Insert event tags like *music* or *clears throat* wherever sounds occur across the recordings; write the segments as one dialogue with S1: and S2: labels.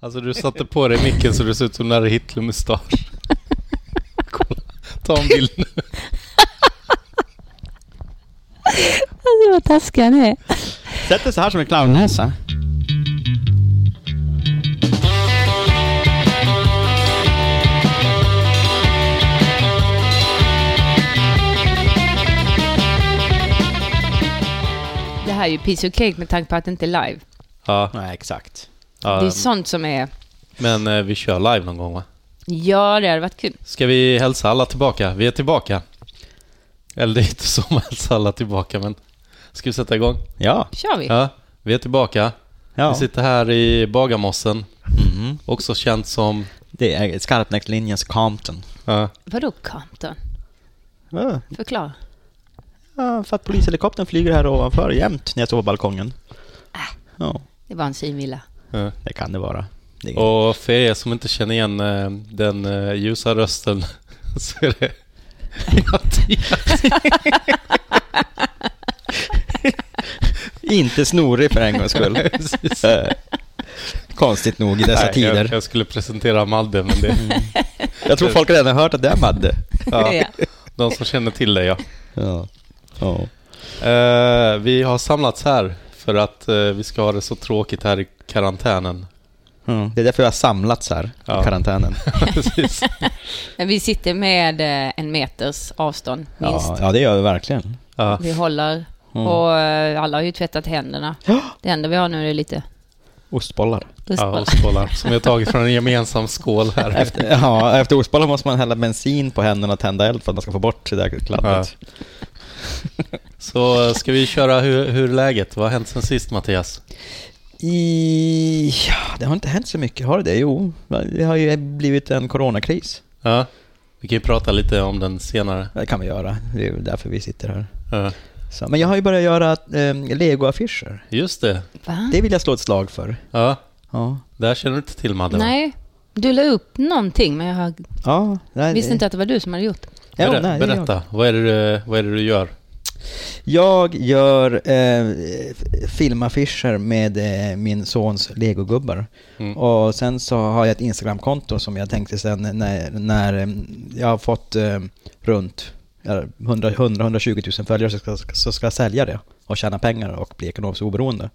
S1: Alltså du satte på dig micken så du ser ut som när Hitler-mustasch. Kolla,
S2: *laughs*
S1: ta en bild nu.
S2: Alltså vad taskiga ni är.
S3: Sätt dig så här som en clownnäsa.
S2: Det här är ju piece of cake med tanke på att det inte är live.
S1: Ja,
S3: Nej, exakt.
S2: Det är
S1: ja.
S2: sånt som är...
S1: Men eh, vi kör live någon gång va?
S2: Ja, det hade varit kul.
S1: Ska vi hälsa alla tillbaka? Vi är tillbaka. Eller det är inte som att hälsa alla tillbaka men... Ska vi sätta igång?
S3: Ja.
S2: kör vi.
S1: Ja, vi är tillbaka.
S3: ja.
S1: Vi sitter här i Bagarmossen,
S3: Mhm.
S1: också känt som...
S3: Det är Skarpnäckslinjens Compton.
S1: Ja,
S2: Vadå Compton?
S3: Ja.
S2: Förklara.
S3: Ja, för att polishelikoptern flyger här ovanför jämt när jag står på balkongen. Ja,
S2: Det var en synvilla.
S1: ja.
S3: det kan det vara. Det är...
S1: Och för er som inte känner igen eh, den eh, ljusa rösten *laughs* så är det... Mattias.
S3: *laughs* Inte snorig för en gångs *laughs* skull.
S1: *laughs*
S3: Eh, Konstigt nog i dessa
S1: Nej, Jag,
S3: tider. Mm.
S1: jag skulle presentera Madde, men det...
S3: Jag tror folk redan har hört att det är Madde.
S1: Ja, de som känner till dig, ja.
S3: Ja. Ja.
S1: Eh, vi har samlats här för att eh, vi ska ha det så tråkigt här i karantänen.
S3: Mm. Det är därför vi har samlats här
S1: Ja.
S3: i *laughs* karantänen.
S1: Precis.
S2: *laughs* Men vi sitter med eh, en meters avstånd, minst.
S3: Ja, ja, det gör vi verkligen.
S1: Ja.
S2: Vi håller.
S3: Mm.
S2: Och eh, alla har ju tvättat händerna. Det enda vi har nu är lite...
S3: Ostbollar.
S1: Ja,
S2: Ja,
S1: ostbollar som vi har tagit från en gemensam skål här.
S3: Efter, ja, efter ostbollar måste man hälla bensin på händerna och tända eld för att man ska få bort det där kladdet.
S1: Så eh, ska vi köra hur, hur är läget? Vad har hänt sen sist Mattias?
S3: I, ja, det har inte hänt så mycket, har det det? Jo, det har ju blivit en coronakris.
S1: Ja. Vi kan ju prata lite om den senare.
S3: Det kan vi göra, det är ju därför vi sitter här.
S1: Ja.
S3: Så, men jag har ju börjat göra eh, Lego-affischer.
S1: Just det.
S2: Va?
S3: Det vill jag slå ett slag för.
S1: Ja.
S3: Ja,
S1: Där känner du inte till Madde? va?
S2: Nej. Du la upp någonting, men jag har-
S3: ja nej,
S2: visste
S3: det-
S2: inte att det var du som hade gjort.
S3: Ja,
S1: Berä-
S3: nej, det är jag.
S1: berätta, vad är, det, du- vad är det du gör?
S3: Jag gör eh, f- filmaffischer med eh, min sons legogubbar.
S1: Mm.
S3: Och sen så har jag ett Instagramkonto som jag tänkte sen när, när eh, jag har fått eh, runt 100-120 000 följare så ska, så ska jag sälja det och tjäna pengar och bli ekonomiskt oberoende.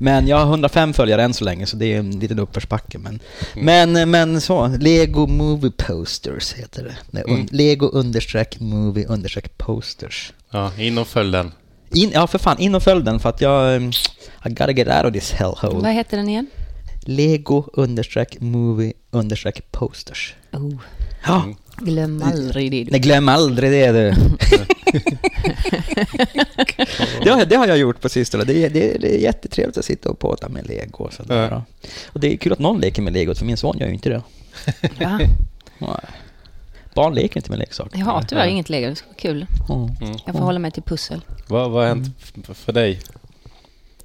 S3: Men jag har 105 följare än så länge så det är en liten uppförsbacke. Men,
S1: Mm.
S3: men, eh, men så, Lego Movie Posters heter det. Nej, un,
S1: Mm.
S3: Lego understreck movie understreck posters.
S1: Ja, in och följ den.
S3: In, ja, för fan, in och följ den för att jag... mm, I gotta get out of this
S2: Vad
S3: hellhole.
S2: heter den igen?
S3: Lego understreck movie understreck posters.
S2: Oh,
S3: Ja,
S2: glöm aldrig det.
S3: nej,
S2: Du.
S3: glöm aldrig det du.
S2: *laughs*
S3: det, har, det har jag gjort på sistone. Det, är- det, är- det är jättetrevligt att sitta och påta med lego och sådär.
S1: Ja.
S3: Och det är kul att någon leker med lego, för min son gör ju inte det.
S2: Va?
S3: Nej. Barn leker inte med leksaker.
S2: Jag har tyvärr inget läge, det skulle vara kul.
S3: Mm.
S2: Jag får hålla mig till pussel.
S1: Vad, vad har hänt f- för dig?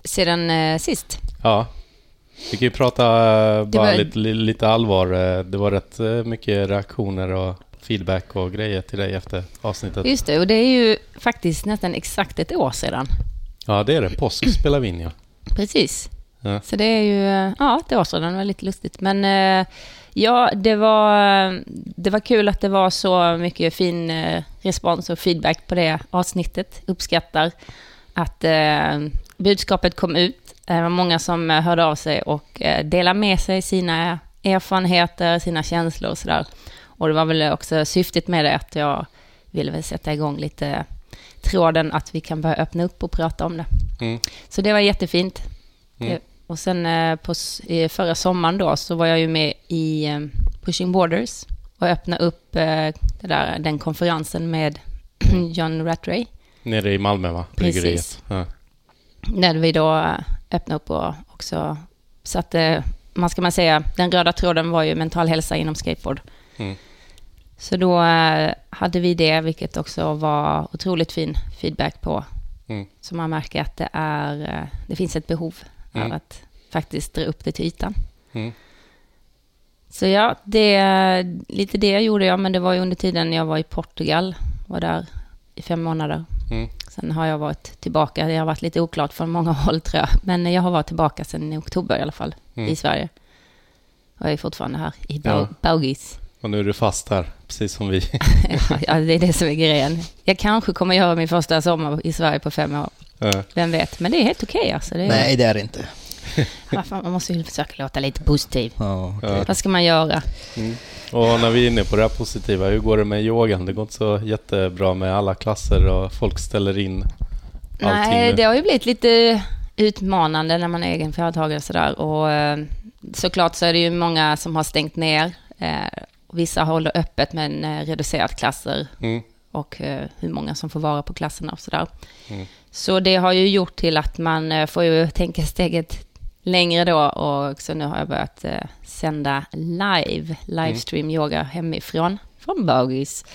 S2: Sedan eh, sist.
S1: Ja. Vi kan ju prata eh, bara
S2: var-
S1: lite, li- lite allvar. eh, Det var rätt eh, mycket reaktioner och feedback och grejer till dig efter avsnittet.
S2: Just det, och det är ju faktiskt nästan exakt ett år sedan.
S1: Ja, det är det. Påsk spelar vi in ja.
S2: Precis.
S1: Ja.
S2: Så det är ju, eh, ja, ett år sedan, det var lite lustigt. Men eh, ja, det var, eh, det var kul att det var så mycket fin eh, respons och feedback på det avsnittet. Uppskattar att eh, budskapet kom ut. Det var många som eh, hörde av sig och eh, delade med sig sina erfarenheter, sina känslor och sådär. Och det var väl också syftet med det att jag ville väl sätta igång lite tråden att vi kan börja öppna upp och prata om det.
S1: Mm.
S2: Så det var jättefint.
S1: Mm.
S2: Det- Och sen eh, på, s- eh, förra sommaren då så var jag ju med i eh, Pushing Borders och öppnade upp eh, det där, den konferensen med *clears throat* John Rattray.
S1: Nere i Malmö va?
S2: Precis.
S1: Bryggeriet. Ja.
S2: När vi då eh, öppnade upp och också satte, man ska man säga, den röda tråden var ju mental hälsa inom skateboard.
S1: Mm.
S2: Så då eh, hade vi det, vilket också var otroligt fin feedback på.
S1: Mm.
S2: Så man märker att det, är, eh, det finns ett behov
S1: Mm.
S2: av att faktiskt dra upp det till ytan.
S1: Mm.
S2: Så ja, det, lite det gjorde jag, men det var ju under tiden jag var i Portugal. Var där i fem månader.
S1: Mm.
S2: Sen har jag varit tillbaka. *laughs* Det har varit lite oklart från många håll tror jag. Men jag har varit tillbaka sen i oktober i alla fall,
S1: Mm.
S2: i Sverige. Jag är fortfarande här i
S1: Ja.
S2: Bau- Baugis.
S1: Och nu är du fast här, precis som
S2: *laughs*
S1: vi.
S2: ja, det är det som är grejen. Jag kanske kommer göra min första sommar i Sverige på fem år.
S1: Eh,
S2: Vem vet? Men det är helt okej alltså. Det är,
S3: Nej, det är det inte.
S2: Vad fan, man måste ju försöka låta lite positiv.
S3: Ja, okej.
S1: Ja.
S2: Vad ska man göra?
S1: Mm. Och när vi är inne på det här positiva, hur går det med yogan? Det går inte så jättebra med alla klasser och folk ställer in allting
S2: Nej,
S1: nu.
S2: det har ju blivit lite utmanande när man är egen företagare och sådär. Och eh, såklart så är det ju många som har stängt ner. Eh, Vissa håller öppet men eh, reducerat klasser
S1: Mm.
S2: och eh, hur många som får vara på klasserna och sådär.
S1: Mm.
S2: Så det har ju gjort till att man eh, får ju tänka steget längre då och så nu har jag börjat eh, sända live, livestream yoga hemifrån, från
S1: *laughs*
S2: Bagis.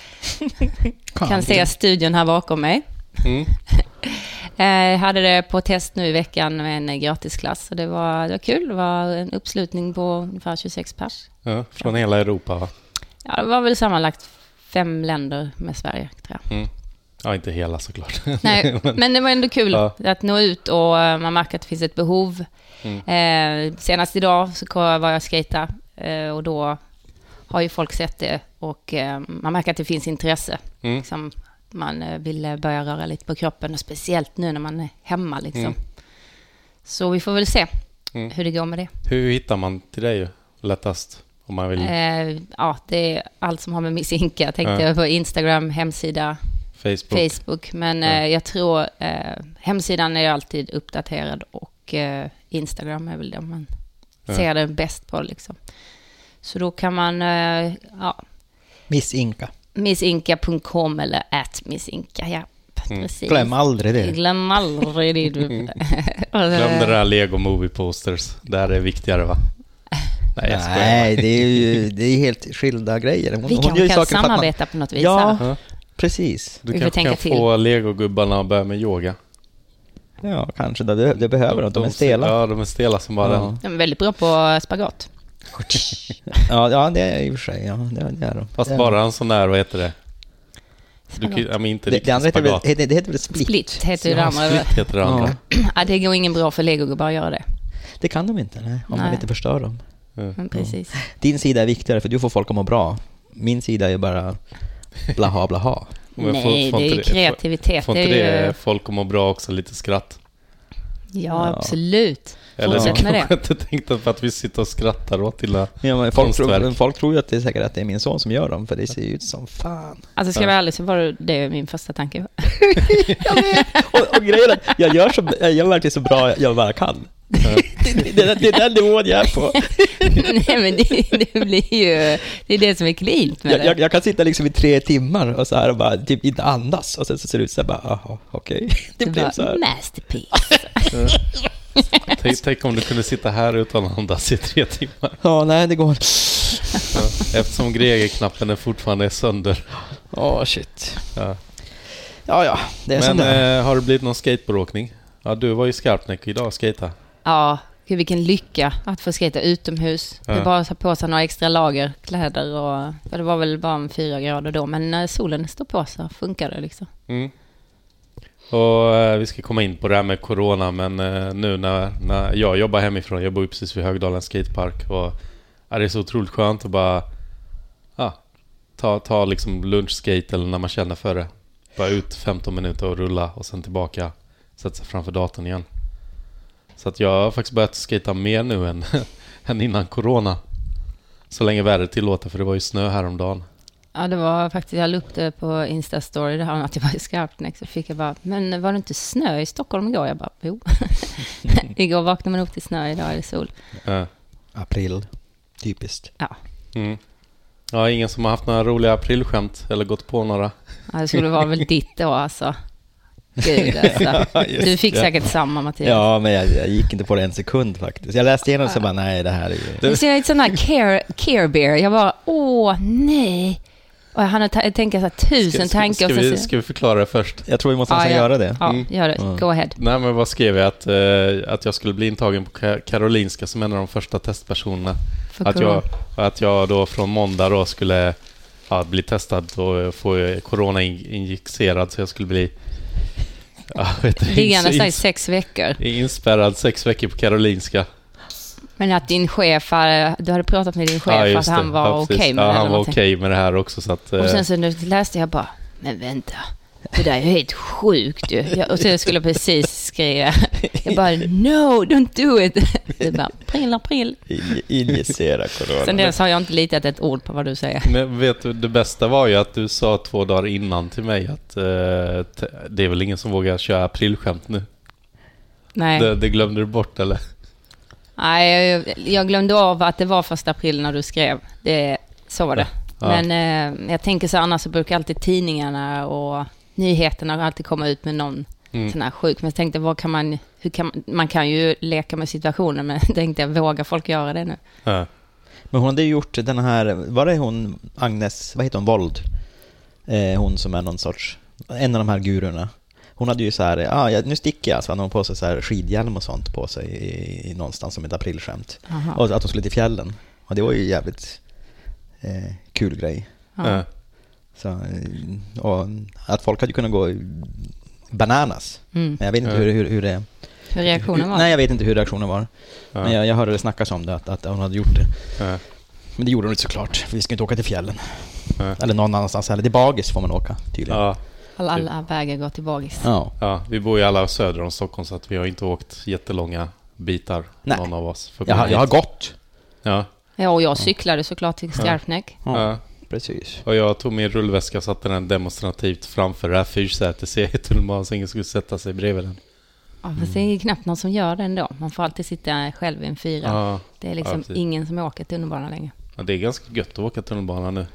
S2: Kan se studion här bakom mig.
S1: Mm.
S2: Eh, hade det på test nu i veckan med en eh, gratisklass och det var, det var kul. Det var en uppslutning på ungefär 26 pers.
S1: Ja, från hela Europa va?
S2: Ja, det var väl sammanlagt fem länder med Sverige tror jag.
S1: Mm. Ja, inte hela såklart. *laughs*
S2: Nej, men det var ändå kul
S1: Ja.
S2: att nå ut och eh, man märker att det finns ett behov.
S1: Mm.
S2: Eh, senast idag så kom- var jag och skejta eh, och då har ju folk sett det och eh, man märker att det finns intresse.
S1: Mm.
S2: Liksom, man eh, vill eh, börja röra lite på kroppen och speciellt nu när man är hemma. Liksom.
S1: Mm.
S2: Så vi får väl se
S1: Mm.
S2: hur det går med det.
S1: Hur hittar man till dig lättast? Om man vill
S2: Eh, ja, det är allt som har med *laughs* Miss Inka tänkte
S1: Ja.
S2: jag på Instagram, hemsida,
S1: Facebook?
S2: Facebook. Men eh, jag tror eh, hemsidan är alltid uppdaterad och eh, Instagram är väl det man
S1: Ja.
S2: ser det bäst på liksom. Så då kan man, eh, ja,
S3: Miss Inka.
S2: missinka.com eller at missinka, ja.
S1: Mm.
S2: Precis.
S3: Glöm aldrig det.
S2: Glöm aldrig det. du. *laughs* Och, eh,
S1: Glöm det där Lego Movie Posters. Det här är viktigare
S2: *laughs*
S1: va? Nej, jag skojar.
S3: Nej, det är
S1: *laughs*
S3: ju det är helt skilda grejer. Hon,
S2: Vi
S3: hon gör
S2: kanske
S3: ju
S2: kan
S3: saker för att man-
S2: samarbeta på något vis.
S3: Ja,
S2: här.
S1: Ja.
S3: precis.
S1: Du
S2: Vi får
S1: kanske
S2: tänka
S1: kan få legogubbarna att börja med yoga.
S3: Ja, kanske. Det, det behöver de. De är stela.
S1: Ja, de är stela som bara den.
S3: Ja,
S2: De är eh, väldigt bra på spagat.
S3: ja, ja det är i och för sig. Ja, det, det är de.
S1: Fast
S3: Det är-
S1: bara en sån där, vad heter det? Du kan,
S2: Spagat.
S1: ja, men inte
S3: Det, det
S1: riktigt
S3: andra typ heter väl,
S1: spagat.
S3: heter, det heter väl split?
S2: Split heter ju det
S1: Ja,
S2: andra.
S1: split heter det andra.
S2: *clears throat* Ja, det går ingen bra för legogubbar att göra det.
S3: Det kan de inte, nej. Om man
S2: Nej.
S3: inte förstör dem.
S2: Men precis.
S3: Din sida är viktigare för du får folk att må bra. Min sida är bara blaha blaha.
S1: *laughs* Men får-
S2: Nej,
S1: får
S2: det är
S1: inte
S2: ju
S1: det- får-
S2: kreativitet.
S1: Får
S2: det
S1: inte
S2: är
S1: det
S2: ju...
S1: folk att må bra också, lite skratt?
S2: Ja, absolut.
S1: Eller
S2: Fortsätt
S1: du
S2: med det.
S1: kanske inte tänkte för att vi sitter och skrattar åt dina...
S3: Ja, men folk, tror,
S1: Konstverk.
S3: folk tror ju att det är säkert att det är min son som gör dem, för det ser ju ut som fan.
S2: Alltså ska jag vara ärlig så var det min första tanke. *laughs*
S3: Och, och grejen är att jag gör, så, jag gör verkligen så bra jag bara kan. Det, det, det är den nivån jag är på.
S2: Nej men det, det blir ju, det är det som är klint med
S3: Jag, jag,
S2: det.
S3: jag kan sitta liksom i tre timmar och så här och bara typ inte andas och sen så ser det ut så här bara, jaha, okej. Det
S2: Det
S3: blev så
S2: var
S3: här.
S2: masterpiece.
S3: *laughs*
S1: Tänk, tänk om du kunde sitta här utan att andas i tre timmar.
S3: Ja, nej, det går.
S1: Ja. Eftersom gregerknappen är fortfarande är sönder.
S3: Åh, shit.
S1: Ja.
S3: Ja, ja, det är som
S1: Men
S3: det är.
S1: eh, har det blivit någon skateboardåkning? Ja, du var ju i Skarpnäck idag och skejta.
S2: Ja, gud vilken lycka att få skejta utomhus. Det
S1: Ja.
S2: är bara att ta på sig några extra lager kläder och ja, det var väl bara en fyra grader då. Men när solen står på så funkar det liksom.
S1: Mm. Och eh, vi ska komma in på det här med corona, men eh, nu när, när jag jobbar hemifrån, jag bor ju precis vid Högdalen skatepark och ja, det är så otroligt skönt att bara ja, ta, ta liksom lunchskate eller när man känner för det. Bara ut 15 minuter och rulla och sen tillbaka, sätta sig framför datorn igen. Så att jag har faktiskt börjat skata mer nu än, *laughs* än innan corona. Så länge vädret tillåter, för det var ju snö häromdagen.
S2: Ja, det var faktiskt, jag la upp det på Insta-story, det här med att jag var i Skarpnäck, så fick jag bara, men var det inte snö i Stockholm igår? Jag bara, jo. *laughs* igår vaknade man upp till snö, idag är det sol.
S1: Eh,
S3: April. Typiskt.
S2: Ja,
S1: Mm. Ja, ingen som har haft några roliga aprilskämt eller gått på några.
S2: ja, det skulle vara
S1: *laughs*
S2: väl ditt då alltså. Gud alltså. Du fick säkert samma Mattias.
S3: Ja, men jag, jag gick inte på det en sekund faktiskt. Jag läste igenom och så bara, nej, det här är ju...
S2: Men så jag är ett sån här care, care bear, jag bara, åh nej. Och jag hann ta- tänka så här tusen tankar.
S1: ska,
S2: och
S1: ska,
S2: sen
S1: vi,
S2: så-
S1: ska vi förklara det först? Mm.
S3: Jag tror vi måste nästan
S2: ja.
S3: göra det.
S2: Ja, gör det. Go ahead.
S1: Nej, men vad skrev jag? Att, eh, att jag skulle bli intagen på Ka- Karolinska som en av de första testpersonerna.
S2: För
S1: Att
S2: corona.
S1: jag, att jag då från måndag då skulle ja, bli testad och få eh, corona in- injicerad så jag skulle bli ja, vet du, ins-
S2: Liggande så här i
S1: ins-
S2: sex veckor.
S1: inspärrad sex veckor på Karolinska.
S2: Men att din chef, hade- du hade pratat med din chef
S1: Ja,
S2: att
S1: just
S2: han
S1: det.
S2: var
S1: Ja,
S2: okej
S1: precis.
S2: med
S1: ja,
S2: det.
S1: han
S2: eller
S1: var
S2: någonting.
S1: okej med det här också. Så att, eh,
S2: Och sen så nu läste jag bara, men vänta, det där är ju helt sjukt ju. Jag, och sen skulle jag precis skriva, jag bara, no, don't do it. Det bara, prill, prill.
S1: eh,
S4: In-
S2: *laughs*
S4: Injicera corona.
S2: Sen dess har jag inte litat ett ord på vad du säger.
S1: Men vet du, det bästa var ju att du sa två dagar innan till mig att eh, t- det är väl ingen som vågar köra aprilskämt nu.
S2: Nej,
S1: Det, det glömde du bort eller?
S2: Nej jag, jag glömde av att det var första april när du skrev. Det, så var det.
S1: Ja.
S2: Men eh, jag tänker så här, annars så brukar alltid tidningarna och nyheterna alltid komma ut med någon
S1: Mm.
S2: sån här sjuk. Men jag tänkte, vad kan man, hur kan man, man kan ju leka med situationen, men *laughs* jag tänkte, vågar folk göra det nu?
S1: Ja.
S3: Men hon hade ju gjort den här, var det hon, Agnes, vad heter hon, Vold? Eh, hon som är någon sorts, en av de här gurorna. Hon hade ju så här, ah, jag, nu sticker jag, så hade hon på sig så här skidhjälm och sånt på sig i, i någonstans som ett aprilskämt.
S2: Aha.
S3: Och att hon skulle till fjällen. Och det var ju jävligt eh, kul grej.
S2: Ja.
S1: Ja.
S3: Så, eh, och att folk hade kunnat gå bananas.
S2: Mm.
S3: Men jag vet inte hur, hur, hur det...
S2: Hur reaktionen var?
S3: Nej, jag vet inte hur reaktionen var. Men
S1: Ja.
S3: jag, jag hörde det snackas om det, att, att hon hade gjort det.
S1: Ja.
S3: Men det gjorde de inte såklart, för vi ska inte åka till fjällen.
S1: Nej.
S3: Eller någon annanstans heller. Till bagis får man åka tydligen. Ja.
S2: *laughs*
S1: Ja.
S2: Alla, alla vägar går till bagis.
S1: ja, vi bor ju alla söder om Stockholm så att vi har inte åkt jättelånga bitar,
S3: Nej.
S1: någon av oss. För att
S3: Jag, har-
S1: komma
S3: jag har
S1: hit.
S3: gått.
S1: Ja.
S2: Ja, och jag cyklade såklart till Skarpnäck.
S1: Ja.
S3: precis.
S1: Och jag tog min rullväska och satte den demonstrativt framför det här fyrsätessegeltunnelbanan så ingen skulle sätta sig bredvid den.
S2: Ja, fast det är ju knappt någon som gör det ändå. Man får alltid sitta själv i en fyra.
S1: Ja.
S2: Det är liksom
S1: Ja, precis.
S2: ingen som åker tunnelbana längre.
S1: Ja, det är ganska gött att åka tunnelbana nu.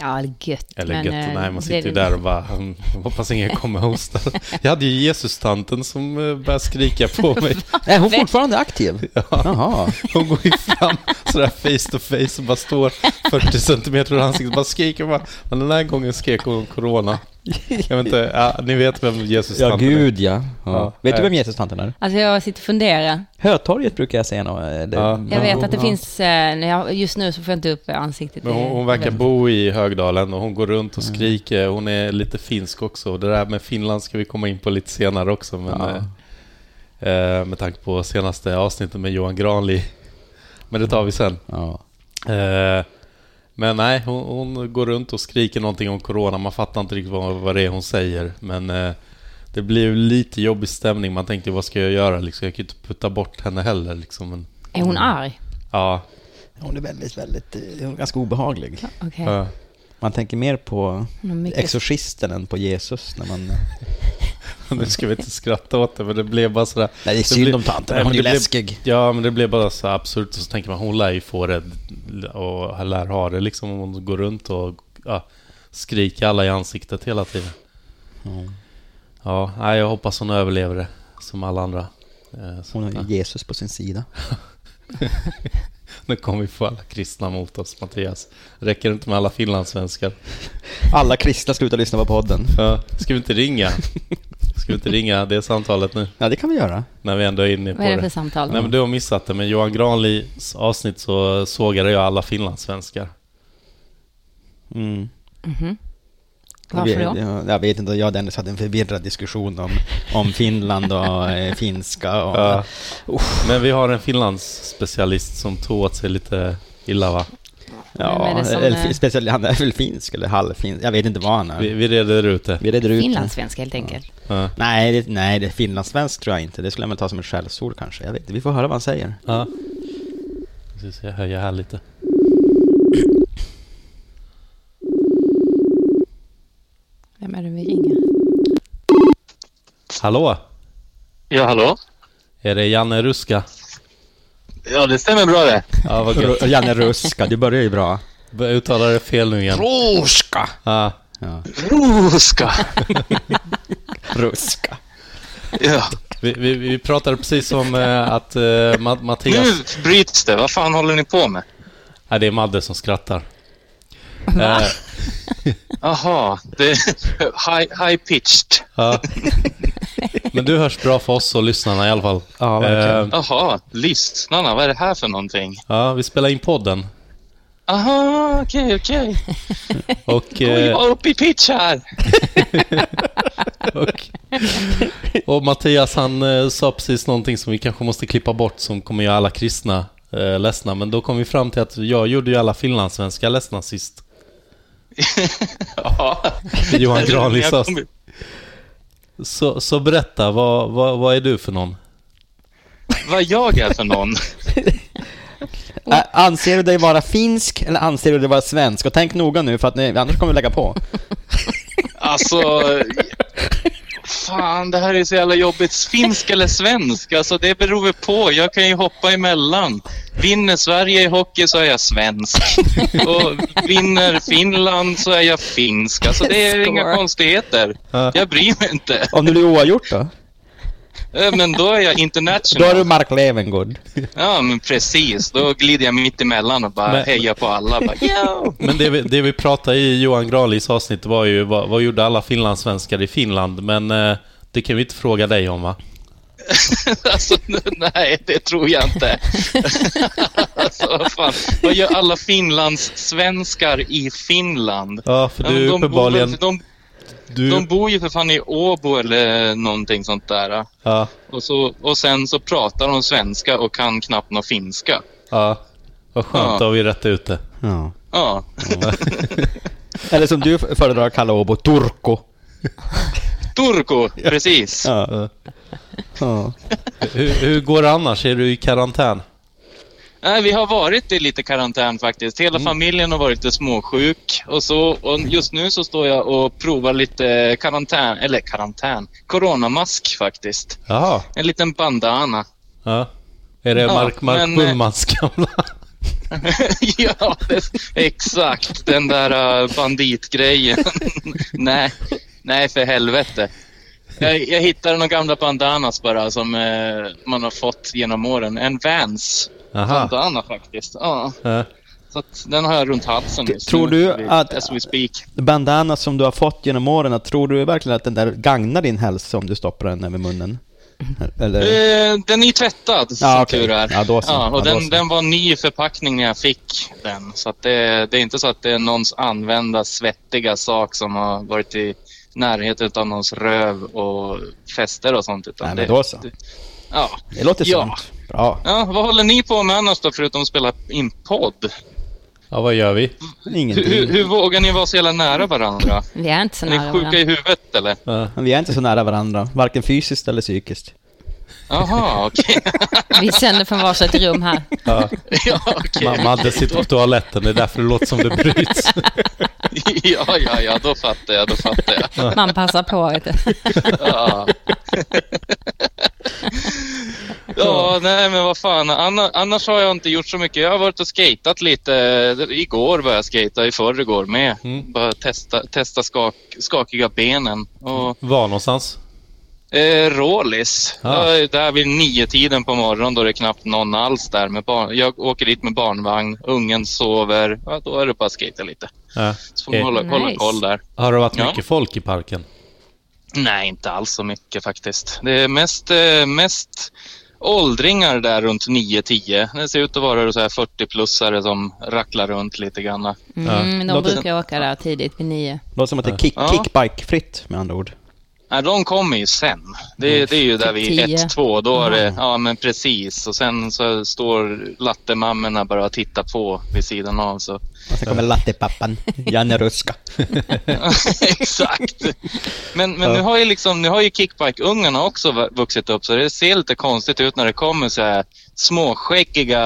S2: Ja, eller gött.
S1: Eller
S2: men,
S1: gött,
S2: eh,
S1: nej man
S2: det-
S1: sitter ju där och bara "Hmm, hoppas ingen kommer och
S2: *laughs*
S1: hostar. Jag hade ju Jesus-tanten som eh, började
S2: *laughs*
S1: skrika på mig.
S3: Är hon fortfarande
S1: *laughs*
S3: aktiv? Jaha.
S1: Hon går ju fram sådär face to face och bara står 40 centimeter från ansiktet och bara skriker. Bara. Men den här gången skrek hon corona. Jag vet inte, ja, ni vet vem Jesus-tanten
S3: Ja, gud ja.
S1: Ja.
S3: Vet du vem Jesus-tanten är?
S2: Alltså jag sitter och funderar.
S3: Hötorget brukar jag säga eh, något. eller-
S1: Ja.
S2: Jag
S1: Ja.
S2: vet att det
S3: Ja.
S2: finns, eh, när jag- just nu så får jag inte upp ansiktet.
S1: är. Men hon, hon verkar bo i Högdalen och hon går
S3: Mm.
S1: runt och skriker. Hon är lite finsk också. Det där med Finland ska vi komma in på lite senare också. Men,
S3: Ja.
S1: eh, eh, med tanke på senaste avsnittet med Johan Granli. Men det tar vi sen.
S3: Ja.
S1: Eh, Men nej, hon, hon går runt och skriker någonting om corona. Man fattar inte riktigt vad, vad det är hon säger. Men eh, det blir ju lite jobbig stämning. Man tänkte, vad ska jag göra? Liksom, jag kan ju inte putta bort henne heller. Liksom. Men,
S2: Är hon arg?
S1: ja,
S3: Hon är väldigt, väldigt, eh, hon är ganska obehaglig.
S2: Okej.
S1: eh,
S3: Man tänker mer på
S2: Hon har mycket-
S3: Exorcisten än på Jesus när man...
S1: *laughs* nu ska vi inte skratta åt det, men det blev bara sådär.
S3: Nej, det är synd om tanten,
S1: Nej, men
S3: hon är ju
S1: det blev-
S3: läskig.
S1: Ja, men det blev bara så absurt. Och så tänker man, hon lär ju få det och lär ha det liksom. om Hon går runt och ja, skriker alla i ansiktet hela tiden. Ja, nej, jag hoppas hon överlever det, som alla andra. Eh, så-
S3: Hon har
S1: ja.
S3: ju Jesus på sin sida.
S1: *laughs* Nu kommer vi få alla kristna mot oss, Mattias. Räcker det inte med alla finlandssvenskar?
S3: Alla kristna slutar lyssna på podden.
S1: Ja, ska vi inte ringa? Ska vi inte ringa det samtalet nu,
S3: Ja, det kan vi göra.
S1: när vi ändå är inne på
S2: Vad är det för
S1: det?
S2: samtal?
S1: Nej, men du har missat det, men Johan Granlis avsnitt så sågade jag alla finlandssvenskar.
S3: Mm.
S2: Varför då?
S3: Vi- ja, Jag vet inte, jag och Dennis hade en förvirrad diskussion om, om Finland och eh, finska och...
S1: Ja. Men vi har en finlandsspecialist som tog åt sig lite illa, va?
S2: Vem är
S3: Ja,
S2: det som,
S3: eller,
S2: eh,
S3: speciellt, han är väl finsk eller halvfinsk, jag vet inte vad han är.
S1: Vi,
S3: Vi,
S1: vi reder ut det.
S3: reder ut det.
S2: Finlandssvenska helt enkelt.
S1: Ja.
S3: Nej, det, nej, det är finlandssvensk tror jag inte. Det skulle jag väl ta som ett skällsord kanske. Jag vet inte, vi får höra vad han säger.
S1: Ja. Precis, jag höjer här lite.
S2: Vem är det vi ringer?
S1: Hallå?
S5: Ja, hallå?
S1: Är det Janne Ruska?
S5: Ja, det stämmer bra det.
S1: Ja, vad gött.
S3: Ru- Janne Ruska, du börjar ju bra.
S1: Jag uttalar det fel nu igen.
S3: Ruska!
S1: Ja.
S3: Ja,
S1: *laughs*
S5: Ruska!
S3: ruska.
S5: Ja.
S1: Vi, vi, vi pratade precis om eh, att eh, Ma-
S5: Nu
S1: Mattias...
S5: bryts det. Vad fan håller ni på med?
S1: Nej, det är Madde som skrattar.
S2: Va?
S1: Eh,
S5: Jaha, det är high, high pitched.
S1: ja. *laughs* Men du hörs bra för oss och lyssnarna i alla fall.
S3: Ja, verkligen.
S1: Eh,
S5: Jaha, lyssnarna, vad är det här för någonting?
S1: ja, vi spelar in podden.
S5: Aha,
S2: *laughs*
S5: okej, okej.
S1: Och,
S5: Oj,
S1: eh,
S5: vad upp i pitch här.
S1: *laughs* och, och Mattias han eh, sa precis någonting som vi kanske måste klippa bort som kommer göra alla kristna eh, ledsna. Men då kom vi fram till att jag gjorde ju alla finlandssvenskar ledsna sist.
S5: *laughs* Ja.
S1: Johan Granli
S5: Jag
S1: sa.
S5: kommer-
S1: Så, så berätta, vad, vad, vad är du för någon?
S5: Vad jag är för någon?
S3: Ä- Anser du dig vara finsk eller anser du dig vara svensk? Och tänk noga nu för att ni, annars kommer vi lägga på.
S5: Alltså... Fan, det här är så jävla jobbigt. Finsk eller svensk? Alltså det beror väl på. Jag kan ju hoppa emellan. Vinner Sverige i hockey så är jag svensk. Och vinner Finland så är jag finsk. Alltså det är inga
S2: Score.
S5: konstigheter. Jag bryr mig inte.
S3: Om det blir oavgjort då?
S5: Eh, Men då är jag
S3: Då är du
S5: international.
S3: Mark Levengood.
S5: Ja, men precis. Då glider jag mitt emellan och bara
S1: Men-
S5: hejar på alla. Bara, "Yo!"
S1: Men det vi, det vi pratade i Johan Granlis avsnitt var ju vad, vad gjorde alla finlandssvenskar i Finland? Men eh, det kan vi inte fråga dig om va?
S5: alltså, *laughs* nej, det tror jag inte. alltså, vad fan. Vad gör alla finlandssvenskar i Finland?
S1: Ja, för
S5: Ja, men
S1: du är
S5: de, bor, väl-
S1: uppenbarligen...
S5: de, de
S1: Du,
S5: bor ju för fan i Åbo eller någonting sånt där.
S1: ja,
S5: Och, så, och sen så pratar de svenska och kan knappt någon finska.
S1: ja. Vad skönt,
S5: Ja.
S1: då har vi rätt ut det.
S3: Ja.
S5: Ja,
S3: *laughs* Eller som du föredrar att kalla Åbo, Turko.
S5: Turku, precis.
S3: Ja. Ja.
S1: Hur, hur går det annars? Är du i karantän?
S5: Nej, vi har varit i lite karantän faktiskt.
S1: Mm.
S5: Hela familjen har varit lite småsjuk och så. Och just nu så står jag och provar lite karantän, eller karantän, coronamask faktiskt.
S1: Jaha.
S5: En liten bandana.
S1: Ja. Är det
S5: Ja,
S1: Mark, Mark
S5: men, eh,
S1: Bullmans gamla?
S5: ja, det, exakt. Den där uh, banditgrejen. *laughs* nej, nej för helvete. Jag, jag hittade några gamla bandanas bara som eh, man har fått genom åren. En Vans
S1: Aha.
S5: bandana faktiskt. Ja,
S1: Ja.
S5: så att den har jag runt halsen
S3: T-
S5: just
S3: tror
S5: nu,
S3: du
S5: vid-
S3: att-
S5: As we speak.
S3: Bandana som du har fått genom åren, tror du verkligen att den där gagnar din hälsa om du stoppar den över munnen? Eller?
S5: Eh, den är ju tvättad, som
S3: okej.
S5: tur är.
S3: Ja, då så.
S5: och
S3: Ja, då
S5: den,
S3: så.
S5: den var ny förpackning när jag fick den. Så att det, det är inte så att det är någons använda svettiga sak som har varit i närheten av någons röv och fester och sånt. Utan
S3: Nej,
S5: det,
S3: men då så.
S5: det- ja.
S3: Det låter
S5: Ja.
S3: sunt. Bra.
S5: ja, vad håller ni på med annars då, förutom att spela in podd?
S1: ja, vad gör vi?
S5: Hur,
S3: Ingenting.
S5: hur, hur vågar ni vara så jävla nära varandra?
S2: Vi är inte så
S5: Är ni
S2: nära varandra.
S5: sjuka i huvudet eller?
S1: Ja.
S3: Men Vi är inte så nära varandra, varken fysiskt eller psykiskt.
S5: Jaha, okej.
S2: *laughs* Vi sänder från varsitt rum här.
S1: *laughs* Ja.
S5: *laughs* ja, okej.
S1: Ma- Madde
S5: *laughs*
S1: sitter på toaletten, det är därför det låter som det bryts.
S5: ja, ja, ja, då fattar jag. Då fattar jag.
S2: Man passar på. Vet du.
S5: Ja. ja, nej men vad fan. Anna, annars har jag inte gjort så mycket. Jag har varit och skatat lite. Igår var jag skata i förrgår med.
S1: Mm.
S5: Bara testa, testa skak, skakiga benen. Och,
S1: Var någonstans?
S5: eh, Rålis.
S1: Ah.
S5: Jag är där vid nio tiden på morgonen då det är knappt någon alls där. Med barn, jag åker dit med barnvagn. Ungen sover. Ja, då är det bara att skata lite.
S1: Ja.
S5: Så får man
S1: Eh,
S5: hålla, hålla
S2: Nice.
S5: koll där.
S1: Har det varit
S5: Ja.
S1: mycket folk
S4: *laughs*
S1: i parken?
S5: Nej, inte alls så mycket faktiskt. Det är mest, eh, mest åldringar där runt 9-10. Det ser ut att vara så här 40-plussare som racklar runt lite grann.
S1: Ja.
S2: Mm, de
S3: Låter-
S2: brukar åka där tidigt vid nio.
S3: Låter som att det är kick,
S5: Ja.
S3: kickbike-fritt med andra ord.
S5: Nej, de kommer ju sen. Det, det är ju där vid
S2: 10.
S5: 1-2. Då är
S2: Mm.
S5: det, ja men precis. Och sen så står lattemammorna bara och tittar på vid sidan av. Så.
S3: Och sen kommer lattepappan, Janne Ruska.
S5: Exakt. Men, men nu har ju, liksom, nu har ju kickbike-ungarna också va- vuxit upp så det ser lite konstigt ut när det kommer så här småskäggiga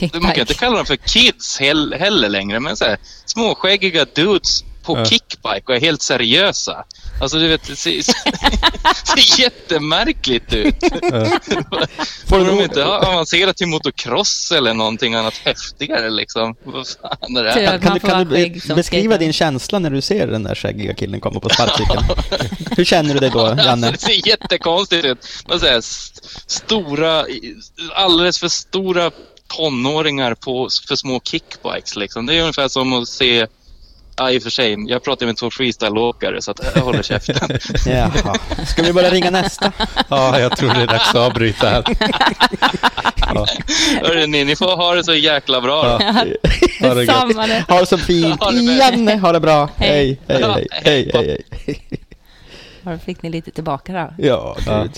S5: Man kan inte
S2: Kickbike.
S5: kalla dem för kids hell- heller längre, men så här, småskäggiga dudes på
S1: Ja.
S5: kickbike och är helt seriösa. Alltså du vet, det ser, *laughs* ser jättemärkligt ut.
S3: Får
S5: Får
S3: du
S5: de
S3: ro-
S5: inte ha avancerat till motocross eller någonting annat häftigare liksom? Vad fan är det här?
S2: Typ.
S3: Kan, kan, du,
S2: Man får
S3: kan
S2: vara
S3: du
S2: skygg som
S3: beskriva
S2: skater.
S3: din känsla när du ser den där skäggiga killen komma
S2: *laughs*
S3: på sparkcykeln? Hur känner du dig då,
S5: Alltså,
S3: Janne?
S5: det ser jättekonstigt ut. Man säger, st- stora, alldeles för stora tonåringar på, för små kickbikes. Liksom. Det är ungefär som att se Ja, i och för sig. Jag pratar med två freestyleåkare så att jag håller käften.
S3: Jaha. Ska vi börja ringa nästa?
S1: Ja, *laughs* jag tror det är dags att avbryta här. Ja,
S5: *laughs* Hörru, ni, ni får ha det så jäkla bra. då.
S1: ja. Ha det gött.
S2: Detsamma det.
S4: Ha det så fint
S5: Ha det bäst.
S4: igen. Ha det bra.
S2: Hej.
S4: Hej, hej, hej, hej, hej. hej.
S2: Ja, Då fick ni lite tillbaka där.
S4: Ja, gud.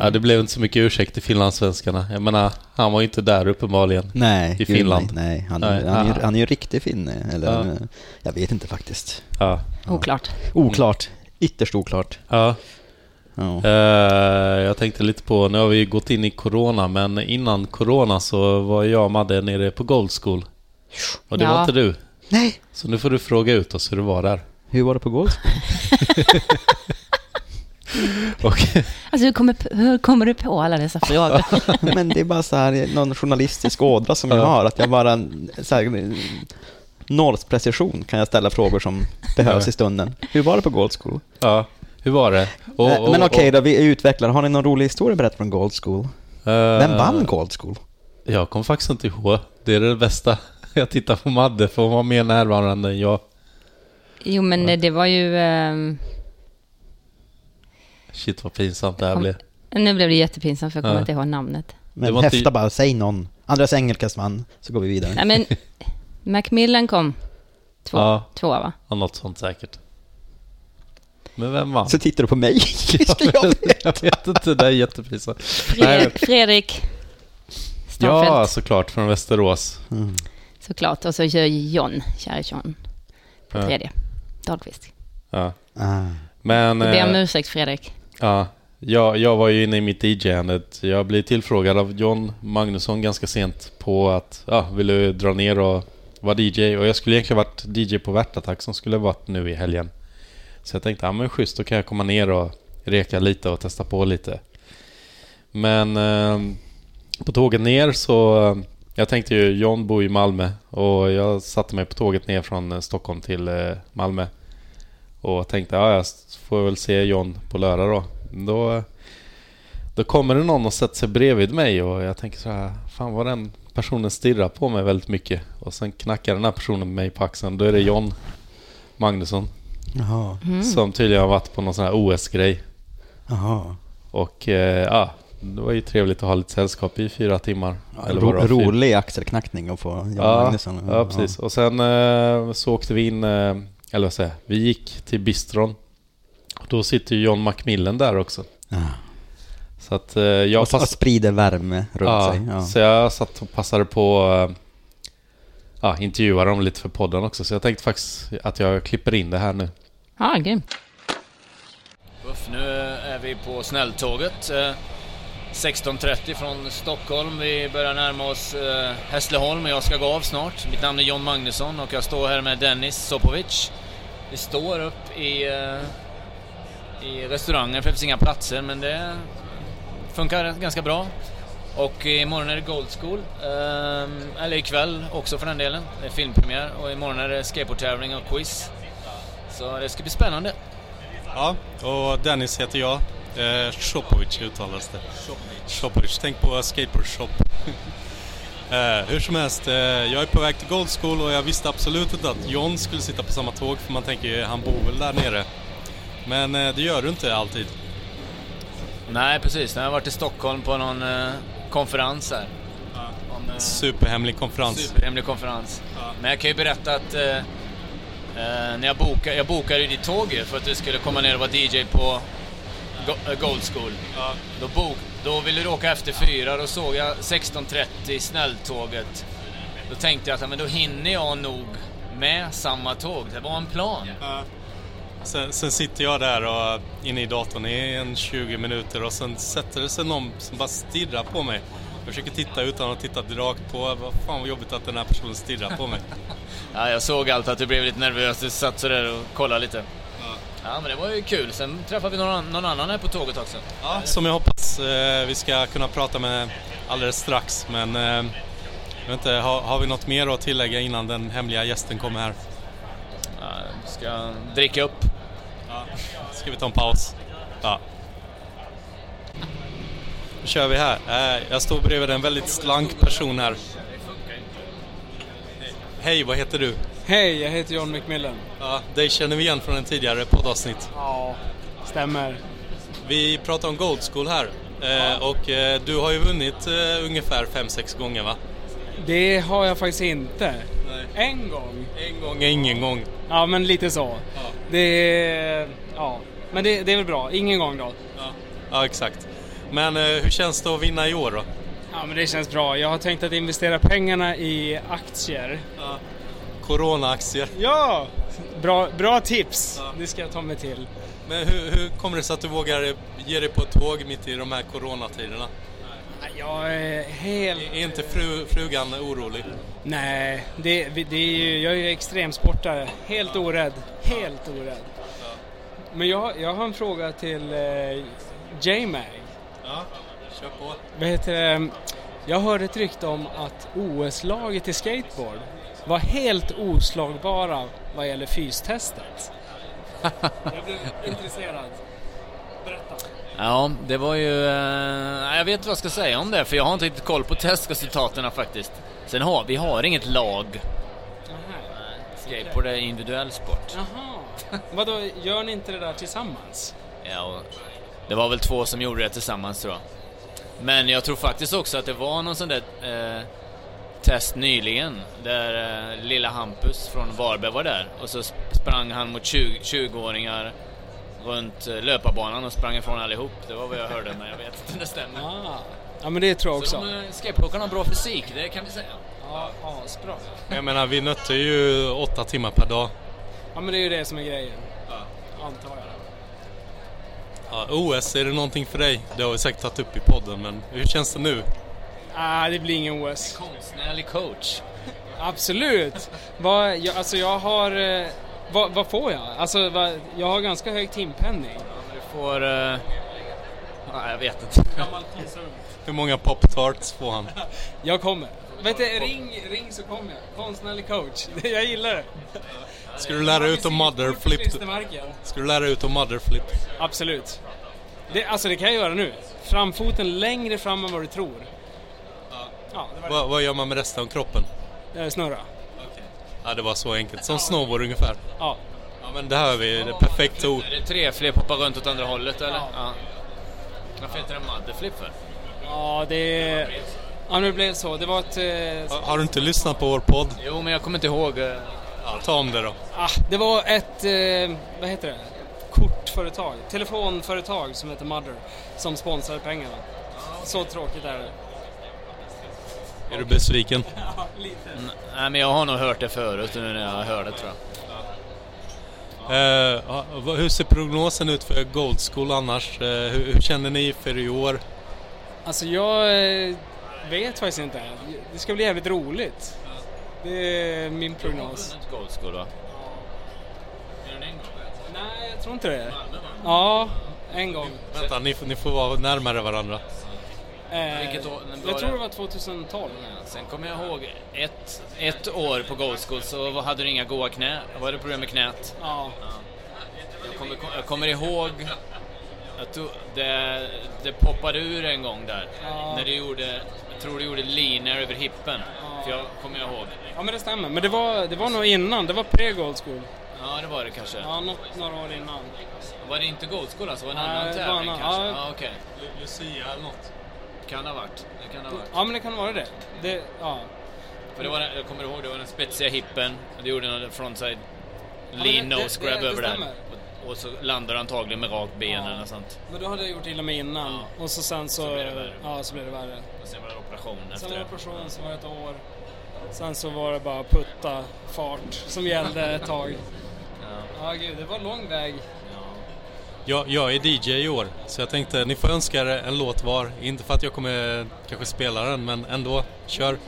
S1: Ja, det blev inte så mycket ursäkt till finlandssvenskarna. Jag menar, han var ju inte där uppenbarligen.
S4: Nej,
S1: I
S4: gud,
S1: Finland.
S4: Nej, nej. Han,
S1: Nej,
S4: är- Han, är,
S1: ah.
S4: han är ju en riktig finne. Eller,
S1: Ja.
S4: eh, Jag vet inte faktiskt.
S1: Ja.
S2: Oklart.
S4: Oklart. Ytterst oklart.
S1: ja.
S4: Ja.
S1: Eh, jag tänkte lite på, nu har vi ju gått in i Corona, men innan Corona så var jag och Madde nere på Gold School. Och det var
S2: Ja.
S1: inte du.
S4: Nej!
S1: Så nu får du fråga ut oss hur det var där.
S4: Hur var det på golf?
S1: *laughs* Och,
S2: Alltså hur kommer, hur kommer du på alla dessa frågor?
S4: *laughs* Men det är bara så här, någon journalistisk ådra som jag
S1: Ja.
S4: har, att jag bara... Så här, nollsprecision kan jag ställa frågor som behövs i stunden. Hur var det på Gold School?
S1: ja, hur var det? Och-
S4: Nej,
S1: och-
S4: men okej
S1: och-
S4: då, vi utvecklar. Har ni någon rolig historia att berätta från Gold School?
S1: eh,
S4: Vem vann Gold School?
S1: Jag kommer faktiskt inte ihåg. Det är det bästa. *laughs* Jag tittar på Madde, för hon var mer närvarande än jag.
S2: Jo men eh, det var ju... ehm,
S1: Shit vad pinsamt det här
S2: Om-
S1: blev.
S2: nu blev det jättepinsamt för jag kommer
S1: Ja.
S2: inte ihåg namnet.
S1: Det
S4: Men
S1: var
S4: häfta
S1: inte-
S4: bara, säg någon. Andreas Engelkes vann, så går vi vidare.
S2: Nej
S3: *laughs*
S2: men Macmillan kom. Två,
S1: Ja.
S2: två va?
S1: Ja, något sånt säkert. Men vem vann?
S4: Så tittar du på
S1: *laughs*
S4: mig. Ska jag veta?
S1: Jag vet inte, det är jättepinsamt. Nej, men-
S2: Fredrik, Fredrik Staffeldt
S1: Ja, såklart, från Västerås. Mm.
S2: såklart. Och så gör John, kära John, på
S1: Ja.
S2: tredje. Dahlqvist.
S1: Ja.
S4: ah.
S1: Men...
S2: Jag ber om
S1: eh,
S2: ursäkt Fredrik.
S1: Ja, jag, jag var ju inne i mitt DJ-andet. Jag blev tillfrågad av John Magnusson ganska sent på att ja, vill du dra ner och vara DJ? Och jag skulle egentligen varit DJ på Värtattack som skulle varit nu i helgen. Så jag tänkte, ja men schysst, då kan jag komma ner och reka lite och testa på lite. Men eh, på tåget ner så, eh, jag tänkte ju, John bor i Malmö och jag satte mig på tåget ner från eh, Stockholm till eh, Malmö. Och tänkte, ja jag får väl se John på lördag då. Då, då kommer det någon och sätter sig bredvid mig och jag tänker så här, fan vad den personen stirrar på mig väldigt mycket. Och sen knackar den här personen mig på axeln, då är det John Magnusson.
S4: Jaha,
S1: Som tydligen har varit på någon sån här OS-grej.
S4: jaha.
S1: Och eh, ja, det var ju trevligt att ha lite sällskap i fyra timmar. Eller vad
S4: Ro,
S1: det var, fyra-
S4: rolig axelknackning att få Jan
S1: Ja,
S4: Magnusson.
S1: ja, precis. Och sen eh, så åkte vi in, eh, eller vad säger jag, vi gick till bistron. Och då sitter ju John Macmillan där också.
S4: Ja.
S1: Så att eh, jag
S4: Och, så- och
S1: pass-
S4: sprider värme runt
S1: ja,
S4: sig.
S1: *laughs*
S4: Ja.
S1: Så jag satt och passade på eh, ja, intervjua dem lite för podden också. Så jag tänkte faktiskt att jag klipper in det här nu.
S2: Ja, grymt.
S6: Uff, nu är vi på snälltåget. eh, 16.30 från Stockholm. Vi börjar närma oss eh, Hässleholm och jag ska gå av snart. Mitt namn är John Magnusson och jag står här med Dennis Sopovic. Vi står upp i, eh, i restaurangen för det finns inga platser men det funkar ganska bra. Och imorgon är det Gold School. ehm, Eller ikväll också för den delen. Det är filmpremiär och imorgon är det skateboardtävling och quiz. Så det ska bli spännande.
S7: Ja, och Dennis heter jag. Eh, Shopovic uttalas det. Shopovic. Tänk på skateboard shop. *laughs* eh, hur som helst, eh, jag är på väg till Gold School och jag visste absolut inte att John skulle sitta på samma tåg för man tänker ju, han bor väl där nere. Men eh, det gör du inte alltid.
S6: Nej, precis. Jag har varit i Stockholm på någon eh, konferens här. Om, eh,
S7: Superhemlig konferens.
S6: Superhemlig konferens. Men jag kan ju berätta att eh, eh, när jag, boka, jag bokade ju ditt tåg ju för att du skulle komma ner och vara DJ på Go- eh, Gold School. Då, bok, då ville du åka efter fyra, då såg jag 16.30 snälltåget. Då tänkte jag att ja, men då hinner jag nog med samma tåg. Det var en plan.
S7: Sen, sen sitter jag där och inne i datorn i en 20 minuter och sen sätter det sig någon som bara stirrar på mig. Jag försöker titta utan att titta rakt på. Vad fan vad jobbigt att den här personen stirrar på mig.
S6: *laughs* Ja, jag såg allt att du blev lite nervös. Du satt sådär och kollade lite. Ja, men det var ju kul. Sen träffade vi någon, an- någon annan här på tåget också.
S7: Ja, som jag hoppas eh, vi ska kunna prata med alldeles strax. Men eh, jag vet inte, har, har vi något mer att tillägga innan den hemliga gästen kommer här?
S6: Ja, ska dricka upp.
S7: Ska vi ta en paus? Ja. Nu kör vi här. Eh, jag står bredvid en väldigt slank person här. Hej, vad heter du?
S8: Hej, jag heter John McMillan.
S1: Ja, dig känner vi igen från en tidigare poddavsnitt.
S8: Ja, stämmer.
S1: Vi pratar om Gold School här. Eh, och eh, du har ju vunnit eh, ungefär 5-6 gånger va?
S8: Det har jag faktiskt inte.
S1: Nej.
S8: En gång.
S1: En gång är ingen gång.
S8: Ja, men lite så. Det... Ja. Men det, det är väl bra. Ingen gång då.
S1: Ja, ja exakt. Men eh, hur känns det att vinna i år då?
S8: Ja, men det känns bra. Jag har tänkt att investera pengarna i aktier.
S1: Corona-aktier.
S8: Ja! Bra, bra tips! Det ska jag ta mig till.
S1: Men hur, hur kommer det sig att du vågar eh, ge dig på ett tåg mitt i de här coronatiderna?
S8: Jag är helt...
S1: Är inte fru, frugan orolig?
S8: Nej, det, vi- det är ju, jag är ju extremsportare. Helt orädd. Helt orädd. Men jag, jag har en fråga till eh, J-Mag.
S1: Ja, kör på.
S8: Vad heter det? Jag hörde ett rykte om att OS-laget i skateboard var helt oslagbara vad gäller fystestet. jag blev intresserad. Berätta.
S6: *laughs* Ja, det var ju... eh, nej, jag vet inte vad jag ska säga om det, för jag har inte riktigt koll på testresultaten faktiskt. Sen har vi har inget lag. Skateboard är individuell sport.
S8: Jaha. Vadå, gör ni inte det där tillsammans?
S6: Ja, och det var väl två som gjorde det tillsammans tror jag. Men jag tror faktiskt också att det var någon sån där eh, test nyligen där eh, lilla Hampus från Varberg var där och så sp- sprang han mot 20 20-åringar runt eh, löparbanan och sprang ifrån allihop. Det var vad jag hörde men jag vet inte om det stämmer.
S8: Ah. Ja, men det tror jag också.
S6: Så de, eh, skateboardåkarna har bra fysik, det kan vi säga.
S8: Ja, asbra.
S1: Jag menar, vi nötte ju åtta timmar per dag.
S8: Ja, men det är ju det som är grejen. Antar jag.
S1: Ja, OS, är det någonting för dig? Det har vi säkert tagit upp i podden, men hur känns det nu?
S8: Ah, det blir ingen OS.
S6: Konstnärlig coach.
S8: Absolut! Vad, jag, alltså jag har... eh, Vad, vad får jag? Alltså, vad, jag har ganska hög timpenning.
S6: Du får... Eh, nej, jag vet inte.
S1: Hur många pop-tarts får han?
S8: Jag kommer. Vet du, ring, ring så kommer jag. Konstnärlig coach. *laughs* Jag gillar det.
S1: Ska du lära ut om motherflip?
S8: Klistermärken.
S1: Ska du lära ut om motherflip?
S8: Absolut. Det, alltså det kan jag göra nu. Framfoten längre fram än vad du tror. Ja, det var
S1: Va, vad gör man med resten av kroppen?
S8: det. Eh, Snurra.
S1: Ja, det var så enkelt. Som snowboard ungefär.
S8: Ja.
S1: Ja, men det här är vi. Det är perfekt ord.
S6: Är det tre fler poppar runt åt andra hållet eller? Ja. Varför heter den motherflip för?
S8: Ja, det... Ja, men det blev så. Det var ett... eh,
S1: Har, har du inte lyssnat på vår podd?
S6: Jo, men jag kommer inte ihåg. eh,
S1: Ja, ta om det då.
S8: Ah, det var ett, eh, vad heter det? Kortföretag, telefonföretag som heter Mother som sponsrade pengarna.
S6: Ah,
S8: Så tråkigt är det.
S1: Är du
S8: *laughs*
S1: besviken?
S6: Nej, men jag har nog hört det förut nu när jag hör det tror jag.
S1: Eh, ha- vad- hur ser prognosen ut för Gold School annars? Eh, hur, hur känner ni för i år?
S8: Alltså jag eh, vet faktiskt inte. Det ska bli jävligt roligt. Det är min prognos.
S6: Vunnit Gold School va?
S8: Nej, jag tror inte det. Ja, en gång.
S1: Vänta, ni, får- ni får vara närmare varandra.
S8: Eh,
S6: Vilket år- när var
S8: jag tror
S6: det?
S8: det var 2012.
S6: Sen kommer jag ihåg ett, ett år på Gold School så var- hade du inga goa knä. Då var det problem med knät.
S8: Ja,
S6: Jag kommer, jag kommer ihåg att du, det, det poppade ur en gång där.
S8: Ja.
S6: När du gjorde, jag tror du gjorde leaner över hippen. För jag kommer jag ihåg.
S8: ja men det stämmer. Men det var, det var nog innan. Det var pre-Gold School.
S6: Ja, det var det kanske.
S8: Ja, något, några år innan.
S6: Var det inte Gold School alltså? Var det en
S8: Nej,
S6: annan
S8: det var
S6: tävling
S8: en
S6: kanske?
S8: annan.
S6: Ja, okej.
S1: Lucia eller något.
S6: Kan ha varit. Det kan ha varit.
S8: Ja, men det kan vara det. det ja.
S6: För det var, jag kommer ihåg, det var den spetsiga hippen. och Det gjorde någon frontside lean
S8: det- det-
S6: nose grab
S8: det
S6: över den.
S8: stämmer.
S6: Och, och så landade han antagligen med rakt ben
S8: Ja.
S6: eller något sånt.
S8: Men då hade jag gjort illa mig innan och så sen så...
S6: blev det värre.
S8: ja, så blev det värre.
S6: Och sen var det operation efter
S8: Sen var
S6: det.
S8: det operation, så var det ett år. Sen så var det bara putta, fart som gällde ett tag. Ja, gud, det var lång väg.
S1: Jag, jag är DJ i år, så jag tänkte ni får önska er en låt var. Inte för att jag kommer kanske spela den, men ändå. Kör!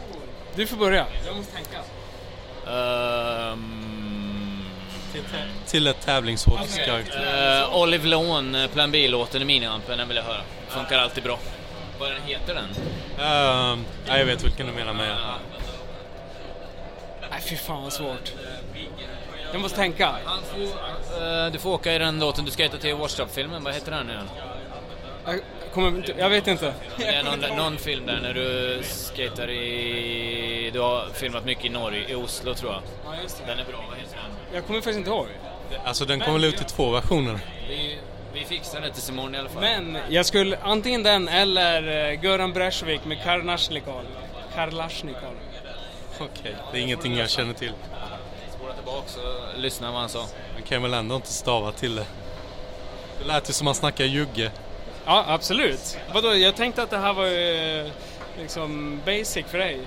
S8: Du får börja. Jag måste tänka.
S6: Ehm,
S1: Till ett tävlingshårt okay.
S6: eh, Olive Lawn, eh, Plan B-låten i miniampen, den vill jag höra. Funkar alltid bra. Vad den heter den?
S1: Ehm, ja, Jag vet vilken du menar med.
S8: Nej, fy fan vad svårt. Jag måste tänka.
S6: Eh, du får åka i den låten du ska hitta till Watchdog-filmen. Vad heter den nu igen?
S8: Jag Kommer, inte- jag vet inte.
S6: Det är någon, någon film där när du skater i... Du har filmat mycket i Norge, i Oslo tror jag.
S8: Ja, just det.
S6: Den är bra, vad heter den?
S8: Jag kommer faktiskt inte ihåg.
S1: Alltså den kommer väl ut i två versioner.
S6: Vi, vi fixar det till Simon i alla fall.
S8: Men jag skulle antingen den eller eh, Göran Bresjvik med Karlasjnikov. Karlasjnikov.
S1: Okej, det är ingenting jag känner till.
S6: Spola tillbaka så lyssna vad han sa.
S1: Man kan väl ändå inte stava till det. Det lät ju som man snackar jugge.
S8: Ja, absolut. Vadå, jag tänkte att det här var ju eh, liksom basic för dig.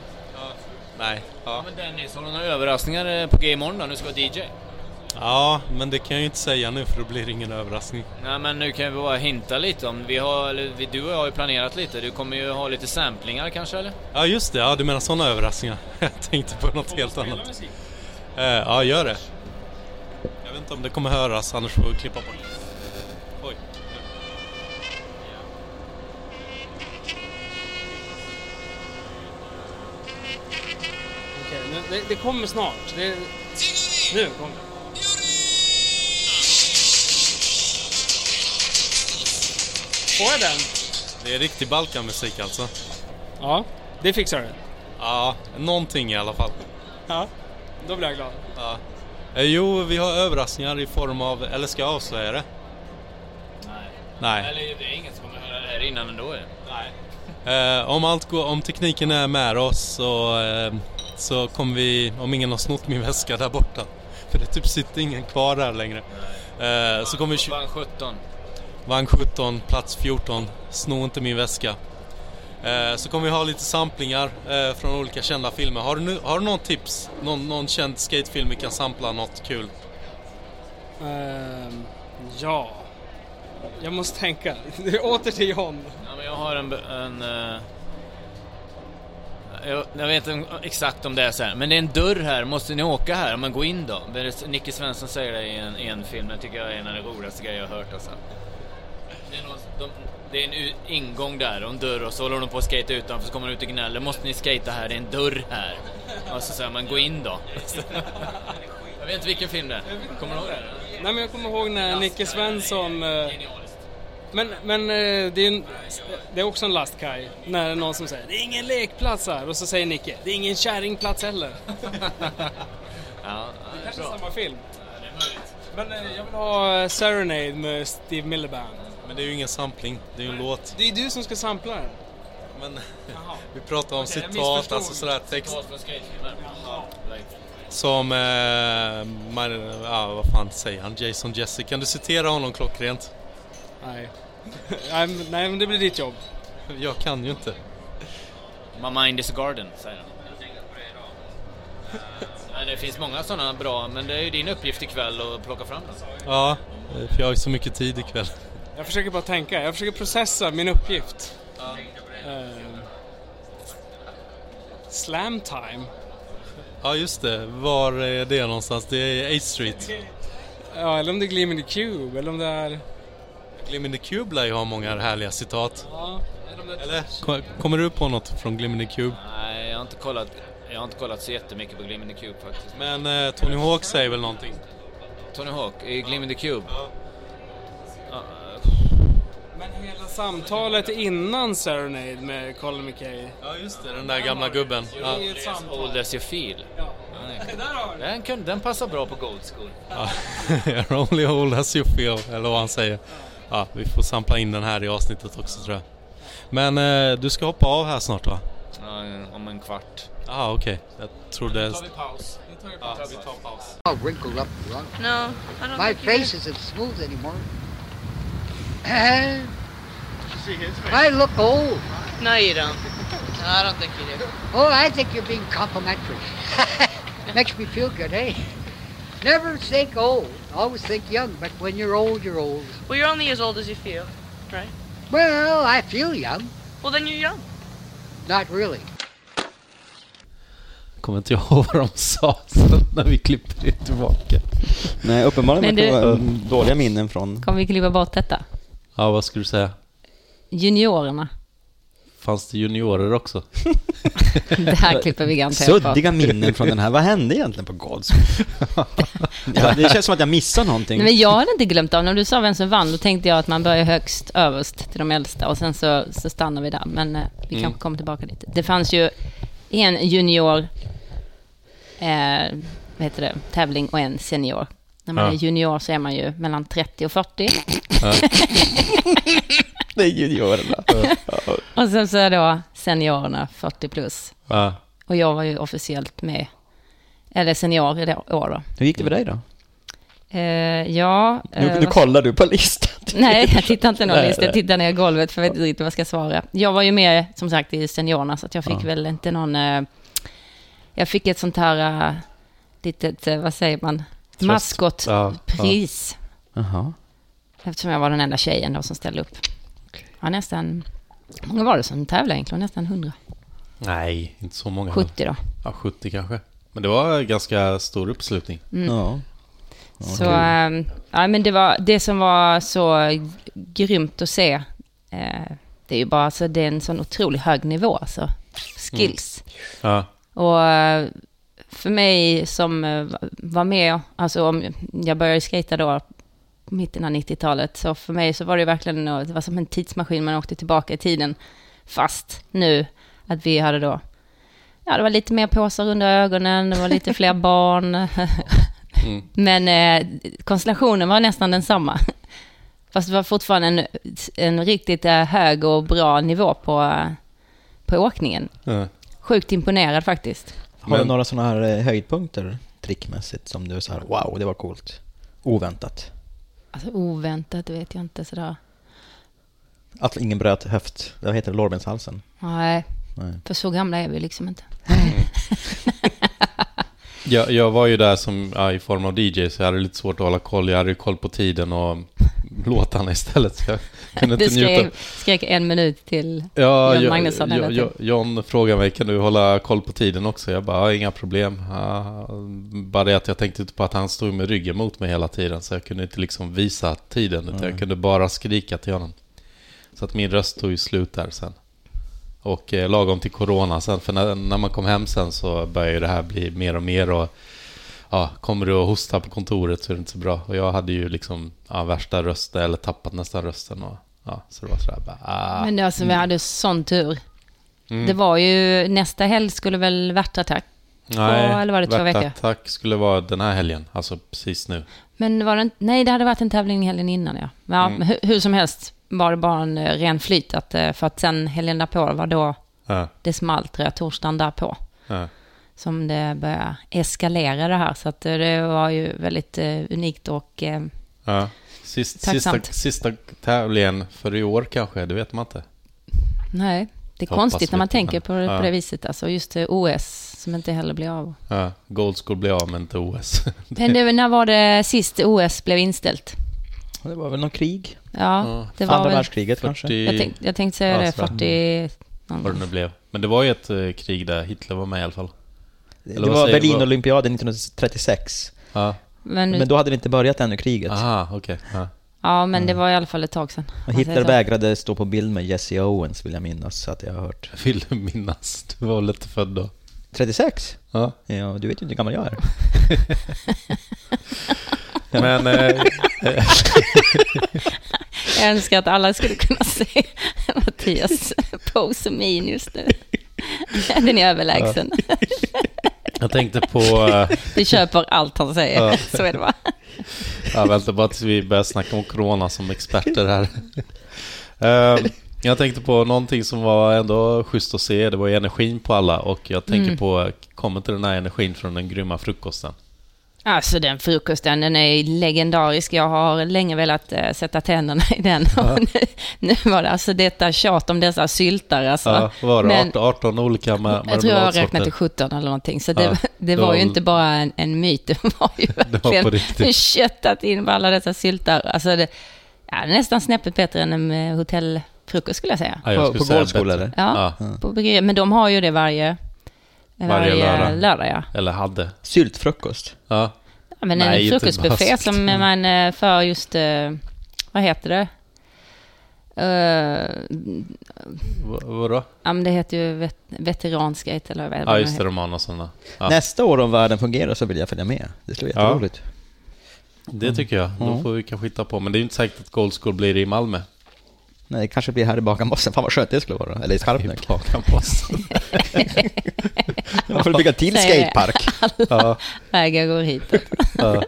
S1: Nej.
S6: Ja. Men Dennis, har du några överraskningar eh, på G imorgon då? Nu ska jag DJ.
S1: Ja, men det kan jag ju inte säga nu för då blir det ingen överraskning.
S6: Nej men nu kan vi bara hinta lite om, vi har, eller vi, du och jag har ju planerat lite, du kommer ju ha lite samplingar kanske eller?
S1: Ja, just det. Ja, du menar sådana överraskningar. *laughs* Jag tänkte på något helt annat. Eh, ja, gör det. Jag vet inte om det kommer höras, annars får vi klippa bort det. Oj.
S8: Okej, nu- det, det kommer snart. Det, nu kommer det. Får jag den?
S1: Det är riktig Balkanmusik alltså.
S8: Ja, det fixar du.
S1: Ja, någonting i alla fall.
S8: Ja, då blir jag glad.
S1: Ja. Eh, jo, vi har överraskningar i form av... Eller ska jag avslöja det? Nej. Nej.
S6: Eller det är ingen som kommer höra det här innan ändå ju.
S1: Eh, om allt går, om tekniken är med oss så, eh, så kommer vi, om ingen har snott min väska där borta, för det typ sitter ingen kvar där längre. Eh, så kommer vi tju-
S6: Band 17.
S1: vagn 17, plats 14, sno inte min väska. Eh, så kommer vi ha lite samplingar eh, från olika kända filmer. Har du, nu, har du någon tips? Någon, någon känd skatefilm vi kan sampla något kul?
S8: Ehm, ja, jag måste tänka. *laughs* Åter till John.
S6: Ja, men jag har en... en eh, jag, jag vet inte exakt om det är så här, men det är en dörr här, måste ni åka här? Men gå in då. Det är- Nicke Svensson säger det i en, i en film, det tycker jag är en av de roligaste grejer jag har hört alltså. Det är, någon, de, det är en u- ingång där och en dörr och så håller de på att skate utanför så kommer de ut och gnäller. Måste ni skata här? Det är en dörr här. Och så säger man gå in då. Jag vet inte vilken film det är. Kommer du ihåg det?
S8: Nej men jag kommer ihåg när Nicke Svensson... eh,
S6: Genialiskt.
S8: Men, men eh, det, är en, det är också en lastkaj. När det är någon som säger det är ingen lekplats här och så säger Nicke det är ingen
S1: *laughs*
S8: kärringplats heller.
S6: Ja, ja, det är
S8: Kanske
S6: bra.
S8: samma film.
S6: Det är möjligt.
S8: Men eh, jag vill ha eh, Serenade med Steve Milliband.
S1: Men det är ju ingen sampling, det är ju en låt.
S8: Det är du som ska sampla den.
S1: Men
S8: Jaha.
S1: *laughs* vi pratar om
S8: jag
S1: citat,
S8: missförstod.
S1: alltså sådär text.
S6: Citat från skatefilmer. Like.
S1: Som, eh, man, ja, vad fan säger han, Jason Jesse. Kan du citera honom klockrent?
S8: Nej. nej, *laughs* men- nej men det blir ditt jobb.
S1: Jag kan ju inte.
S6: My mind is a garden, säger han. *laughs* Nej, det finns många sådana bra, men det är ju din uppgift ikväll att plocka fram dem.
S1: Ja, för jag har ju så mycket tid ikväll.
S8: Jag försöker bara tänka. Jag försöker processa min uppgift. Eh, slam time.
S1: Ja, just det. Var är det någonstans? Det är 8 Street.
S8: Ja, eller om det är Gleam in the Cube, eller om det är...
S1: Glim in the Cube lär ju ha många härliga citat.
S8: Ja,
S1: Eller? Ko- Kommer du på något från Glim in the Cube?
S6: Nej, jag har inte kollat, jag har inte kollat så jättemycket på Glim in the Cube faktiskt.
S1: Men eh, Tony Hawk säger väl någonting?
S6: Tony Hawk i Glim in the Cube. Ja,
S8: Men hela samtalet innan Serenade med Colin McKay.
S1: Ja, just det. Den där gamla gubben. Ja.
S8: Det är ett
S6: eh,
S8: samtal.
S6: Old as you feel. Den är-
S8: Där har du det.
S6: Den, kunde, den passar bra på Gold School.
S1: *laughs* You're only old as you feel, eller vad han säger. Ja, vi får sampla in den här i avsnittet också tror jag. Men eh, du ska hoppa av här snart va?
S6: Ja, om en kvart.
S1: Ja, ah, okej. Jag trodde...
S6: paus.
S9: all wrinkled up and wrong.
S10: No, I don't
S9: My
S10: think
S9: face isn't smooth anymore. I look old.
S10: You do. No, you don't. No, I don't think you do.
S9: Oh, I think you're being complimentary. *laughs* Makes me feel good, eh? Never think old. Always think young, but when you're old, you're old.
S10: Well, you're only as old as you feel.
S9: Well, I feel young.
S10: Well, then you're young.
S9: Not really.
S11: Kommer inte jag
S1: *laughs*
S11: ihåg vad de sa så när vi klippte det tillbaka.
S2: Nej, uppenbarligen
S12: Men
S2: verkar
S12: du-
S2: det vara mm, dåliga minnen från...
S12: Kommer vi klippa bort detta?
S2: *laughs*
S11: Ja, vad skulle du säga?
S12: Juniorerna.
S1: Fanns det juniorer också?
S2: Det här klipper vi garanterat bort.
S4: Suddiga minnen från den här. Vad hände egentligen på Godspeed?
S2: *laughs*
S4: ja, det känns som att jag missar någonting.
S2: Nej, men jag
S4: *laughs*
S2: hade inte glömt av. När du sa vem som vann, då tänkte jag att man börjar högst, överst till de äldsta och sen så, så stannar vi där. Men eh,
S4: Mm.
S2: vi kanske kommer tillbaka dit. Det fanns ju en junior, eh, vad heter det, tävling och en senior. När man
S1: Ja.
S2: är junior så är man ju mellan 30 och 40. *laughs*
S4: Det är juniorerna.
S2: Och sen så är då seniorerna 40 plus.
S1: Ja.
S2: Och jag var ju officiellt med, eller senior i det år då.
S4: Hur gick det för dig då?
S2: Eh, ja...
S4: Nu,
S2: eh,
S4: nu
S2: vad-
S4: kollar du på listan.
S2: *laughs* Nej, jag tittar inte någon
S4: Nej,
S2: lista.
S4: nej.
S2: Jag tittar ner i golvet för jag vet inte riktigt vad jag ska svara. Jag var ju med, som sagt, i seniorerna, så att jag fick väl inte någon... eh, Jag fick ett sånt här eh, litet, eh, vad säger man,
S1: Ja,
S2: maskotpris.
S4: Jaha.
S2: Eftersom jag var den enda tjejen då som ställde upp. Ja, nästan... Hur många var det som tävlade egentligen? Nästan 100?
S1: Nej, inte så många.
S2: 70 då.
S1: Ja, 70 kanske. Men det var ganska stor uppslutning.
S4: Ja.
S2: Mm. Så, ehm, ja, men det, var, det som var så grymt att se, eh, det är ju bara alltså, det är en sån otroligt hög nivå alltså. Skills.
S1: Ja.
S2: Och eh, för mig som eh, var med, alltså om jag började skata då, mitten av 90-talet, så för mig så var det verkligen, det var som en tidsmaskin, man åkte tillbaka i tiden. Fast nu, att vi hade då, ja det var lite mer påsar under ögonen, det var lite fler barn. Men eh, konstellationen var nästan densamma. Fast det var fortfarande en, en riktigt eh, hög och bra nivå på, eh, på åkningen.
S1: Ja.
S2: Sjukt imponerad faktiskt.
S3: Har du
S1: Men-
S3: några sådana här eh, höjdpunkter trickmässigt som du är så här, wow, det var coolt? Oväntat.
S2: Alltså oväntat, det vet jag inte sådär.
S3: Att ingen bröt höft, vad heter det, lårbenshalsen?
S2: Nej,
S3: Nej.
S2: för så gamla är vi liksom inte.
S1: Mm. Jag, jag var ju där som, ja, i form av DJ, så jag hade lite svårt att hålla koll. Jag hade ju koll på tiden och *laughs* låtarna istället. Så jag kunde
S2: Du
S1: inte njuta.
S2: skrek, skrek en minut till.
S1: Ja,
S2: John
S1: jag-
S2: Magnusson typ. hela
S1: jag-
S2: tiden.
S1: jag- John frågade mig, kan du hålla koll på tiden också? Jag bara, ja, inga problem. Ja, bara det att jag tänkte inte på att han stod med ryggen mot mig hela tiden, så jag kunde inte liksom visa tiden, utan jag kunde bara skrika till honom. Så att min röst tog ju slut där sen. Och eh, lagom till corona sen, för när, när man kom hem sen så började ju det här bli mer och mer och ja, kommer du att hosta på kontoret så är det inte så bra. Och jag hade ju liksom ja, värsta rösten, eller tappat nästan rösten och ja, så det var sådär bara, ah.
S2: Men alltså vi hade sån tur.
S1: Mm.
S2: Det var ju, nästa helg skulle väl värtattack. Två, eller var det två
S1: Värta
S2: veckor?
S1: Attack skulle vara den här helgen, alltså precis nu.
S2: Men var det inte, nej det hade varit en tävling helgen innan ja. ja
S1: Mm.
S2: men hur, hur som helst var det bara en eh, ren flyt att, eh, för att sen helgen därpå var då
S1: Ja,
S2: det small tror jag, torsdagen därpå.
S1: ja.
S2: Som det började eskalera det här. Så att eh, det var ju väldigt eh, unikt och eh,
S1: ja. Sist, sista,
S2: Tacksamt.
S1: sista tävlingen för i år kanske, det vet man inte.
S2: Nej, det är
S1: Hoppas
S2: konstigt när man
S1: lite,
S2: tänker
S1: men-
S2: på det, på
S1: ja.
S2: det viset. Alltså just eh, OS som inte heller blir av.
S1: Ja, Gold School blir av men inte OS. *laughs*
S2: Men du, när var det sist OS blev inställt?
S3: Det var väl någon krig?
S2: Ja,
S1: Ja,
S2: det var
S3: Andra
S2: väl...
S3: världskriget kanske?
S2: Jag,
S1: Det,
S2: tänk, jag tänkte säga
S1: Ja,
S2: det,
S1: sådär.
S2: 40... någon
S1: vad det
S2: gång.
S1: nu blev. Men det var ju ett eh, krig där Hitler var med i alla fall.
S3: Det
S1: Eller vad
S3: var
S1: säger du?
S3: Berlinolympiaden 1936.
S1: Ja,
S2: Men,
S3: Men då hade vi inte börjat ännu kriget.
S1: aha, okej. Ja.
S2: ja, men det
S1: Mm.
S2: var i alla fall ett tag sedan. Alltså,
S3: Och
S2: om man säger
S3: Hitler
S2: så.
S3: vägrade stå på bild med Jesse Owens vill jag minnas, så att jag har hört.
S1: Jag vill minnas, du var väl inte född då?
S3: 36?
S1: Ja.
S3: Ja, du vet ju inte hur gammal jag är.
S1: *laughs* Men eh,
S2: Jag önskar att alla skulle kunna se Mattias pose och min just nu. Den är överlägsen.
S1: jag tänkte
S2: *laughs*
S1: på... eh,
S2: Du köper allt han säger.
S1: Ja.
S2: *laughs* Så är det bara.
S1: Jag väntar bara tills vi börjar snacka om corona som experter här. Ehm, jag tänkte på någonting som var ändå schysst att se, det var ju energin på alla och jag tänker
S2: Mm.
S1: på, kommer inte den här energin från den grymma frukosten?
S2: Alltså den frukosten, den är legendarisk. Jag har länge velat eh, sätta tänderna i den. Och nu, *laughs* nu var det alltså detta tjat om dessa syltar alltså.
S1: Ja, var det
S2: Men
S1: 18, 18 olika ma-
S2: jag tror jag har räknat
S1: marmeladsorter?
S2: till 17 eller någonting. Så *laughs* det,
S1: Ja,
S2: det
S1: det
S2: var
S1: var
S2: ju
S1: väl-
S2: inte bara en, en myt, det var
S1: *laughs*
S2: ju verkligen
S1: riktigt.
S2: köttat in på alla dessa syltar. Alltså det, ja, nästan snäppet bättre än en eh, hotellfrukost skulle jag säga.
S1: Ja, jag
S3: På-
S1: skulle
S3: på
S1: säga
S3: Gold School,
S1: bättre.
S3: eller?
S2: Ja, på begrepp, men de har ju det varje, *laughs* varje,
S1: lördag.
S2: lördag ja.
S1: Eller hade.
S3: Syltfrukost.
S1: Ja,
S2: Ja, men
S1: Nej,
S2: en
S1: inte Mm.
S2: frukostbuffé
S1: basket.
S2: som man eh, för just, eh, vad heter det? Eh,
S1: V- vadå?
S2: Ja, men det heter ju vet, veteranskate eller vad
S1: Ja,
S2: det nu
S1: just det,
S2: heter.
S1: de har någon sån där. Ja.
S3: Nästa år om världen fungerar så vill jag följa med. Det skulle vara
S1: Ja.
S3: jätteroligt.
S1: Det tycker jag. Då
S3: Mm.
S1: får vi kanske hitta på. Men det är ju inte säkert att Gold School blir det
S2: *laughs*
S1: i Malmö.
S3: Nej, det kanske blir här i Bagarmossen. Fan vad skönt det skulle vara. Eller i Skarpnäck.
S1: Bagarmossen.
S3: *laughs* Man får bygga till
S2: Säger det. *laughs*
S3: skatepark.
S1: Ja,
S2: Vägar går hit.
S1: ja.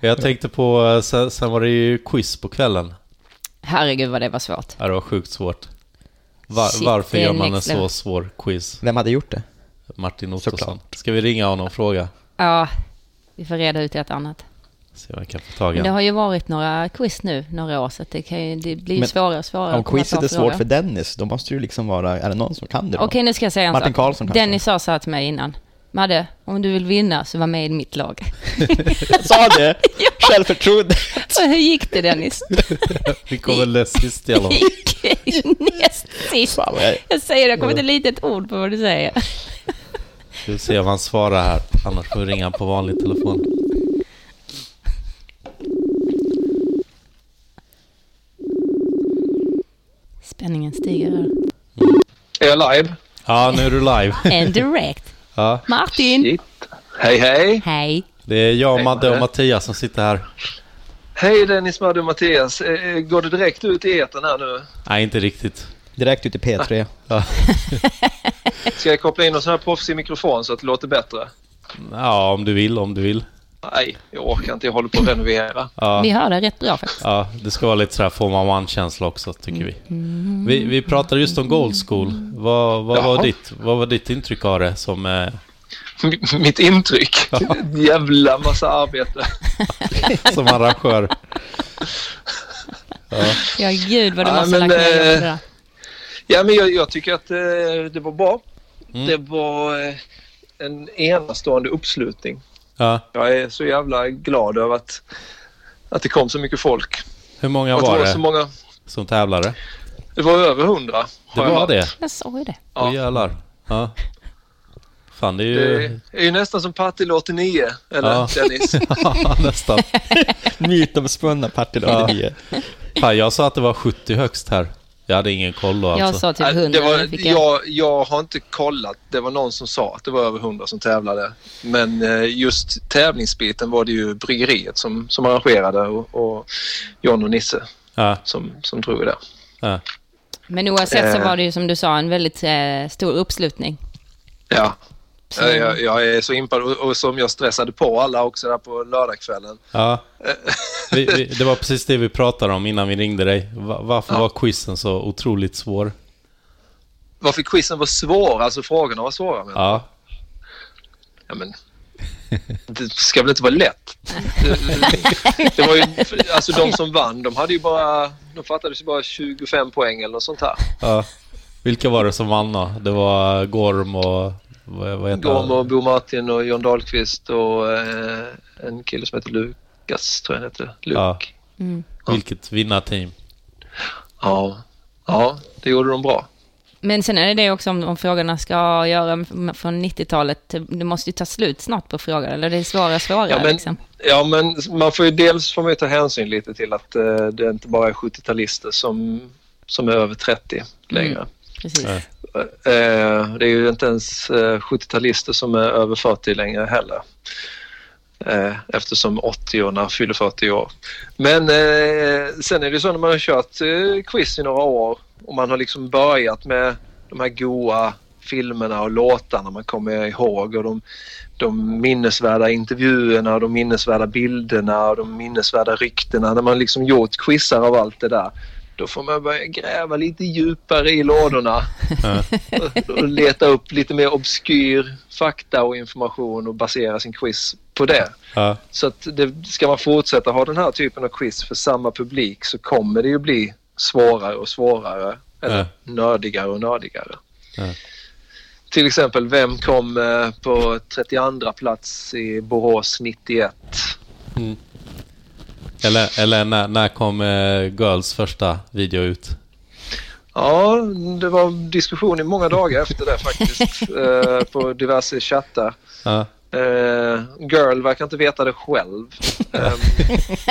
S1: Jag tänkte på, eh, sen, sen var det ju quiz på kvällen.
S2: Herregud vad det var svårt.
S1: Ja, det var sjukt svårt. Var,
S2: Shit,
S1: varför
S2: det är
S1: gör man en
S2: next
S1: så
S2: level.
S1: svår quiz?
S3: Vem hade gjort det?
S1: Martin Ottosson. Ska vi ringa honom och fråga?
S2: Ja, vi får reda ut ett annat.
S1: Se om jag kan få tag i
S2: Men det
S1: honom.
S2: har ju varit några quiz nu, några år, så att det, kan ju, det blir ju
S3: Men
S2: svårare och svårare.
S3: Om
S2: att komma
S3: quizet
S2: på
S3: är svårt
S2: frågor.
S3: för Dennis, då måste det ju liksom vara, är det någon som kan det då?
S2: Okej, nu ska jag säga en
S3: Martin
S2: sak.
S3: Karlsson kanske?
S2: Dennis sa så här till mig innan. Madde, om du vill vinna så var med i mitt
S3: *laughs*
S2: lag.
S3: Jag *laughs* sa
S2: *laughs*
S3: det! Självförtroende!
S2: Så hur gick det
S3: *laughs*
S2: Dennis?
S1: *laughs* Vi kommer läst sist i alla
S2: *laughs*
S1: fall.
S2: gick näst sist.
S3: Fan vad jag...
S2: Jag säger det, jag kommer inte lita ett ord på vad du säger.
S1: Vi får se om han svarar här. Annars får vi ringa honom på vanlig telefon.
S2: Spänningen stiger här.
S3: *laughs*
S13: Är jag live?
S1: Ja, nu är du live.
S2: And direct.
S1: *laughs* Ja,
S2: Martin!
S13: Shit. Hej, hej!
S2: Hej!
S1: det är jag,
S13: Hej,
S1: Madde och
S13: Madde.
S1: Mattias som sitter här.
S13: Hej Dennis, Madde och Mattias. Eh, eh, Går det direkt ut i etern här nu?
S1: Nej, inte riktigt.
S3: Direkt ut i P3.
S13: Ska jag koppla in en sån här proffsig mikrofon så att det låter bättre?
S1: Ja, om du vill, om du vill.
S13: Nej, jag orkar inte. Jag håller på att renovera. *laughs*
S1: Ja.
S2: Vi hör dig rätt bra faktiskt.
S1: Ja, det ska vara lite så här Forma One-känsla också, tycker vi. Vi, vi pratade just om Gold School. Vad, vad, var
S13: Jaha.
S1: ditt, vad var ditt intryck av det? Som, eh,
S13: M- Mitt intryck? Jävla massa arbete.
S1: som arrangör.
S2: Ja, gud vad du
S13: Ja,
S2: måste
S13: men,
S2: ha lagt ner jobb på det
S13: eh,
S2: där.
S13: Ja, men jag, jag tycker att eh, det var bra.
S1: Mm.
S13: Det var eh, en enastående uppslutning.
S1: Ja.
S13: Jag är så jävla glad över att, att det kom så mycket folk.
S1: Hur många
S13: Och att
S1: var
S13: det var så
S1: det
S13: många.
S1: som tävlade?
S13: Det var över hundra.
S1: Det var det?
S2: Jag sa ju det.
S13: Ja.
S1: Åh jävlar. Ja. Fan, det är ju...
S13: Det är ju nästan som Partille 89, eller
S1: Eh. *laughs* Ja.
S13: Dennis?
S1: Ja, nästan.
S3: Mytomspunna Partille
S1: Ja.
S3: 89.
S1: Fan, jag sa att det var 70 högst här. Jag hade ingen koll då
S2: Jag
S1: alltså.
S2: sa typ
S13: Nej,
S2: 100.
S13: det
S2: men
S13: var,
S2: fick jag.
S13: jag, jag har inte kollat. Det var någon som sa att det var över 100 som tävlade. Men eh, just tävlingsbiten var det ju bryggeriet som, som arrangerade och, och John och Nisse
S1: Ja,
S13: som, som drog det.
S1: ja.
S2: Men oavsett så
S13: Eh.
S2: var det ju som du sa en väldigt eh, stor uppslutning.
S13: Ja,
S2: Så,
S13: jag, jag- jag är så impad och, och som jag stressade på alla också där på lördagskvällen. *laughs*
S1: ja. Vi, vi, det var precis det vi pratade om innan vi ringde dig. Va- varför var quizen så otroligt svår?
S13: Varför quizen var svår, alltså frågorna var svåra. Men,
S1: Ja,
S13: ja, men, det ska väl inte vara lätt? Det, det var ju, alltså de som vann, de hade ju bara, de fattades ju bara 25 poäng eller något sånt här.
S1: Ja. Vilka var det som vann då? Det var Gorm och... Vad, vad heter
S13: Gorm
S1: han?
S13: och Bo Martin och John Dahlqvist och eh, en kille som heter Lukas, tror jag han heter. Luke.
S1: Ja.
S13: Ja.
S2: Mm.
S1: Vilket vinnarteam.
S13: ja. det gjorde de bra.
S2: Men sen är det det också om, om frågorna ska göra m- från 90-talet. Det måste ju ta slut snart på frågor. Eller det är svårare och svårare.
S13: Ja, men-
S2: liksom.
S13: Ja, men man får ju dels får man ju ta hänsyn lite till att eh, det inte bara är 70-talister som, som är över 30 längre.
S2: Mm. Precis.
S1: Ja.
S13: Eh, det är ju inte ens eh, 70-talister som är över 40 längre heller. Eh, eftersom 80-orna fyller 40 år. Men eh, sen är det ju så när man har kört eh, quiz i några år och man har liksom börjat med de här goa filmerna och låtarna man kommer ihåg och de, de minnesvärda intervjuerna och de minnesvärda bilderna och de minnesvärda ryktena. När man liksom gjort quizar av allt det där då får man börja gräva lite djupare i lådorna
S1: Ja.
S13: och, och leta upp lite mer obskyr fakta och information och basera sin quiz på det.
S1: Ja.
S13: Så att det, ska man fortsätta ha den här typen av quiz för samma publik så kommer det ju bli svårare och svårare. Eller
S1: Ja.
S13: nördigare och nördigare.
S1: Ja.
S13: Till exempel, vem kom eh, på 32 plats i Borås 91?
S1: Eller, eller när, när kom eh, Girls första video ut?
S13: Ja, det
S1: *laughs*
S13: var diskussion i många dagar efter det faktiskt eh, på diverse chattar.
S1: Ja.
S13: Eh, Girl verkar inte veta det själv. Eh,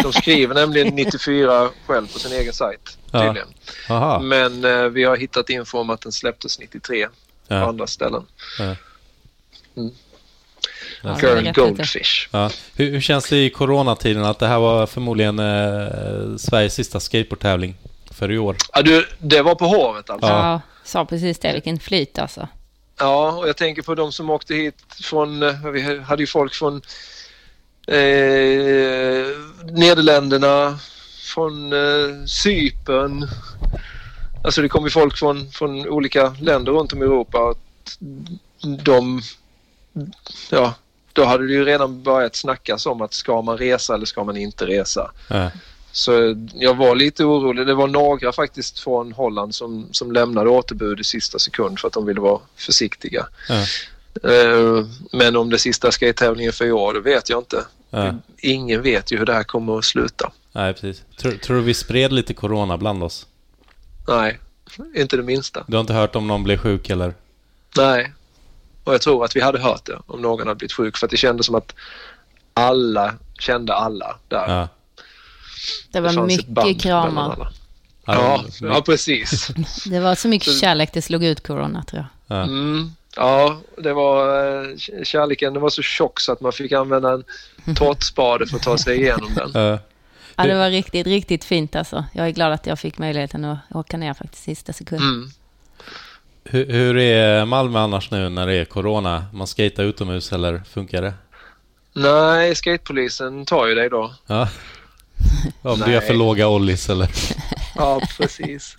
S13: de skriver nämligen 94 själv på sin egen sajt
S1: Ja.
S13: tydligen.
S1: Aha.
S13: Men eh, vi har hittat info om att den släpptes 93
S1: Ja.
S13: på andra ställen.
S1: Ja.
S13: Mm.
S1: Ja, det
S13: Girl
S1: vet jag inte.
S13: Goldfish.
S1: Ja. Hur, hur känns det i coronatiden att det här var förmodligen eh, Sveriges sista skateboardtävling för i år?
S13: Ja, du, det var på håret alltså.
S2: Ja, sa precis det. Vilken flyt alltså.
S13: Ja, och jag tänker på de som åkte hit från, eh, vi hade ju folk från eh, Nederländerna, från eh, Cypern. Alltså det kom ju folk från, från olika länder runt om i Europa. och Att de, ja, då hade det ju redan börjat snackas om att ska man resa eller ska man inte resa.
S1: Ja.
S13: Så jag var lite orolig. Det var några faktiskt från Holland som, som lämnade återbud i sista sekund för att de ville vara försiktiga.
S1: Ja.
S13: Eh, Men om det sista ska i tävlingen för i år, det vet jag inte.
S1: Ja.
S13: Ingen vet ju hur det här kommer att sluta.
S1: Nej, precis. Tror, tror du vi spred lite corona bland oss?
S13: Nej, inte det minsta.
S1: Du har inte hört om någon blev sjuk eller?
S13: Nej. Och jag tror att vi hade hört det om någon hade blivit sjuk för att det kändes som att alla kände alla där.
S1: Ja.
S2: Det var
S13: fanns ett band
S2: mycket
S13: mellan
S2: kramar.
S13: alla. Ja, ja, precis.
S2: Det var så mycket kärlek det slog ut corona tror jag.
S1: Ja.
S13: Mm, ja, det var eh, k- kärleken. Den var så tjock så att man fick använda en tårtspade för att ta sig igenom den.
S1: Eh,
S2: Ja, det var riktigt, riktigt fint alltså. Jag är glad att jag fick möjligheten att åka ner faktiskt sista sekund.
S13: Mm.
S1: hur, hur är Malmö annars nu när det är corona? Man skejtar utomhus eller funkar det?
S13: Nej, skatepolisen tar ju dig då.
S1: Ja. Om du gör för
S13: Nej.
S1: låga ollies eller?
S13: Ja, precis.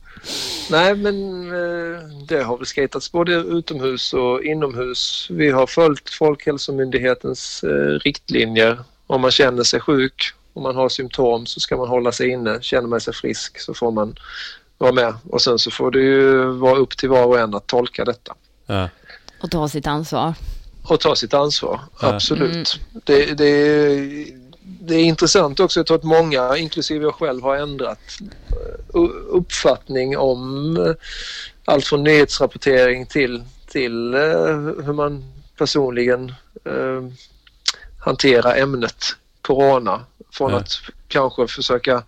S13: Nej, men eh, det har väl skatats både utomhus och inomhus. Vi har följt Folkhälsomyndighetens eh, riktlinjer. Om man känner sig sjuk, om man har symptom så ska man hålla sig inne. Känner man sig frisk så får man vara med. Och sen så får det ju vara upp till var och en att tolka detta.
S1: Ja.
S2: Och ta sitt ansvar. Mm.
S13: och ta sitt ansvar.
S1: Ja.
S13: Absolut. Alltså, Det, det, är- det är intressant också. Jag tror att många, inklusive jag själv, har ändrat eh, u- uppfattning om eh, allt från nyhetsrapportering till, till eh, hur man personligen eh, hanterar ämnet corona. Från
S1: Ja.
S13: att kanske försöka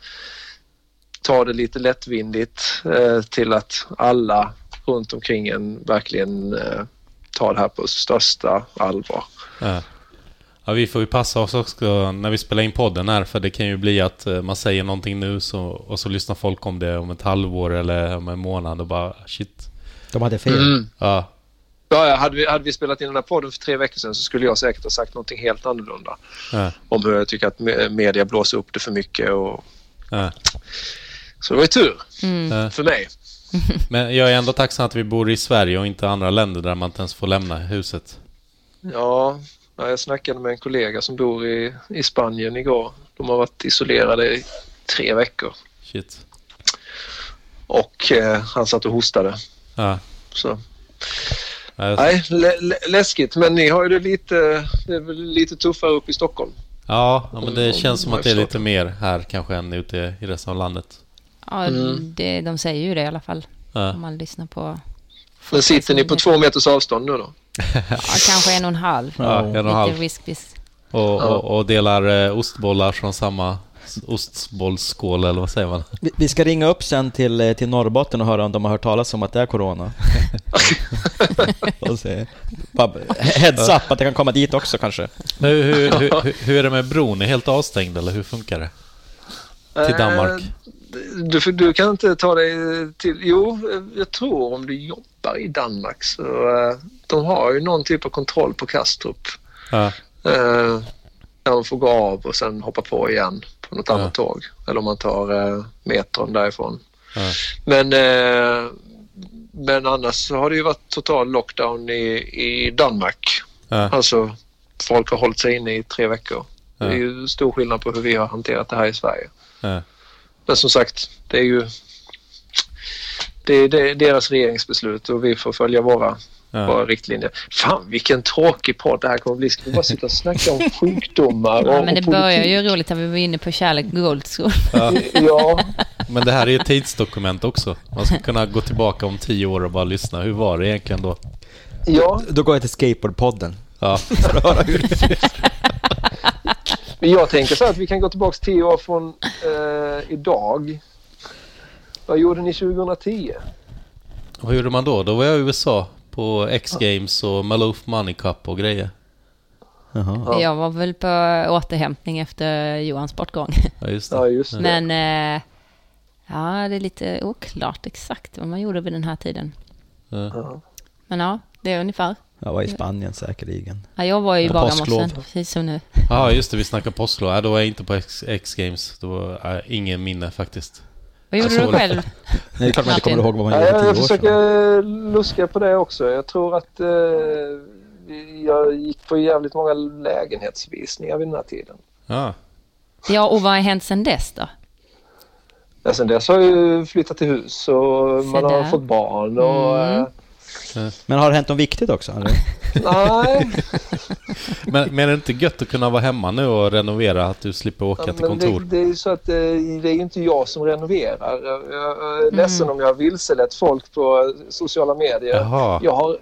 S13: ta det lite lättvindigt eh, till att alla runt omkring en verkligen eh, tar det här på största allvar.
S1: Ja. ja, vi får ju passa oss också när vi spelar in podden här för det kan ju bli att eh, man säger någonting nu så, och så lyssnar folk om det om ett halvår eller om en månad och bara shit.
S3: De hade fel.
S13: Mm.
S1: Ja,
S13: Ja, ja, hade, vi, hade vi spelat in den här podden för tre veckor sedan så skulle jag säkert ha sagt någonting helt annorlunda
S1: ja,
S13: om hur jag tycker att me- media blåser upp det för mycket. Och...
S1: ja.
S13: Så det var ju tur
S1: Ja.
S13: för mig.
S1: Men jag är ändå tacksam att vi bor i Sverige och inte andra länder där man inte ens får lämna huset.
S13: Ja, ja, jag snackade med en kollega som bor i, i Spanien igår. De har varit isolerade i tre veckor
S1: Shit.
S13: och eh, han satt och hostade.
S1: Ja.
S13: Så.
S1: Ja, jag-
S13: Nej, lä- lä- läskigt, men ni har ju det lite, det är väl lite tuffare uppe i Stockholm.
S1: Ja, ja, men det
S13: Mm,
S1: känns som
S13: jag
S1: att det är
S13: förstår.
S1: lite mer här kanske än ute i resten av landet.
S2: Ja, det, de säger ju det i alla fall.
S1: Mm. Ja.
S2: Om man lyssnar på...
S13: Men sitter ni på två meters avstånd nu då?
S2: Ja, kanske en och en halv.
S1: Ja, en och en
S2: Lite
S1: halv.
S2: Risk-bis.
S1: Och, och, och delar eh, ostbollar från samma s- ostbollsskål eller vad säger man?
S3: Vi, vi ska ringa upp sen till, eh, till Norrbotten och höra om de har hört talas om att det är *laughs* corona. och se. Bara, heads up att det kan komma dit också kanske.
S1: Hur, hur, hur, hur- hur är det med bron? Är helt avstängd eller hur funkar det? Till Danmark?
S13: Eh, Du, för du kan inte ta dig till... Jo, eh, jag tror om du jobbar i Danmark så... eh, De har ju någon typ av kontroll på Kastrup.
S1: Ja,
S13: Eh, Där de får gå av och sen hoppa på igen på något annat tåg. Eller om man tar eh, metron därifrån.
S1: Ja.
S13: Men, eh, men annars så har det ju varit total lockdown i, i Danmark.
S1: ja,
S13: Alltså folk har hållit sig inne i tre veckor. Det är
S1: Ja.
S13: ju stor skillnad på hur vi har hanterat det här i Sverige.
S1: ja,
S13: Men som sagt, det är ju det är, det är deras regeringsbeslut och vi får följa våra,
S1: ja.
S13: våra riktlinjer. Fan vilken tråkig podd det här kommer bli. Ska vi bara sitta och snacka
S3: *laughs*
S13: om sjukdomar och,
S2: Ja, men det
S13: och politik?
S2: börjar ju roligt när vi var inne på kärlek Goldskål.
S13: Ja,
S1: Men det här är ju ett tidsdokument också. Man ska kunna gå tillbaka om tio år och bara lyssna. Hur var det egentligen då?
S13: ja,
S3: Då går jag till skateboardpodden.
S1: Ja. *laughs*
S13: För att höra hur det ser ut. Men jag tänker så här att vi kan gå tillbaka tio år från eh, idag. Vad gjorde ni 2010?
S1: Vad gjorde man då? Då var jag i USA på X-Games och Maloof Money Cup och grejer.
S2: Ja. Jag var väl på återhämtning efter Johans bortgång.
S1: Ja, just det. Ja, just det.
S2: Men eh, ja, det är lite oklart exakt vad man gjorde vid den här tiden.
S1: Ja.
S2: Men ja, det är ungefär.
S3: Jag var i Spanien säkerligen.
S2: Ja, jag var ju i
S1: Ja,
S2: Bagarmossen,
S1: påsklov.
S2: precis som nu.
S1: Ja, ah, just det. Vi snackade påsklov. Nej, då var jag inte på X- X-Games. Då var jag ingen minne faktiskt.
S2: Vad gjorde
S1: Jag
S2: du
S1: såg
S3: *laughs*
S1: det.
S2: själv? Nej,
S3: det är klart man inte kommer ihåg vad man
S13: Ja,
S3: gjorde
S13: jag, jag
S3: tio år sedan.
S13: försöker luska på det också. Jag tror att eh, jag gick på jävligt många lägenhetsvisningar vid den här tiden.
S1: Ja.
S2: Ja, och vad har hänt sedan dess då?
S13: Ja, sen dess har jag ju flyttat till hus och man har
S2: där.
S13: fått barn och... eh,
S3: Men har det hänt något viktigt också? Eller?
S13: Nej,
S1: *laughs* Men, men är det inte gött att kunna vara hemma nu och renovera? Att du slipper åka till
S13: men det,
S1: kontor?
S13: det är ju så att eh, det är ju inte jag som renoverar. Jag, jag är ledsen om jag har vilselett folk på sociala medier.
S1: Jaha.
S13: Jag, har,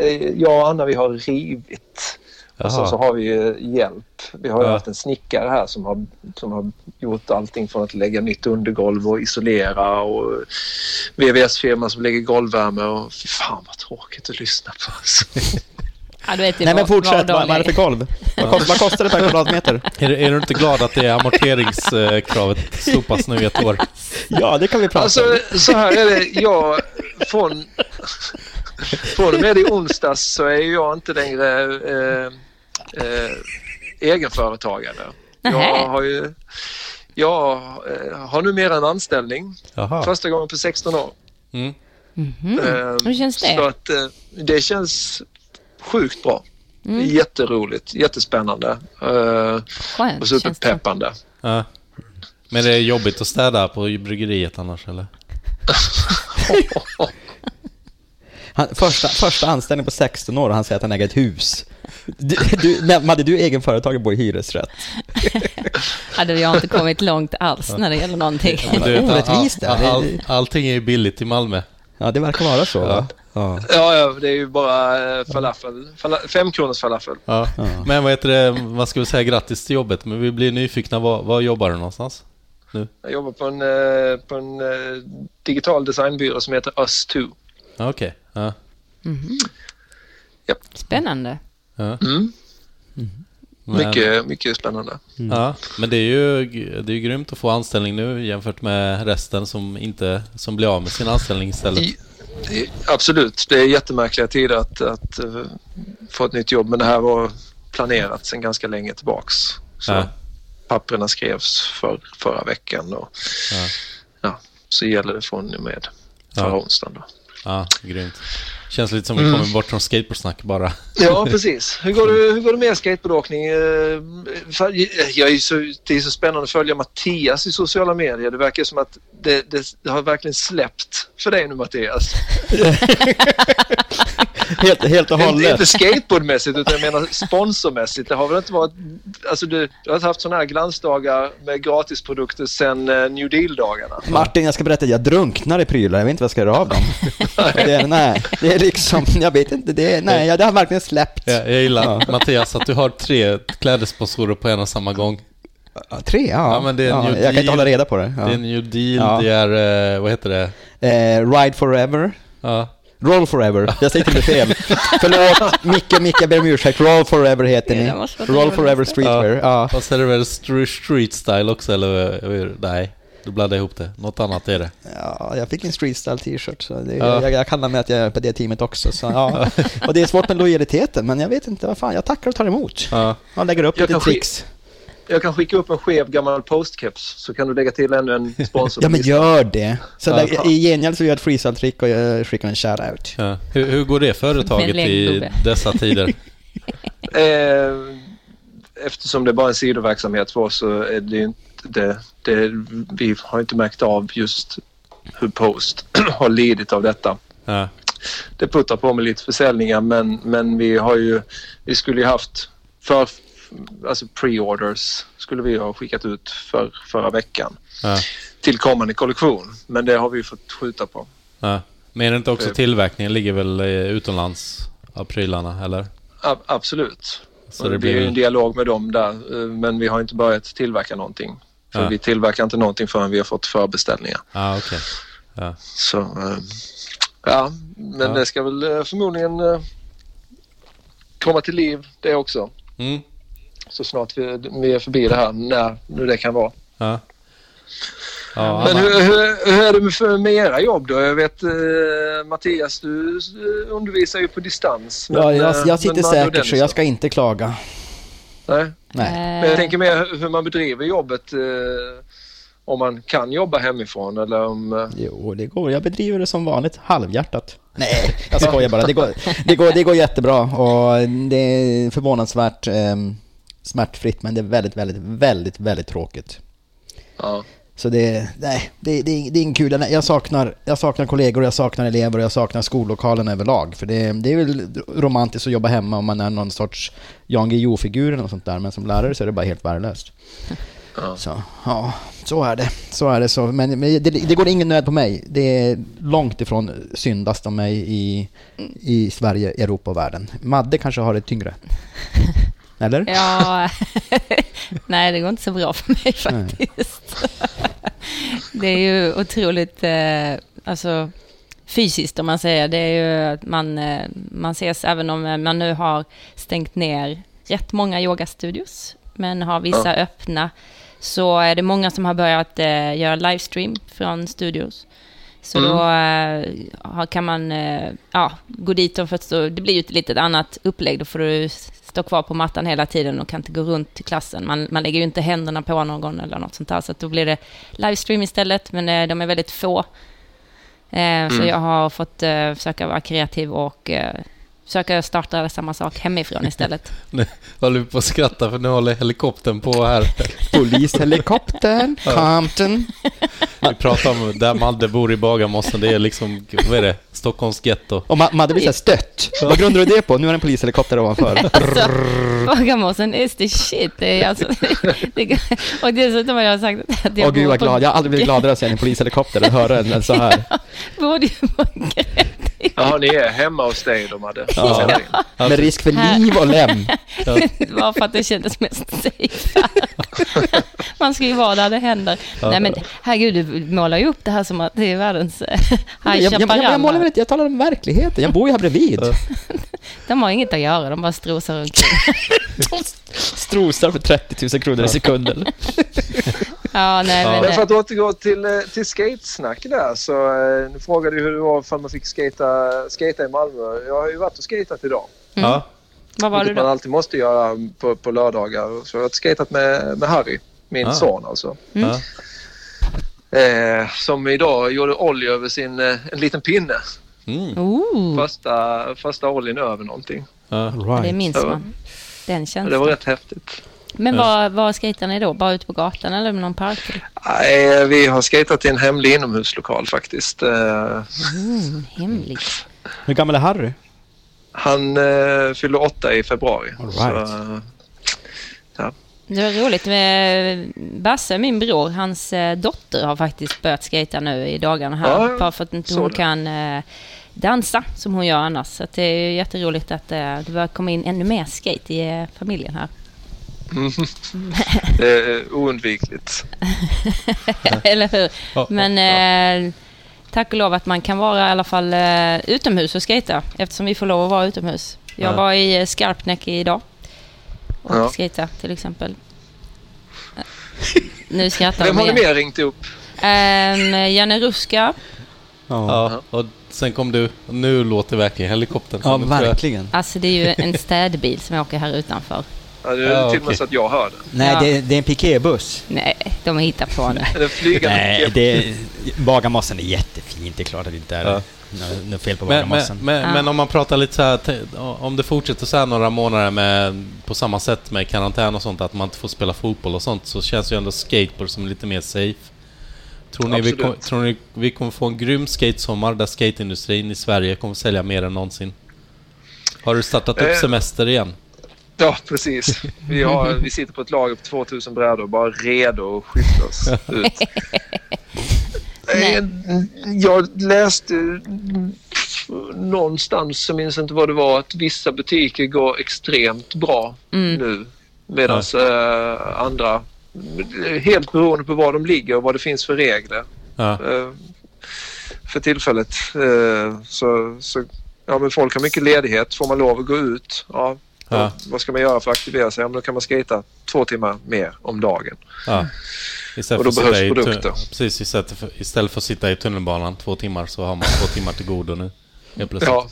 S13: eh, jag och Anna vi har rivit. Och sen
S1: Jaha.
S13: så har vi ju hjälp. Vi har ju
S1: Ja.
S13: haft en snickare här som har, som har gjort allting från att lägga nytt undergolv och isolera och VVS-firma som lägger golvvärme och fy fan vad tråkigt att lyssna på. alltså.
S2: Ja, du vet ju
S3: Nej men
S2: vad-
S3: fortsätt,
S2: vardagen
S3: vad vad är det för golv? Vad
S1: Ja.
S3: kost- vad kostar
S13: *laughs*
S3: det per kvadratmeter?
S1: Är, du- är du inte glad att det är amorteringskravet slopas nu i ett år?
S3: Ja, det kan vi prata
S13: Alltså
S3: om.
S13: så här är det, jag från, från och med i onsdags så är jag inte längre eh, eh, egenföretagare. Jag
S2: Nähä.
S13: har ju, jag eh, har numera en anställning,
S1: Jaha.
S13: första gången på 16 år.
S1: Mm.
S13: Eh,
S2: Mhm. Hur känns det?
S13: Så att, eh, det känns sjukt bra.
S2: Mm.
S13: Jätteroligt, jättespännande eh, och
S2: Skönt känns det.
S13: superpeppande.
S1: Ja. Men det är jobbigt att städa på bryggeriet annars eller?
S3: Han, första, första anställning på 16 år och han säger att han äger ett hus. Du, du, men hade du egen företagare och bor i hyresrätt?
S2: Ja, du, jag har inte kommit långt alls när det gäller någonting.
S1: Men du vet,
S3: orättvist där.
S1: all, all, allting är ju billigt i Malmö.
S3: Ja, det verkar vara så. va? Ja.
S13: Ja, ja, det är ju bara eh, falafel. Fala, fem kronors falafel.
S1: Ja. Men vad heter det, man ska väl säga grattis till jobbet, men vi blir nyfikna, var, var jobbar du någonstans? Nu?
S13: Jag jobbar på en, eh, på en eh, digital designbyrå som heter Us2.
S1: Ja, Okej. Ja.
S2: Mhm.
S13: Japp.
S2: Spännande.
S1: Ja.
S13: Mm.
S1: Men,
S13: Mycket, mycket spännande.
S1: Ja, men det är ju det är ju grymt att få anställning nu jämfört med resten som inte som blir av med sin anställning istället.
S13: I- i- Absolut, det är jättemärkliga tider att, att eh, få ett nytt jobb men det här var planerat sedan ganska länge tillbaks. Så
S1: Ja.
S13: papperna skrevs för, förra veckan och
S1: Ja.
S13: ja, så gäller det från och med förra
S1: Ja.
S13: onsdagen. Då.
S1: ja, grymt. Känns lite som vi
S13: Mm.
S1: kommer bort från skateboardsnack bara.
S13: Ja, precis. Hur går det, hur går det med skateboardåkning? Eh, för- Jag är ju så, det är så spännande att följa Mattias i sociala medier. Det verkar som att det, det, det har verkligen släppt för dig nu Mattias.
S3: Helt, helt och
S13: Inte,
S3: hållet.
S13: inte skateboardmässigt utan jag menar sponsormässigt. Det har väl inte varit... Alltså du, du har inte haft sådana här glansdagar med gratisprodukter sedan eh, New Deal-dagarna.
S3: Martin, jag ska berätta, jag drunknar i prylar. Jag vet inte vad jag ska göra
S1: *laughs*
S3: av dem. Det är, nej, det är liksom, jag vet inte, det är, nej, jag- det har verkligen släppt.
S1: *laughs* Jag, jag gillar
S3: Ja.
S1: Mattias att du har tre klädesponsorer på en och samma gång.
S3: Ja, Tre, ja.
S1: Ja, men det är en
S3: ja,
S1: new
S3: jag kan
S1: deal.
S3: inte hålla reda på det. Ja.
S1: Det är New Deal,
S3: Ja.
S1: det är, eh, vad heter det?
S3: Eh, Ride Forever.
S1: Ja,
S3: Roll Forever. Jag säger till och
S1: *laughs*
S3: med fel. Förlåt, Micke, Micke, jag ber om ursäkt. Roll Forever heter
S2: Ja,
S3: ni.
S2: det måste vara
S3: Roll
S2: det
S3: Forever
S2: roligaste.
S3: Streetwear. Ja.
S1: och så är det väl stru- street style också eller? eller- Nej, du blandar ihop det. Något annat är det.
S3: Ja, jag fick en streetstyle t-shirt, så det,
S1: Ja.
S3: jag, jag kallar mig att jag är på det teamet också. Så,
S1: *laughs*
S3: ja. Och det är svårt med lojaliteten, men jag vet inte vad fan, jag tackar och tar emot.
S1: Ja,
S3: Man lägger upp
S13: Jag
S3: lite
S13: kan ske-
S3: tricks.
S13: Jag kan skicka upp en skev gammal postkeps så kan du lägga till ännu
S3: *laughs*
S13: en sponsor.
S3: Ja, men gör det. Så
S1: Ja.
S3: lägg- I gengäld så gör jag ett freestyle-trick och jag skickar en shout-out.
S1: ja. Hur, hur går det företaget
S2: Med en
S1: i
S2: legogubbe.
S1: dessa tider?
S13: Eh, eftersom det bara är en sidoverksamhet för oss så är det ju inte... Det, det, vi har inte märkt av just hur Post *clears throat* har lidit av detta.
S1: Ja.
S13: Det puttar på med lite försäljningar men, men vi har ju... Vi skulle ju haft för... Alltså pre-orders skulle vi ha skickat ut för, förra veckan
S1: Ja.
S13: till kommande kollektion. Men det har vi fått skjuta på.
S1: Ja. Men är det inte också
S13: Typ.
S1: tillverkningen ligger väl eh, utomlands av prylarna, eller?
S13: ab- absolut.
S1: Så
S13: Och
S1: det
S13: det blir ju
S1: blir-
S13: en dialog med dem där, eh, men vi har inte börjat tillverka någonting. För
S1: Ja.
S13: vi tillverkar inte någonting förrän vi har fått förbeställningar.
S1: Ah, okej. Ja.
S13: Så, eh, ja, men
S1: Ja.
S13: det ska väl eh, förmodligen eh, komma till liv det också.
S1: Mm.
S13: Så snart vi, vi är förbi det här, när nu det kan vara.
S1: Ja. Ja,
S13: Men
S1: alla-
S13: hur, hur, hur är det med, för- med era jobb då? Jag vet eh, Mattias, du eh, undervisar ju på distans.
S3: Ja,
S13: men,
S3: jag,
S13: eh,
S3: jag
S13: men
S3: sitter
S13: Madde och
S3: säkert
S13: Dennis
S3: så jag ska inte klaga.
S13: Nej.
S3: Nej.
S13: Men jag tänker mer hur- hur man bedriver jobbet. Eh, om man kan jobba hemifrån eller om... Eh,
S3: Jo, det går. Jag bedriver det som vanligt, halvhjärtat. Nej, jag skojar bara. Det går, det går, det går jättebra och det är förvånansvärt eh, smärtfritt men det är väldigt, väldigt, väldigt, väldigt tråkigt.
S13: Ja.
S3: Så det, nej, det, det, det är ingen kul. Jag saknar, jag saknar kollegor, jag saknar elever och jag saknar skollokalen överlag. För det, det är väl romantiskt att jobba hemma om man är någon sorts Jan Guillou-figur eller något sånt där. Men som lärare så är det bara helt värdelöst. Så, ja, så är det. Så är det så. Men, men det, det går ingen nöd på mig. Det är långt ifrån syndast om mig i, i Sverige, Europa och världen. Madde kanske har det tyngre. Eller?
S2: Ja, *laughs* nej det går inte så bra för mig
S3: Nej.
S2: faktiskt. *laughs* Det är ju otroligt eh, alltså, fysiskt om man säger. Det är ju att man, eh, man ses även om eh, man nu har stängt ner rätt många yogastudios men har
S14: Ja.
S2: vissa öppna så är det många som har börjat eh, göra livestream från studios. Så
S14: Mm.
S2: då eh, har- kan man eh, ja, gå dit och för att stå, det blir ju ett litet annat upplägg. Då får du s- stå kvar på mattan hela tiden och kan inte gå runt till klassen. Man, man lägger ju inte händerna på någon eller något sånt där. Så att då blir det livestream istället, men eh, de är väldigt få. Eh, Så
S14: Mm.
S2: jag har fått eh, försöka vara kreativ och eh, försöka starta samma sak hemifrån
S3: *laughs*
S2: istället.
S1: *laughs* Nu håller vi på att skratta för nu håller helikoptern på här.
S3: Polishelikoptern,
S1: Ja.
S3: Compton.
S1: Vi pratar om där Madde bor i Bagarmossen. Det är liksom, vad är det? Stockholms getto.
S3: Och Ma- Madde blir så här stött. Vad grundar du det på? Nu är det en polishelikopter ovanför.
S2: Bagarmossen is the shit. Det är alltså, *laughs* det, och dessutom har jag sagt att jag
S3: Åh gud
S2: bor
S3: vad
S2: på-
S3: glad, jag har aldrig blivit gladare att se en polishelikopter och höra den så här.
S2: bor ju
S13: Jaha, ni är hemma hos dig de hade.
S3: Ja.
S2: Alltså-
S3: Med risk för
S2: Här.
S3: liv och lem.
S2: *laughs* Det var för att det kändes mest
S3: *laughs*
S2: safe här. Man ska ju vara där det händer.
S3: Ja.
S2: Nej men herregud, du målar ju upp det här som att det är världens
S3: *laughs*
S2: eh,
S3: Jag,
S2: High
S3: jag, jag, jag, målar väl
S2: Chaparral.
S3: inte, jag talar om verkligheten, jag bor ju här bredvid.
S2: De har inget att göra, de bara strosar runt. *laughs*
S3: Strosar för 30 000 kronor i sekunden.
S2: Ja, nej, men,
S13: Men för
S2: eh,
S13: att återgå till, eh, till skatesnack där så eh, du frågade ju hur det var om man fick skata, skata i Malmö. Jag har ju varit och skatat idag.
S1: Ja.
S2: Mm. Vad var
S13: vilket
S2: du då?
S13: man alltid måste göra på, på lördagar. Så jag har skatat med, med Harry, min
S1: Ah.
S13: son alltså.
S1: Mm. Ja.
S13: Eh, som idag gjorde olja över sin, eh, en liten pinne. Första, första oljen över någonting.
S2: det minns
S13: Så-
S2: man. Den
S13: Ja, Det var
S2: känslan.
S13: rätt häftigt.
S2: Men
S13: Ja.
S2: var, var skejtar ni då? Bara ute på gatan eller i någon park? eller?
S13: Nej, vi har skatat i en hemlig inomhuslokal faktiskt. Eh,
S2: Mm, hemligt.
S3: Hur gammal är Harry?
S13: Han eh, fyller åtta i februari.
S3: right.
S13: Så, eh,
S2: Det var roligt. med Basse, min bror, hans eh, dotter har faktiskt börjat skejta nu i dagarna här.
S14: Ja,
S2: bara för att inte
S14: såg
S2: hon
S14: det.
S2: kan eh, dansa som hon gör annars. Så att det är ju jätteroligt att eh, det börjar komma in ännu mer skate i eh, familjen här. *laughs*
S13: mm. Det är oundvikligt.
S2: *laughs* Eller hur?
S13: Ja,
S2: Men eh, tack och lov att man kan vara i alla fall eh, utomhus och skejta eftersom vi får lov att vara utomhus. Jag
S14: Ja.
S2: var i eh, Skarpnäck idag och
S13: Ja.
S2: ja. skejta till exempel. Eh, Nu skrattar
S13: Vem
S2: de
S13: har ni
S2: igen.
S13: mer ringt upp?
S2: Ehm, Janne Ruska.
S1: Ja. Och sen kom du. Och nu låter verkligen helikoptern.
S3: Ja,
S1: Nu tror jag-
S3: verkligen.
S2: Alltså det är ju en städbil som åker här utanför.
S13: Ja, det är
S1: Ja,
S13: till och med
S1: okej.
S13: så att jag hör det.
S3: Nej,
S2: Ja.
S3: det, det är en pikébuss.
S2: Nej, de hittar på det.
S13: *laughs* Eller flygande
S3: Nej,
S13: pikébuss.
S3: det, Bagarmossen är jättefint, det är klart att det inte är
S1: Ja.
S3: något- något fel på
S1: Men, men,
S3: Bagarmossen.
S1: men, men om man pratar lite så här, te- om det fortsätter så här några månader med, på samma sätt med karantän och sånt, att man inte får spela fotboll och sånt, så känns ju ändå skateboard som lite mer safe. Tror ni, vi,
S13: Absolut.
S1: kom, tror ni vi kommer få en grym skatesommar där skateindustrin i Sverige kommer sälja mer än någonsin? Har du startat upp
S13: Eh.
S1: semester igen?
S13: Ja, precis. Vi, har, vi sitter på ett lager på 2000 brädor bara redo att skifta oss ut. Eh, Jag läste någonstans, jag minns inte vad det var, att vissa butiker går extremt bra
S2: Mm.
S13: nu. Medan eh, andra, helt beroende på var de ligger och vad det finns för regler.
S1: Ja.
S13: Eh, för tillfället. Eh, så, så, ja, men folk har mycket ledighet. Får man lov att gå ut? Ja.
S1: Ja.
S13: Vad ska man göra för att aktivera sig? Ja, men då kan man skata två timmar mer om dagen.
S1: Ja.
S13: Och då
S1: att sitta
S13: behövs
S1: i tu-
S13: produkter.
S1: Precis, istället för, istället för att sitta i tunnelbanan två timmar så har man två timmar till godo nu. Helt plötsligt.
S13: Ja.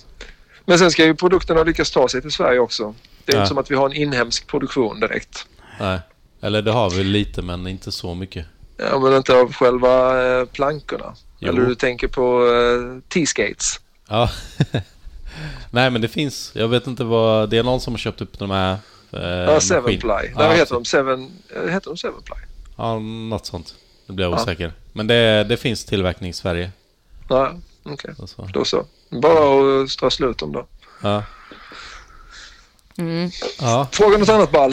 S13: Men sen ska ju produkterna lyckas ta sig till Sverige också. Det är
S1: Ja.
S13: inte som att vi har en inhemsk produktion direkt.
S1: Nej. Eller det har vi lite men inte så mycket.
S13: Ja, men inte av själva eh, plankorna.
S1: Jo.
S13: Eller du tänker på eh, T-skates.
S1: Ja. *laughs* Nej men det finns. Jag vet inte vad. Det är någon som har köpt upp de här. Eh,
S13: ja, Seven Ply. Där
S1: Ja,
S13: heter de Seven... eh, Heter de Seven Ply?
S1: ja, något sånt. Nu blir jag
S13: Ja.
S1: osäker. Men det, det finns tillverkning i Sverige.
S13: Ja, okej.
S1: Och så.
S13: Då så. Bara att eh, strössla ut dem då.
S1: Ja.
S2: Mm.
S1: Ja.
S13: Fråga något annat ball.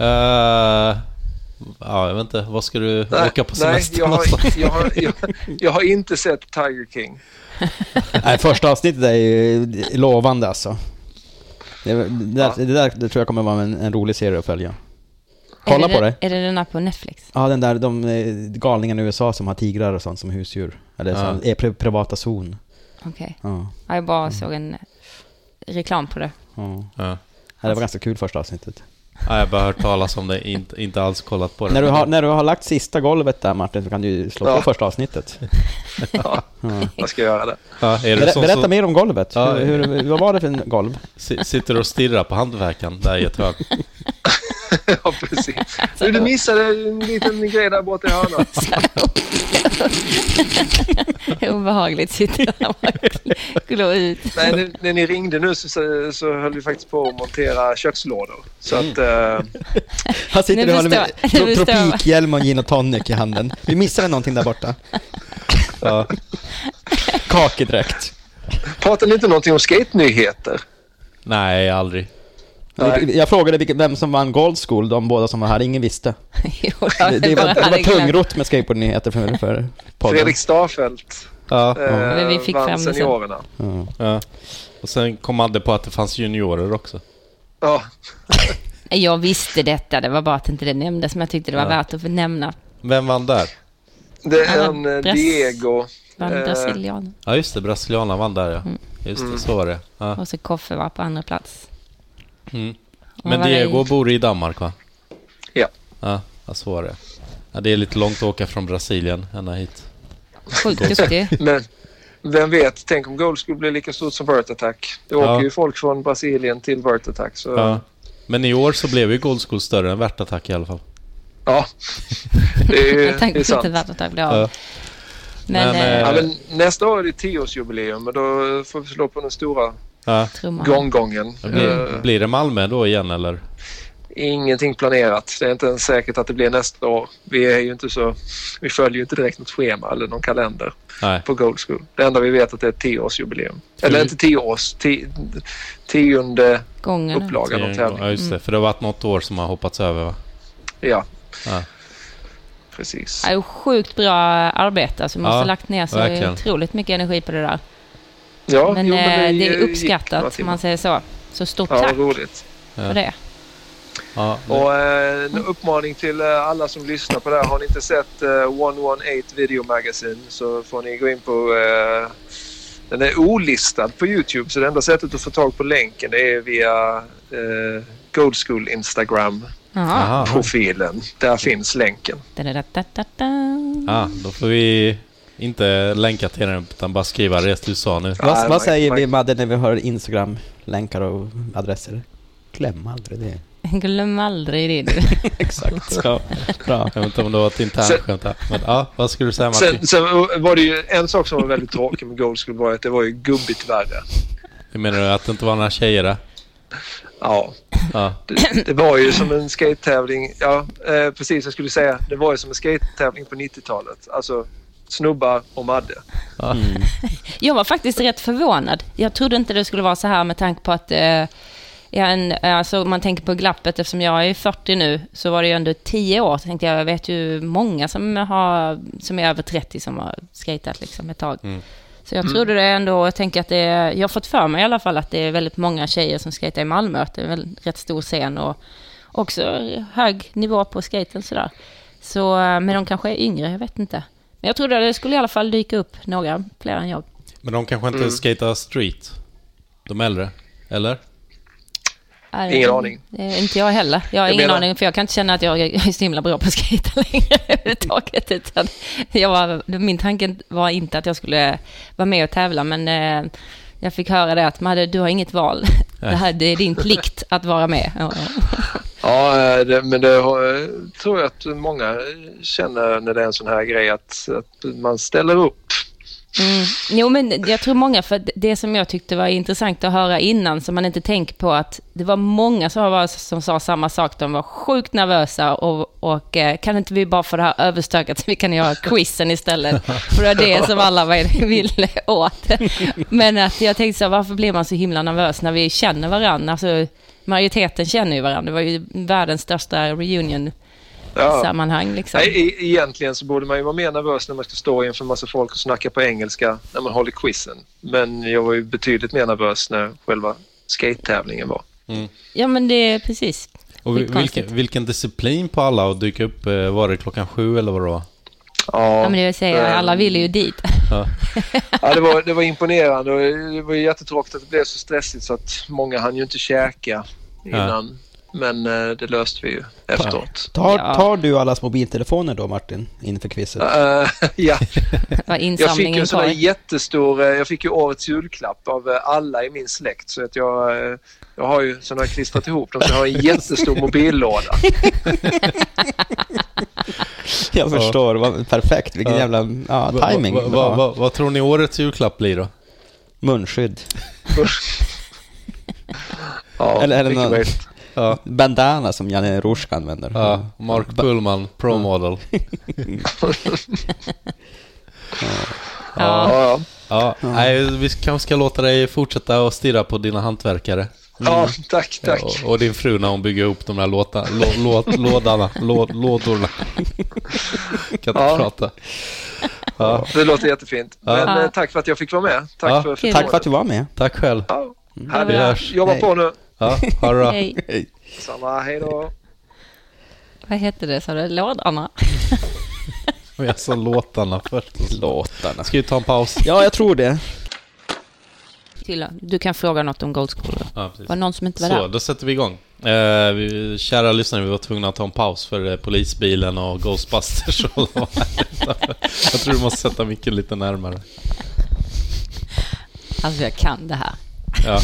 S1: Eh, ja, jag vet inte. Vad ska du åka på
S13: nej,
S1: semester
S13: jag har,
S1: någonstans?
S13: jag, har, jag, jag har inte sett Tiger
S1: *laughs*
S13: King.
S3: Nej, första avsnittet är ju lovande alltså. Det, det, där, det där det tror jag kommer vara en, en rolig serie att följa. Kolla
S2: är det,
S3: på
S2: den-
S3: det.
S2: Är det den här på Netflix?
S3: Ja, den där de eh, galningarna i USA som har tigrar och sånt som husdjur. Eller
S1: Ja.
S3: som är pri- privata zon.
S2: Okej.
S3: Ja,
S2: Ja, jag bara såg en eh, reklam på det. *laughs*
S3: ja.
S1: Ja.
S3: Ja, det var ganska kul första avsnittet.
S1: *laughs* Nej, jag har bara hört talas om det. Inte, inte alls kollat på det.
S3: När du, har, när du har lagt sista golvet där Martin så kan du ju slå på
S13: Ja.
S3: första
S1: *laughs*
S3: avsnittet.
S13: Ja,
S3: Ja.
S13: jag ska göra det.
S1: ja, är det
S3: Ber,
S1: sån
S3: berätta
S1: som
S3: mer om golvet.
S1: Ja.
S3: Hur, hur, vad var det för en golv?
S1: si- sitter och stirrar på hantverkaren där i
S3: *laughs*
S1: ett hörn?
S13: Ja, precis. Du, du missade en liten grej där borta i
S1: *laughs*
S13: hörnet.
S2: Obehagligt sitter jag och glor ut.
S13: *laughs* Nej, när, när ni ringde nu så, så, så höll vi faktiskt på att montera kökslådor. Så att...
S1: Mm.
S13: eh,
S3: Han sitter
S2: Nu
S3: och håller med
S2: förstår- *laughs* nu
S3: tro-
S2: förstår jag.
S3: tropikhjälm och gin och tonic i handen. Vi missade någonting där borta.
S1: Ja.
S13: *laughs*
S3: Kakedräkt.
S13: Pratar ni inte någonting om skate-nyheter?
S1: Nej, aldrig.
S13: Nej.
S3: Jag frågade vilken- vem som vann Gold School, de båda som var här, ingen visste.
S2: *laughs* Jo,
S3: Det, det var,
S2: *laughs* bara
S3: det
S2: hade
S3: var
S2: glömt.
S3: tungrot med skateboardnyheter för, för podden.
S13: Fredrik Starfelt
S1: Ja,
S13: eh,
S2: Men vi fick fram
S13: vann
S2: det sen.
S13: seniorerna.
S3: Ja.
S1: ja. Och sen kom Adde på att det fanns juniorer också.
S13: Ja,
S2: Nej, Jag visste detta, det var bara att inte det nämndes, men jag tyckte det var
S1: Ja.
S2: värt att nämna.
S1: Vem vann där?
S13: det
S2: Han
S13: är
S2: var
S13: en eh,
S2: brass-
S13: Diego.
S2: Vann
S13: Eh.
S2: brasilian
S1: Ja, just det. Brasiliana vann där, ja.
S2: Mm.
S1: Just
S13: Mm.
S1: det, så var det. Ja.
S2: och så Koffe var på andra plats.
S1: Mm.
S2: Och
S1: Men
S2: vad var det
S1: Diego
S2: i-
S1: bor i Danmark, va?
S13: Ja.
S1: Ja, ja så var det. Ja, det är lite långt att åka från Brasilien ända hit.
S2: Sjukt duktig.
S13: *laughs* Men vem vet, tänk om Gold skulle bli lika stort som Vert Attack. Det åker
S1: Ja.
S13: ju folk från Brasilien till Vert Attack. Så,
S1: Ja.
S13: ja.
S1: Men i år så blev ju Gold School större än Värtattack i alla fall.
S13: det är,
S2: Jag
S13: det
S2: tänkte
S13: är
S2: inte
S13: sant.
S2: värt att jag blev av.
S1: Ja.
S2: Men,
S1: Men,
S2: eh,
S13: Ja, men nästa år är det tioårsjubileum och då får vi slå på den stora
S1: Ja.
S2: trumman.
S13: gonggongen.
S1: Blir,
S13: Eh,
S1: blir det Malmö då igen, eller?
S13: Ingenting planerat. Det är inte ens säkert att det blir nästa år. Vi, är ju inte så, vi följer ju inte direkt något schema eller någon kalender
S1: Nej.
S13: på Gold School. Det enda vi vet är att det är ett tioårsjubileum. Eller inte tio års, ti, tionde
S2: Gången.
S13: upplagan av
S1: Ja,
S13: tävlingen.
S1: just
S2: Mm.
S1: det. För det har varit något år som har hoppats över, va?
S13: Ja,
S1: Ja.
S13: precis.
S2: Ja, det är sjukt bra arbete. Alltså, man
S1: Ja,
S2: har lagt ner så
S1: verkligen.
S2: otroligt mycket energi på det där.
S13: Ja,
S2: men,
S13: jo,
S2: eh, det, är
S13: gick några
S2: uppskattat, om
S13: timmar.
S2: man säger så. Så stort
S13: Ja,
S2: tack
S13: vad roligt.
S1: Ja.
S2: för det.
S1: Ja,
S13: Och eh, en uppmaning till eh, alla som lyssnar på det här. Har ni inte sett eh, 118 Video Magazine så får ni gå in på... Eh, den är olistad på Youtube så det enda sättet att få tag på länken det är via eh, Gold School Instagram-profilen.
S2: Jaha.
S1: Aha.
S13: Där finns länken.
S2: Da-da-da-da-da.
S1: Ja, då får vi inte länka till den utan bara skriva res till USA nu.
S13: Ja,
S3: Vad, vad
S13: Mike-
S3: säger vi
S13: Mike-
S3: Madde när vi hör Instagram-länkar och adresser? Glöm aldrig det.
S2: *laughs* Glöm aldrig det
S1: *laughs*
S2: du.
S3: Exakt.
S1: Ja,
S3: Bra.
S1: jag vet inte om det var ett internt
S13: Sen-
S1: skämt här. Men ja, vad skulle du säga Martin?
S13: Sen, sen eh, var det ju en sak som var väldigt tråkig med Gold School var att det var ju gubbigt värre.
S1: Hur menar du? Att det inte var några tjejer där?
S13: Ja.
S1: Ja.
S13: Det, det var ju som en skate-tävling. Ja, eh, precis. Jag skulle säga det var ju som en skate-tävling på 90-talet. Alltså snubbar och madde.
S1: Ja.
S3: Mm.
S2: Jag var faktiskt rätt förvånad. Jag trodde inte det skulle vara så här med tanke på att eh, ja, en, alltså, om man tänker på glappet, eftersom jag är 40 nu, så var det ju ändå 10 år. Så tänkte jag, jag vet ju många som, har, som är över 30 som har skejtat liksom ett tag. Så jag trodde det ändå, jag tänker att det är, jag har fått för mig i alla fall att det är väldigt många tjejer som skejtar i Malmö, att det är en väldigt- rätt stor scen och också hög nivå på skaten sådär. Så, eh, men de kanske är yngre, jag vet inte. Men jag trodde att det skulle i alla fall dyka upp några fler än jag.
S1: Men de kanske inte
S2: Mm.
S1: skatar street? De äldre? Eller?
S2: Nej,
S1: Ingen
S2: det-
S1: aning.
S2: det är Inte jag heller. Jag har
S1: Jag
S2: ingen
S1: menar-
S2: aning, för jag kan inte känna att jag är så himla bra på att skejta längre *laughs* överhuvudtaget. Utan jag var, min tanke var inte att jag skulle vara med och tävla, men eh, jag fick höra det att Madde, du har inget val. Det, här, det är din plikt att vara med. Ja, ja.
S13: Ja, eh, det, men det har, eh, tror jag att många känner när det är en sån här grej att, att man ställer upp.
S2: Mm. Jo, men jag tror många, för det som jag tyckte var intressant att höra innan, som man inte tänker på, att det var många som, var, som sa samma sak. De var sjukt nervösa och, och eh, kan inte vi bara få det här överstökat så vi kan göra quizen istället? För det var det som alla var- ville åt. Men att jag tänkte så här, varför blir man så himla nervös när vi känner varandra? Alltså, majoriteten känner ju varandra. Det var ju världens största reunion-sammanhang. Liksom.
S13: Nej, e- egentligen så borde man ju vara mer nervös när man ska stå inför en massa folk och snacka på engelska när man håller quizen. Men jag var ju betydligt mer nervös när själva skate-tävlingen var.
S2: Ja, men det är precis.
S1: Och
S2: Det är
S1: vil- vilken, vilken disciplin på alla att dyka upp. eh, Var det klockan sju eller vad det var?
S13: Ja, eh,
S2: Ja, men det vill
S4: Eh,
S2: säga, alla ville ju dit.
S1: Ja.
S13: Ja, det, var, det var imponerande och det var ju jättetråkigt att det blev så stressigt så att många hann ju inte käka innan. Men eh, det löste vi ju efteråt.
S4: Tar,
S13: Ja.
S4: tar du allas mobiltelefoner då Martin, inför quizet?
S1: Äh,
S13: Eh, *laughs* ja.
S2: Vad
S13: Jag fick ju en sån där
S2: tar.
S13: jättestor, eh, jag fick ju årets julklapp av eh, alla i min släkt så att jag, eh, jag har ju sådana här klistrat ihop dem så jag har en jättestor mobillåda.
S4: *laughs* Jag förstår, vad, perfekt. Vilken
S1: Ja.
S4: jävla ja,
S1: Va- va-
S4: timing.
S1: va- va- va- vad tror ni årets julklapp blir då?
S4: Munskydd.
S13: Ja,
S4: eller eller
S1: mycket
S4: någon
S1: möjligt.
S4: bandana som Janne Rushk använder. Mm.
S1: Ja, Mark Pullman,
S4: *laughs*
S1: pro model.
S13: Ja. Ja,
S1: ja. Nej, vi kanske ska låta dig fortsätta och stirra på dina hantverkare.
S13: Ja, tack, tack.
S1: Ja, och, och din fru när hon bygger ihop de där låta, lå, lå, lådarna, lå,
S13: *laughs*
S1: lådorna. Kan inte
S13: Ja.
S1: prata. Ja.
S13: Det låter jättefint.
S1: Ja.
S13: Men eh, tack för att jag fick vara med. Tack
S1: Ja.
S13: för
S4: Tack för att du var med.
S1: Tack själv. Mm.
S13: Här,
S1: Vi hörs.
S13: Jobba
S1: Hej.
S13: på nu.
S1: Ja, ha det bra.
S2: Hej.
S13: Samma, hej då.
S2: Vad heter det, sa du? *laughs* Lådarna?
S1: Men jag sa låtarna först.
S4: Låtarna.
S1: Ska vi ta en paus?
S4: Ja, jag tror det.
S2: Till- Du kan fråga något om Gold School.
S1: Ja,
S2: var
S1: precis.
S2: det någon som inte var
S1: Så,
S2: där?
S1: då sätter vi igång. Eh, vi, kära lyssnare, vi var tvungna att ta en paus för eh, polisbilen och Ghostbusters och alla var här utanför. Jag tror du måste sätta micken lite närmare.
S2: Alltså, jag kan det här.
S1: Ja.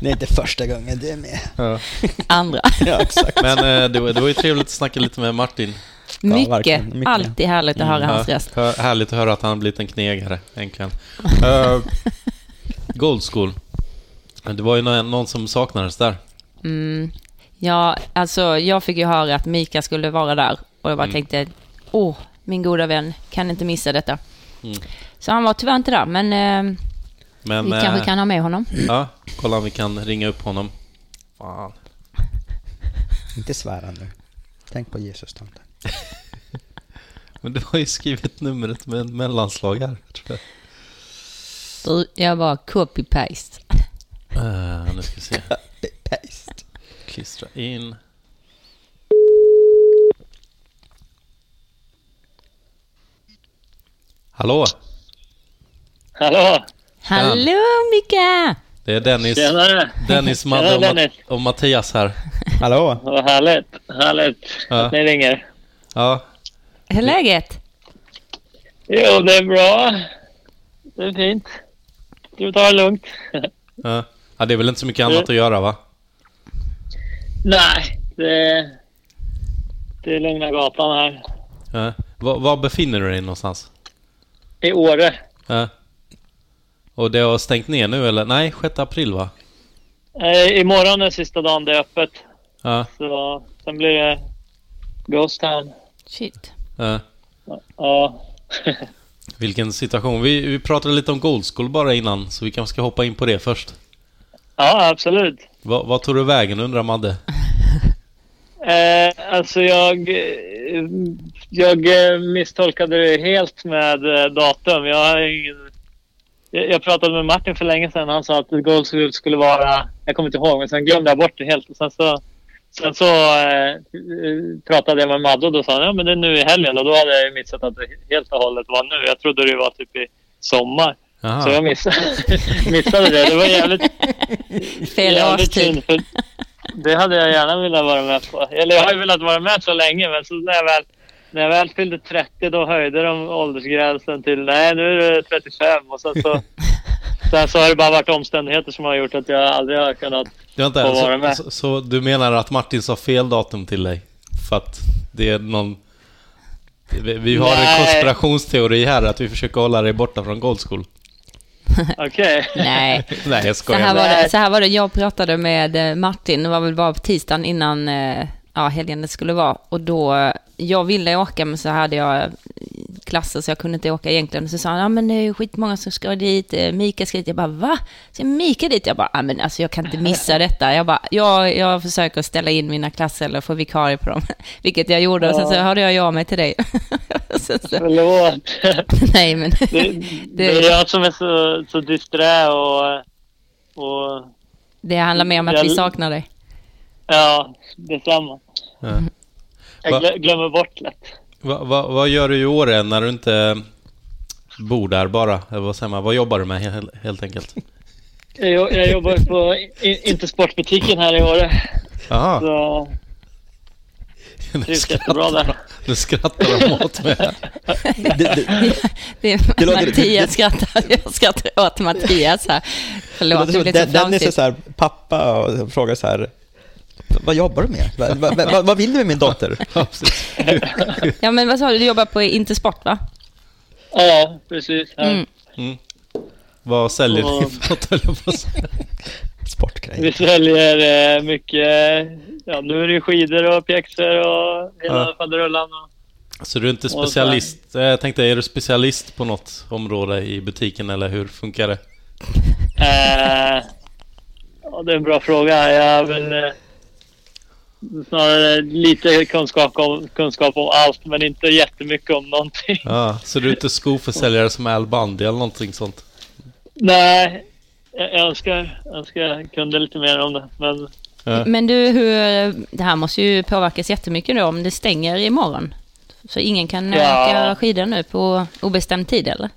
S4: Det är inte första gången du är med.
S1: Ja.
S2: *laughs* Andra.
S4: Ja, exakt.
S1: Men eh, det, var- det var ju trevligt att snacka lite med Martin. Mm.
S2: mycket. Alltid härligt att höra hans
S1: Ja,
S2: röst.
S1: hör- Härligt att höra att han har blivit en knegare,
S2: *laughs*
S1: egentligen. Uh, Gold School. Det var ju någon, någon som saknades där.
S2: Mm. *laughs* Ja, alltså, jag fick ju höra att Mika skulle vara där och jag bara
S1: Mm.
S2: tänkte, åh, min goda vän, kan inte missa detta.
S1: Mm.
S2: Så han var tyvärr inte där, men, eh,
S1: Men,
S2: vi
S1: eh,
S2: kanske kan ha med honom.
S1: Ja, kolla om vi kan ringa upp honom. Fan.
S4: Inte svära nu. Tänk på Jesus tomten.
S1: Men du har ju skrivit numret med en mellanslag här. Tror jag.
S2: Du, Jag bara copy-paste.
S1: Eh, nu ska vi se. Paste. Klistra in. Hallå,
S10: Hallå!
S2: Hallå Mika!
S1: det är Dennis.
S10: Tjenare!
S1: Dennis, Madde och,
S10: Tjena,
S1: Ma-
S10: Dennis.
S1: och Mattias här.
S4: Hallå!
S10: *laughs* Vad härligt! Härligt
S1: Ja.
S10: att ni ringer.
S1: Ja,
S2: Hur är läget?
S10: Jo, det är bra. Det är fint. Du tar det lugnt. *laughs*
S1: ja. ja, det är väl inte så mycket annat att göra va?
S10: Nej, det, det är lugna gatan här.
S1: Ja. Var, var befinner du dig någonstans?
S10: I Åre.
S1: Ja. Och det har stängt ner nu eller? Nej, 6 april va?
S10: Eh, imorgon är sista dagen det är öppet.
S1: Ja.
S10: Så sen blir det Ghost Town.
S2: Shit.
S1: ja.
S10: Ja.
S1: Vilken situation. Vi, vi pratade lite om Gold School bara innan, så vi kanske ska hoppa in på det först.
S10: ja, absolut.
S1: Va, vad tog du vägen undrar Madde?
S10: Eh, alltså jag, eh, jag eh, misstolkade det helt med eh, datum. Jag har ingen Jag, jag pratade med Martin för länge sedan. Han sa att ett goldscoop skulle vara... Jag kommer inte ihåg, men sen glömde jag bort det helt. Och sen så, sen så eh, pratade jag med Madde och då sa han ja, men det är nu i helgen. Och då hade jag ju missat att det helt och hållet var nu. Jag trodde det var typ i sommar.
S14: Aha.
S10: Så jag missade, *laughs* missade det. Det var jävligt...
S2: *laughs* Fel
S10: jävligt
S2: årstid.
S10: synd, för Det hade jag gärna velat vara med på. Eller jag har ju velat vara med så länge, men så när jag väl när jag väl fyllde 30 då höjde de åldersgränsen till nej nu är det 35 och sen så, sen så har det bara varit omständigheter som har gjort att jag aldrig har kunnat
S1: Vänta,
S10: få vara med.
S1: så, så, så du menar att Martin sa fel datum till dig? För att det är någon... Vi, vi har
S10: Nej.
S1: en konspirationsteori här att vi försöker hålla dig borta från Gold School. *laughs*
S10: Okej.
S2: Nej.
S1: Nej, jag
S2: Så
S1: skojar.
S2: här, var det, så här var det, jag pratade med eh, Martin, det var väl bara på tisdagen innan eh, ja, helgen det skulle vara. Och då, eh, jag ville åka men så hade jag eh, klasser så jag kunde inte åka egentligen. Så sa han, ja men det är ju skitmånga som ska dit, eh, Mika ska dit. Jag bara, va? Ska Mika dit? Jag bara, ja men alltså jag kan inte missa detta. Jag bara, jag, jag försöker ställa in mina klasser eller få vikarie på dem. *laughs* Vilket jag gjorde och sen så
S10: Ja.
S2: hörde jag ju av mig till dig. *laughs* Och sen så-
S10: *laughs* Förlåt.
S2: Nej men. *laughs*
S10: Det, det är jag som är så, så disträ och, och
S2: Det handlar mer om att
S10: Jag-
S2: vi saknar dig.
S10: ja, detsamma.
S1: Ja.
S10: Jag
S1: Va-
S10: glö, glömmer bort lätt.
S1: Va, va, vad gör du i år än när du inte bor där bara? Eller vad säger man? Vad jobbar du med he- helt enkelt?
S10: Jag, jag jobbar på i, inte sportbutiken här i Åre.
S1: Jaha.
S10: Så trivs jättebra där.
S1: Nu skrattar de åt mig.
S2: *laughs* Det är
S4: Det låter-
S2: Mattias skrattar. Jag skrattar åt Mattias här. Förlåt, det
S4: som
S2: blev så
S4: Den- Dennis är
S2: flamsigt.
S4: så här, pappa och frågar så här, vad jobbar du med? Vad, vad, vad, vad vill du med min
S10: *laughs*
S4: dotter?
S2: *laughs* Ja, men vad sa du? Du jobbar på Intersport, va?
S10: *laughs* Ja, precis. Här.
S2: Mm.
S1: Mm. Vad säljer ni
S10: Och-
S1: för något, höll jag på att säga?
S10: Vi säljer eh, mycket, ja nu är det ju skidor och pjäxor och hela
S1: Ja.
S10: faderullan. Och,
S1: Så du är inte
S10: Och så här.
S1: specialist? Eh, Jag tänkte, är du specialist på något område i butiken eller hur funkar det?
S10: eh, ja, det är en bra fråga. Jag har väl eh, snarare lite kunskap om, kunskap om allt men inte jättemycket om någonting.
S1: Ja, så du är inte skoförsäljare som Al Bundy eller någonting sånt?
S10: Nej, *laughs* jag, jag önskar, önskar jag kunde lite mer om det. Men
S1: Ja.
S2: Men du, hur, det här måste ju påverkas jättemycket då om det stänger imorgon. Så ingen kan
S10: Ja.
S2: åka skidor nu på obestämd tid, eller?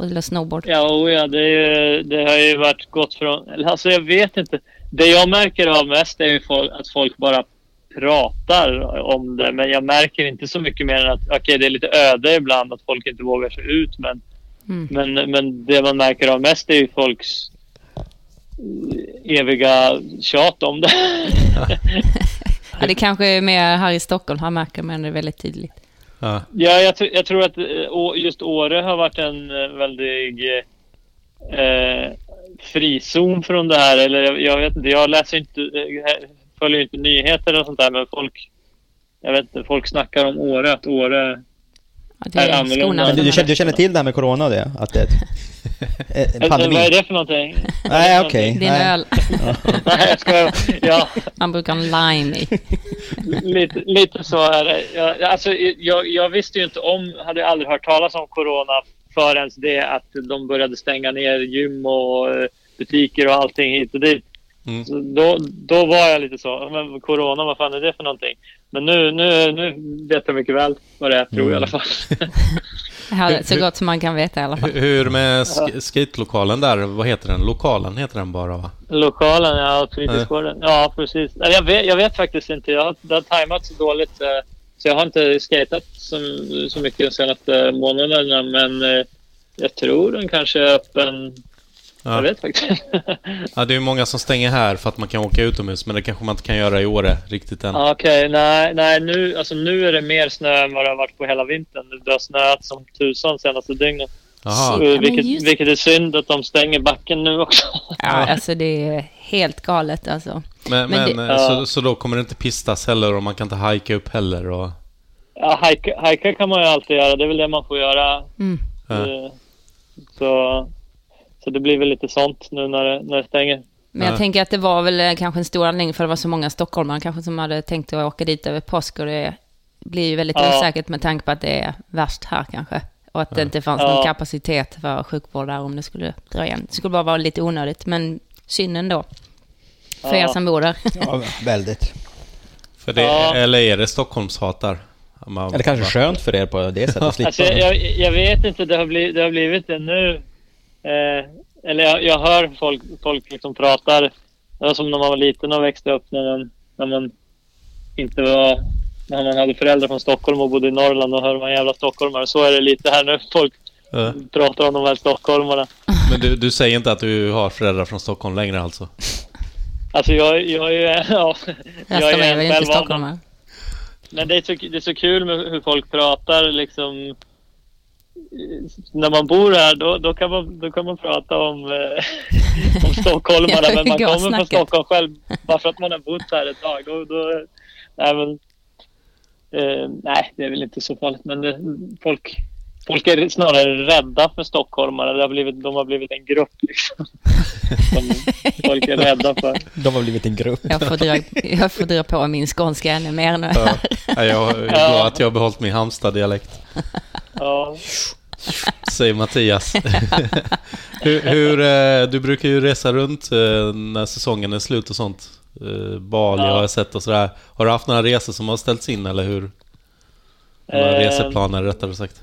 S2: Eller snowboard.
S10: Ja, oh ja det, är ju, det har ju varit gått från... eller, Alltså jag vet inte. Det jag märker av mest är ju folk, att folk bara pratar om det. Men jag märker inte så mycket mer än att okej, det är lite öde ibland att folk inte vågar sig ut. Men,
S2: Mm.
S10: men, men det man märker av mest är ju folks eh, eviga tjat om det.
S2: Ja, det kanske är mer här i Stockholm, här märker man det väldigt tydligt.
S1: Ja.
S10: *laughs* Ja, jag, tr- jag tror att eh, Å- just Åre har varit en eh, väldig eh, frizon från det här. Eller jag, jag vet inte, jag läser inte, eh, följer inte nyheter eller sånt där, men folk, jag vet inte, folk snackar om Åre, att Åre
S2: det är
S10: annorlunda.
S4: Men Du, du, känner, du känner till det här med corona och det? Att det är ett,
S10: *laughs*
S4: en
S10: Alltså,
S4: pandemi?
S10: Vad är det för någonting?
S4: Nej, okej.
S2: Din
S4: Nej.
S2: öl.
S10: *laughs* Nej, jag skojar. Ja.
S2: Man brukar ha en lime i.
S10: lite, lite så är det. Jag, alltså, jag, jag visste ju inte om, hade aldrig hört talas om corona förrän det att de började stänga ner gym och eh, butiker och allting hit och dit. Så Då, då var jag lite så, men corona, vad fan är det för någonting? Men nu, nu, nu vet jag mycket väl vad det är, tror jag i alla fall.
S2: Här, Så gott som man kan veta i alla fall.
S1: Hur- Hur med sk- skatelokalen där? Vad heter den? Lokalen heter den bara va?
S10: Lokalen, ja. och Fritidsgården. Ja, precis. Nej, Jag vet, jag vet faktiskt inte. Jag har, det har tajmat så dåligt. eh, Så jag har inte skatat så, så mycket de senaste eh, månaderna. Men eh, jag tror den kanske är öppen.
S1: Ja.
S10: Jag vet faktiskt
S1: Ja, det är ju många som stänger här för att man kan åka utomhus, men det kanske man inte kan göra i Åre riktigt
S10: *laughs*
S1: än.
S10: Ja, Okej, nej, nej nu, alltså, nu är det mer snö än vad det har varit på hela vintern. Det har snöat som tusan senaste dygnet.
S1: Jaha.
S10: Så,
S1: Ja, men
S10: vilket,
S2: just-
S10: vilket är synd att de stänger backen nu också.
S2: Ja, alltså det är helt galet alltså.
S1: Men, men,
S2: det-
S1: eh, så, så då kommer det inte pistas heller och man kan inte hajka upp heller och...
S10: Ja, hajka, hajka kan man ju alltid göra. Det är väl det man får göra.
S2: Mm.
S1: Ja.
S10: Eh, Så, så det blir väl lite sånt nu när det, när det stänger.
S2: Men jag
S10: Ja.
S2: tänker att det var väl eh, kanske en stor anledning för det var så många stockholmare kanske som hade tänkt att åka dit över påsk och det blir ju väldigt
S10: Ja.
S2: osäkert med tanke på att det är värst här kanske. Och att det inte fanns
S10: Ja.
S2: någon kapacitet för sjukvård där om det skulle dra igen. Det skulle bara vara lite onödigt, men synd ändå. För
S10: Ja.
S2: er som bor där.
S3: Ja, väldigt.
S1: För det,
S10: Ja.
S1: Eller är det Stockholmshatar? Man-
S3: Eller kanske
S1: man-
S3: skönt för er på det sättet att slippa.
S10: Alltså, jag, jag, jag vet inte, det har blivit det, har blivit det nu. Eh, eller jag, jag hör folk, folk liksom pratar. Det var som när man var liten och växte upp när man, när man inte var... När man hade föräldrar från Stockholm och bodde i Norrland och hörde man jävla stockholmare. Så är det lite här nu. Folk
S1: Ja.
S10: pratar om de här stockholmarna.
S1: Men du, du säger inte att du har föräldrar från Stockholm
S10: *laughs*
S1: längre alltså?
S10: Alltså jag, jag är *laughs* ju... Ja,
S2: Resten är
S10: en
S2: väl inte
S10: själv av
S2: stockholmare.
S10: Men det är, så, det är så kul med hur folk pratar liksom. eh, När man bor här då, då, kan, man, då kan man prata om, eh, *laughs* om stockholmarna.
S2: *laughs* Ja,
S10: men man
S2: gå
S10: kommer från
S2: snacket.
S10: Stockholm själv bara för att man har bott här ett tag. Då, då, nej, men, eh, nej, det är väl inte så farligt. Men det, folk, folk är snarare rädda för stockholmare. Det har blivit, de har blivit en grupp liksom. *laughs* Som folk är rädda för.
S3: De har blivit en grupp.
S2: *laughs* Jag får, dra, jag får dra på min skånska ännu mer nu.
S1: Ja. Ja,
S2: *laughs*
S1: jag är glad att jag har behållit min Halmstad-dialekt.
S10: Ja. *laughs*
S1: Säger Mattias. hur, hur, eh, du brukar ju resa runt eh, när säsongen är slut och sånt. Eh, Bali
S10: Ja.
S1: har jag sett och sådär. Har du haft några resor som har ställts in eller hur? Några
S10: Eh,
S1: reseplaner rättare sagt.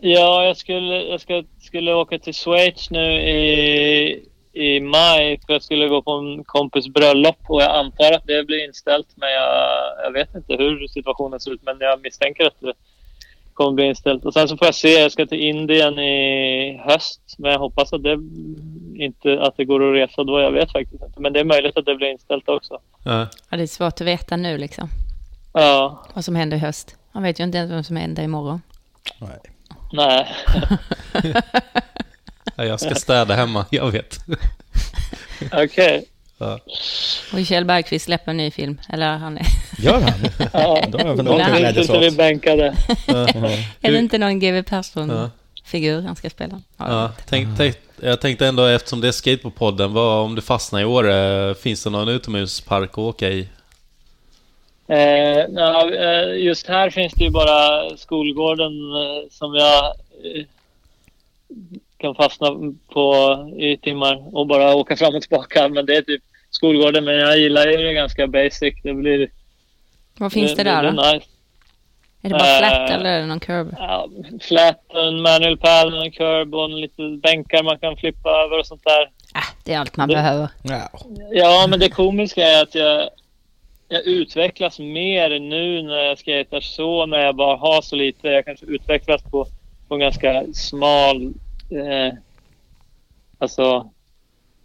S10: Ja, jag skulle, jag ska, skulle åka till Schweiz nu i, i maj för jag skulle gå på en kompis bröllop och jag antar att det blir inställt men jag, jag vet inte hur situationen ser ut men jag misstänker att det kommer bli inställt. Och sen så får jag se, jag ska till Indien i höst men jag hoppas att det inte att det går att resa då, jag vet faktiskt inte. Men det är möjligt att det blir inställt också.
S2: Ja, det är svårt att veta nu liksom.
S10: Ja,
S2: Vad som händer i höst. Man vet ju inte ens vad som händer imorgon.
S10: nej.
S1: Ja, jag ska städa hemma, jag vet.
S10: Okej.
S1: Ja.
S2: Och Kjell Bergqvist släpper en ny film. Eller han är...
S3: Gör han?
S2: *laughs*
S10: Ja,
S3: Då har jag väl
S10: de
S3: någon glädjes
S10: finns inte
S3: åt.
S10: vi bänkade.
S2: är det
S1: Hur-
S2: inte någon GW
S1: Ja.
S2: Persson-figur han ska spela?
S1: Ja, tänk, tänk, jag tänkte ändå eftersom det är skateboardpodden, vad om du fastnar i år, eh, finns det någon utomhuspark att åka i?
S10: Eh, ja, eh, just här finns det ju bara skolgården eh, som jag eh, kan fastna på i timmar och bara åka fram och tillbaka. Men det är typ skolgården. Men jag gillar ju det ganska basic. Det blir...
S2: Vad finns det där
S10: blir
S2: då?
S10: Nice.
S2: Är det bara flat
S10: Eh,
S2: eller är det någon curb?
S10: Ja, flat, en manual pad, en curb och en liten bänkar man kan flippa över och sånt där.
S2: Det är allt man
S10: det-
S2: behöver.
S10: Ja, men det komiska är att jag, jag utvecklas mer nu när jag skejtar så, när jag bara har så lite. Jag kanske utvecklas på, på en ganska smal... Eh, alltså...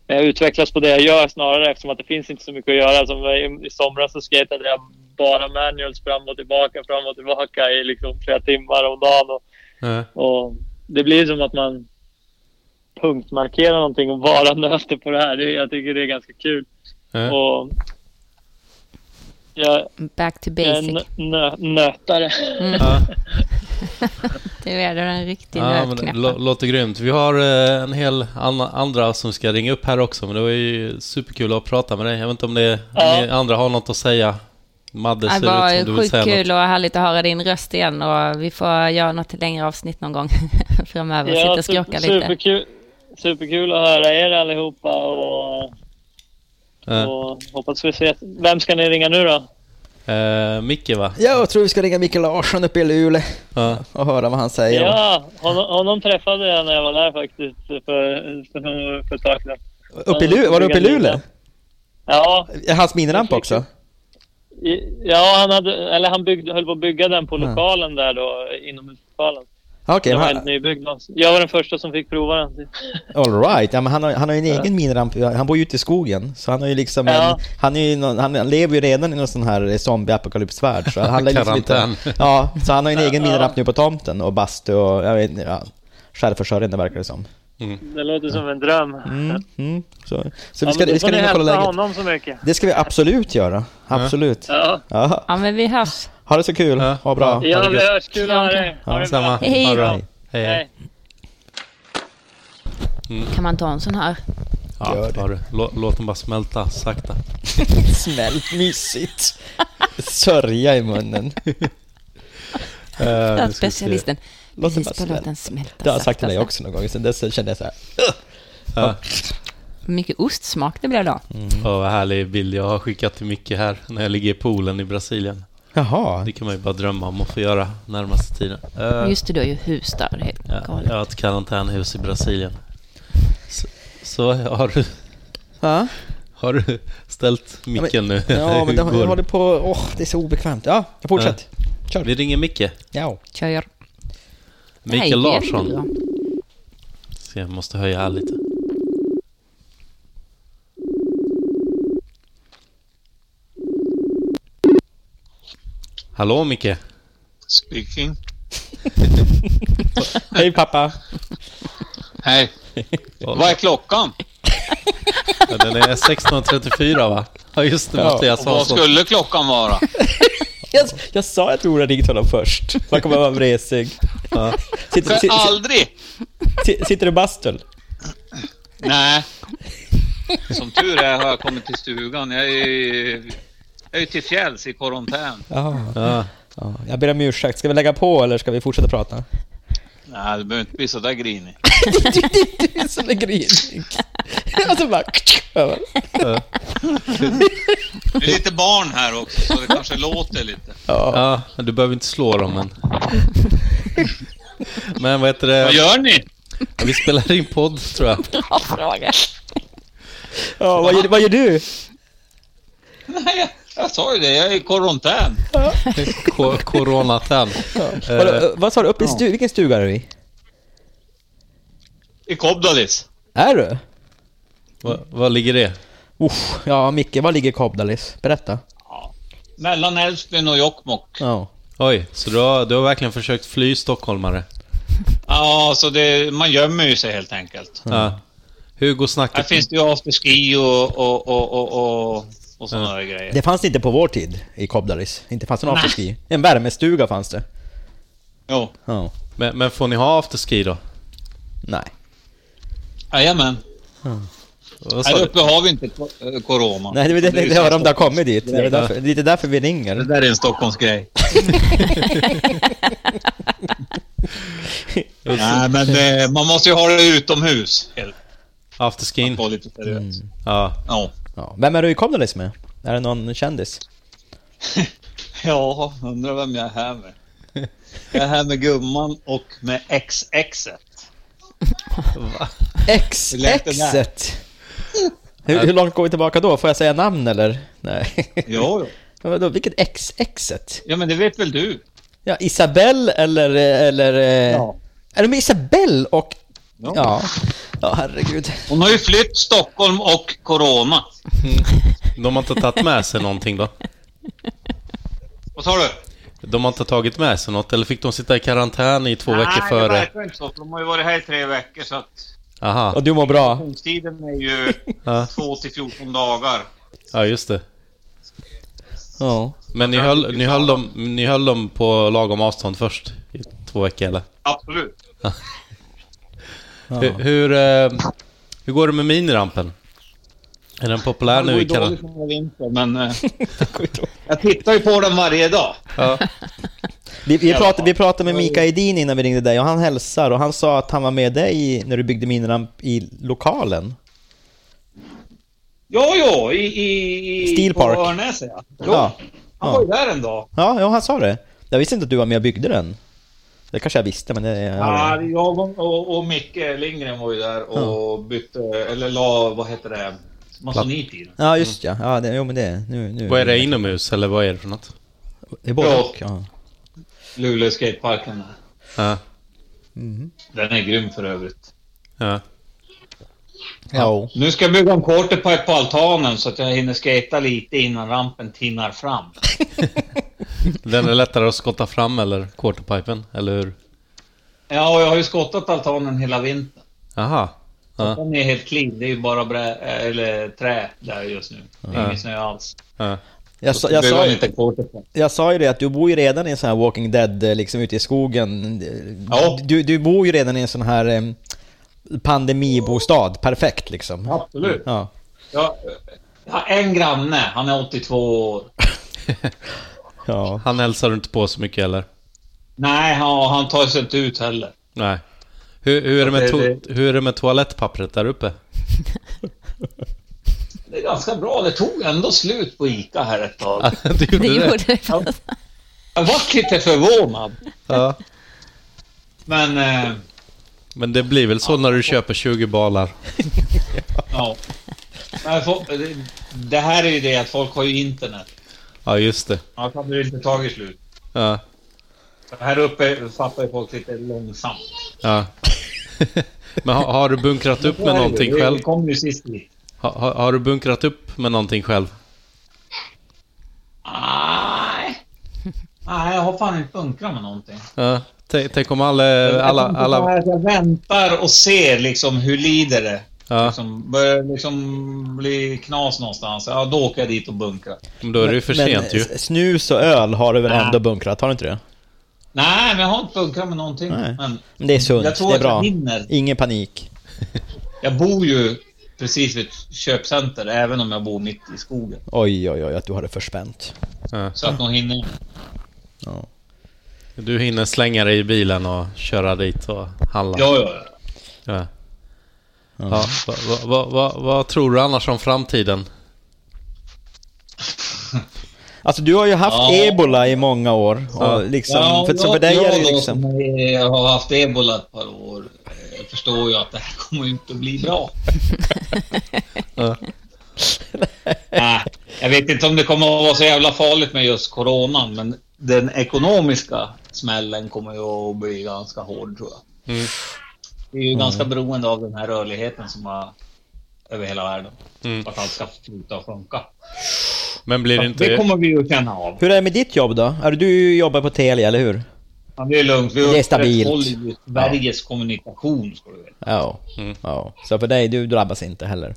S10: Jag utvecklas på det jag gör snarare eftersom att det finns inte så mycket att göra. Som i, i somras så skejtade jag bara manuals fram och tillbaka, fram och tillbaka i liksom flera timmar om dagen. Och,
S1: Ja.
S10: och det blir som att man punktmarkerar någonting och bara *laughs* nöter på det här. Det, jag tycker det är ganska kul.
S1: Ja.
S10: Och jag,
S2: Back to
S10: jag är
S2: basic.
S10: en nö, nötare.
S2: Mm. *laughs*
S1: Ja.
S2: Det är det en riktig
S1: Ja, men det
S2: nötknäpp.
S1: lå- låter grymt. Vi har eh, en hel an- andra som ska ringa upp här också, men det var ju superkul att prata med dig. Jag vet inte om, det,
S10: Ja.
S1: om ni andra har något att säga. Madde
S2: Det
S1: ser
S2: var
S1: ut som du vill
S2: sjukt
S1: säga
S2: kul
S1: något.
S2: och härligt att höra din röst igen och vi får göra något längre avsnitt någon gång *laughs* framöver och sitta och
S10: super-
S2: skurka lite.
S10: Superkul, superkul att höra er allihopa och,
S1: Ja.
S10: och hoppas vi ses. Vem ska ni ringa nu då?
S1: Eh, Micke va?
S3: Ja, jag tror vi ska ringa Mikael Larsson uppe i Luleå
S1: Ja.
S3: och höra vad han säger.
S10: Ja, honom, honom träffade jag när jag var där faktiskt för, för, för ett tag sedan.
S3: Uppe i Luleå? Var det uppe i Luleå?
S10: Ja,
S3: Är hans miniramp också?
S10: i- ja han, hade, eller han byggde, höll på att bygga den på
S3: Ja.
S10: lokalen där då, inomhuslokalen.
S3: Ja, Okej,
S10: den var
S3: men
S10: helt
S3: han-
S10: nybyggd. då. Jag var den första som fick prova den.
S3: all right. Ja, men han, har, han har ju en egen miniramp. Han bor ju ute i skogen. Så han har ju liksom
S10: Ja.
S3: en, han, är ju någon, han lever ju redan i någon sån här zombie-apokalypsvärld. Så
S10: *laughs*
S3: han lägger sig lite...
S1: Karantän.
S3: Ja, så han har ju en egen miniramp nu på tomten och bastu och jag vet inte, ja, självförsörjande verkar det som.
S10: Det låter som en dröm.
S3: Mm, mm. Så, så
S10: Ja,
S3: vi ska,
S10: men då
S3: vi ska
S10: får ni
S3: ringa och kolla
S10: hälsa
S3: läget.
S10: honom så mycket.
S3: Det ska vi absolut göra. Absolut.
S10: Ja,
S3: Ja.
S2: Ja, men vi hörs.
S3: Ha det så kul. Ha bra.
S10: ja vi hörs. Kul att ha dig.
S3: Ja,
S10: Ha det
S1: samma.
S10: bra.
S2: Hej.
S1: Ha det bra. Hej. Mm.
S10: Hej.
S2: Kan man ta en sån här?
S1: Ja,
S3: Gör det.
S1: har du. Lå- Låt den bara
S3: *laughs*
S1: smälta sakta.
S2: *laughs*
S3: Smält, mysigt. Sörja i munnen.
S1: Eh, nu ska vi
S2: *laughs*
S1: se.
S2: Specialisten.
S3: Låten
S2: Precis,
S3: bara
S2: bara låt den
S3: smälta.
S2: smälta
S3: Det har jag sagt
S2: sakta,
S3: till dig
S2: sakta.
S3: också någon gång, sen dess så kände jag så här...
S1: Ja.
S2: Mycket ostsmak det blev då.
S15: Mm.
S1: Ja, vad härlig bild jag har skickat till mycket här när jag ligger i poolen i Brasilien.
S15: Jaha.
S1: Det kan man ju bara drömma om att få göra närmaste tiden. Eh,
S2: Just det, du har ju hus där. Det är helt
S1: ja,
S2: galet.
S1: jag har ett karantänhus i Brasilien. Så, så har du...
S15: Ja?
S1: Har du ställt
S15: Ja, men-
S1: micken nu? *laughs*
S15: Ja, men
S1: Hur
S15: det
S1: går
S15: jag håller på... Åh, det är så obekvämt. Ja, jag fortsätter. Kör.
S1: Vi ringer Micke.
S15: Ja.
S2: Kör. Nej,
S1: Mikael
S2: det är
S1: Larsson.
S2: bra.
S1: Så jag måste höja här lite. Hallå Micke.
S16: Speaking.
S15: *laughs* Hej pappa.
S16: Hej. Vad är klockan?
S1: Ja, den är 16.34 va? Ja just det, Mattias
S16: Vad
S1: Hansson.
S16: skulle klockan
S1: *laughs*
S16: vara?
S3: Jag, jag sa att Ola ringde honom först. Man kommer vara vresig. Ja.
S16: För aldrig!
S3: si- sitter du i bastun?
S16: Nej. Som tur är har jag kommit till stugan. Jag är ju, jag är ju till fjälls i karantän.
S3: Ja. ja. Jag ber om ursäkt. Ska vi lägga på eller ska vi fortsätta prata?
S16: Nej, du behöver inte bli så där
S1: *laughs*
S16: grinig.
S3: Det är *laughs* som en grinig. Och så bara... Ja.
S16: Det är lite barn här också, så det kanske låter lite.
S1: Ja, men du behöver inte slå
S3: *laughs*
S1: dem än. Men vad heter det?
S16: Vad gör ni?
S1: Ja, vi spelar in podd tror jag.
S2: Bra fråga.
S3: Ja, vad, gör, vad gör du?
S16: Nej, jag sa ju det. Jag är i karantän.
S1: Ko- Coronatän. Eh,
S3: Vadå, vad sa du? Uppe i stu- vilken stuga är du i?
S16: I Kobdalis.
S3: Är du?
S1: vad, vad ligger det?
S3: Uff, ja, Micke, var ligger Kobdalis? Berätta.
S16: Mellan Älvsbyn och Jokkmokk.
S3: Ja.
S1: Oj, så du har, du har verkligen försökt fly stockholmare?
S16: Ja, så det, man gömmer ju sig helt enkelt.
S1: Ja. Hugo
S16: Här
S1: snackar...
S16: finns det ju afterski och, och, och, och, och, och sådana där grejer.
S3: Det fanns inte på vår tid i Kobdalis. Inte fanns det någon
S16: Nej.
S3: afterski. En värmestuga fanns det.
S16: Jo.
S3: Ja.
S1: Men, men får ni ha afterski då?
S3: Nej.
S16: Jajamän.
S1: Vad sa
S16: Här
S1: du?
S16: uppe har vi inte ko- eh, corona.
S3: Nej, det var det jag
S16: är ju
S3: tänkte höra om det har
S16: Stockholms-
S3: kommit dit. Det är därför, lite därför vi ringer.
S16: Det där är en
S1: *laughs*
S16: Stockholmsgrej. Nej, men eh, man måste ju ha det utomhus. Helt.
S1: Afterskin?
S16: Var lite
S3: Mm.
S16: seriös.
S1: Ja.
S16: Ja.
S3: Ja. Vem är du i Kobdalis med? Är det någon kändis?
S16: *laughs* ja, undrar vem jag är här med. Jag är här med gumman och med XXet.
S3: X,
S16: Hur lät den där?
S3: Xet. Hur, hur långt går vi tillbaka då? Får jag säga namn eller? Nej.
S16: Jo, jo.
S3: Men Vadå, vilket X, Xet?
S16: Ja, men det vet väl du?
S3: Ja, Isabelle eller... eh, eller ja. Är det med Isabelle och... Ja. ja. herregud.
S16: Hon har ju flytt Stockholm och corona.
S1: Mm. De har inte tagit med sig någonting då?
S16: Vad sa du?
S1: De har inte tagit med sig något? Eller fick de sitta i karantän i två veckor
S16: Nej, det
S1: före?
S16: verkar inte så. för De har ju varit här i tre veckor så att
S1: Aha.
S3: Och du mår bra?
S16: funktionstiden är ju
S1: Ja.
S16: 2 till 14 dagar.
S1: Ja, just det.
S3: Ja.
S1: Men ni höll, ni, höll dem, ni höll dem på lagom avstånd först? I två veckor eller?
S16: Absolut.
S1: Hur, hur, eh, hur går det med minirampen? Är den
S16: Det
S1: populär
S16: går
S1: nu i
S16: ju dåligt
S1: karantän?
S16: med vinter, men
S3: *laughs*
S16: eh, jag tittar ju på den varje dag.
S1: Ja.
S3: Vi, vi, pratade, vi pratade med
S16: Oh.
S3: Mika Edin innan vi ringde dig och han hälsar och han sa att han var med dig i- när du byggde miniramp i lokalen.
S16: Jo, jo, i... i, i
S3: Steel
S16: på
S3: Park.
S16: Örnäset, ja. Jo,
S3: Ja.
S16: han var ju där en dag.
S3: Ja, ja, han sa det. Jag visste inte att du var med och byggde den. Det kanske jag visste, men det...
S16: Ja, jag och, och, och Micke Lindgren var ju där och bytte, eller la, vad heter det, masonit i den.
S3: Ja, just ja. ja det, jo, men det... Nu, nu.
S1: Vad är det inomhus eller vad är det för något?
S3: Det är både
S16: Ja.
S3: och. Ja.
S16: Luleå skateparken.
S1: Ja. Mhm.
S16: Den är grym för övrigt.
S1: Ja.
S3: Ja.
S16: Nu ska jag bygga en quarterpipe på altanen så att jag hinner skata lite innan rampen tinnar fram.
S1: Den är lättare att skotta fram eller quarterpipen, eller hur?
S16: Ja, och jag har ju skottat altanen hela vintern.
S1: Aha. Ja.
S16: Den är helt clean. Det är ju bara brä, eh, eller trä där just nu. Det är ingen snö alls.
S1: Ja.
S3: Jag, sa- jag,
S16: Behöver
S3: sa,
S16: man inte quarterpipe.
S3: jag sa ju det att du bor ju redan i en sån här Walking Dead, eh, liksom ute i skogen.
S16: Ja.
S3: Du, du bor ju redan i en sån här eh, pandemibostad, perfekt liksom.
S16: Absolut.
S3: Ja.
S16: Jag, jag har eh, en granne. Han är 82 år.
S3: ja.
S1: Han hälsar du inte på så mycket eller?
S16: Nej, han, han tar sig inte ut heller.
S1: Nej. Hur, hur, är det med
S16: Det-
S1: to- hur är det med toalettpappret där uppe?
S16: Det är ganska bra. Det tog ändå slut på ICA här ett tag.
S1: det gjorde Det det. gjorde
S16: Ja. Jag vart lite förvånad.
S1: Ja.
S16: Men... Eh,
S1: Men det blir väl så när du köper 20
S16: *laughs*
S1: balar?
S16: ja. Men folk, det- det här är ju det att folk har ju internet.
S1: Ja, just det.
S16: Annars hade det inte tagit slut.
S1: Ja.
S16: Så Här uppe fattar ju folk lite långsamt.
S1: ja. *laughs* Men har, har du bunkrat upp med någonting
S16: Det-
S1: själv?
S16: Det kom ju sist dit.
S1: Ha, ha, har du bunkrat upp med någonting själv?
S16: Nej. Nej, jag har fan inte bunkrat med någonting.
S1: Ja. Tänk, tänk om
S4: Eh,
S1: alla... alla,
S16: jag, tänker så
S1: alla
S16: här att jag väntar och ser liksom hur lider det.
S1: Ja.
S16: Liksom, börjar det liksom bli knas någonstans, ja då åker jag dit och bunkrar.
S1: Men då är det ju för
S4: Men
S1: sent ju.
S4: s- snus och öl har du väl ändå bunkrat? Har du inte det?
S16: Nej, men jag har inte bunkrat med någonting.
S4: Nej.
S16: Men
S4: Men det är sunt,
S16: Jag tror
S4: det är
S16: att jag
S4: bra.
S16: hinner.
S4: Ingen panik.
S16: jag bor ju precis vid ett köpcenter, även om jag bor mitt i skogen.
S4: Oj, oj, oj, att du har det förspänt.
S16: Så att någon hinner.
S1: Du hinner slänga dig i bilen och köra dit och handla?
S16: Ja, ja,
S1: ja. ja vad, vad, vad, vad, vad tror du annars om framtiden?
S4: Alltså du har ju haft
S16: Ja.
S4: ebola i många år. Och liksom, för, så för dig är det
S16: jag,
S4: ju
S16: då
S4: liksom...
S16: som Jag har haft ebola ett par år. eh, Jag förstår ju att det här kommer ju inte att bli bra.
S3: Eh.
S2: *laughs*
S16: Nej, jag vet inte om det kommer att vara så jävla farligt med just coronan, men den ekonomiska smällen kommer ju att bli ganska hård tror jag.
S1: Mm.
S16: Vi är ju
S1: Mm.
S16: ganska beroende av den här rörligheten som har över hela världen.
S1: Mm.
S16: För att allt ska sluta och funka.
S1: Men blir det inte...
S16: Det kommer vi ju känna av.
S4: Hur är det med ditt jobb då? Är det- Du jobbar på Telia, eller hur?
S16: Men det är lugnt. Vi
S4: Det är stabilt.
S16: upprätthåller ju Sveriges kommunikation. Ska du veta.
S4: Ja.
S1: Mm.
S4: ja. Så för dig, du drabbas inte heller?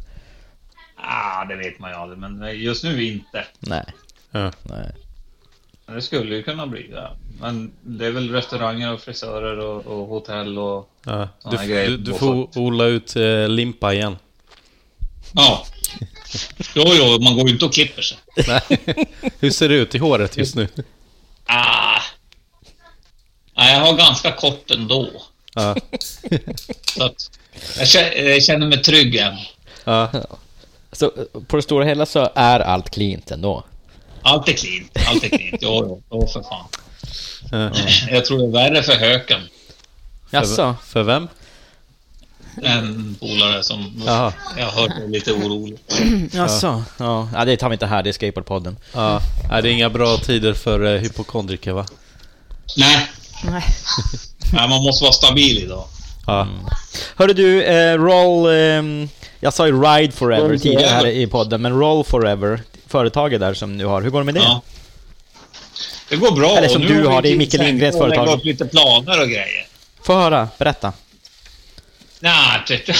S16: Ah, det vet man ju aldrig, men just nu inte.
S4: Nej. Nej.
S16: Men Det skulle ju kunna bli det. Men det är väl restauranger och frisörer och, och hotell och
S1: Ja. Du,
S16: såna
S1: f-
S16: grejer.
S1: du, du får odla ut eh, limpa igen.
S16: Ja. *laughs* Jo, jo, man går ju inte och klipper sig.
S1: *laughs* Nej. Hur ser det ut i håret just nu?
S16: Ah. Nej, jag har ganska kort ändå.
S1: Ja.
S16: Så att jag, känner, jag känner mig trygg än.
S4: Så på det stora hela så är allt cleant ändå?
S16: Allt är klint. Allt är klint. Jo, jo, jo, för fan. *laughs* Jag tror det är värre för höken.
S4: Jaså?
S1: För vem?
S16: En polare som
S4: Jaha.
S16: jag har hört är lite orolig.
S4: Jaså? Ja. ja, det tar vi inte här, det är skateboardpodden.
S1: Ja. Nej, det är inga bra tider för eh, hypokondriker va?
S16: Nej. Nej, man måste vara stabil idag.
S1: Ja.
S4: Mm. Hörru du, eh, Roll... ehm, jag sa ju Ride Forever
S16: Roll
S4: tidigare här
S16: Forever.
S4: i podden, men Roll Forever, företaget där som du har, hur går det med det?
S16: Ja. Det går bra.
S4: Eller som
S16: Nu
S4: du har, det
S16: vi
S4: är Micke
S16: tänkt
S4: Lindgrens
S16: att lägga
S4: företag.
S16: upp lite planer och grejer.
S4: Få höra, berätta.
S16: Nej, det-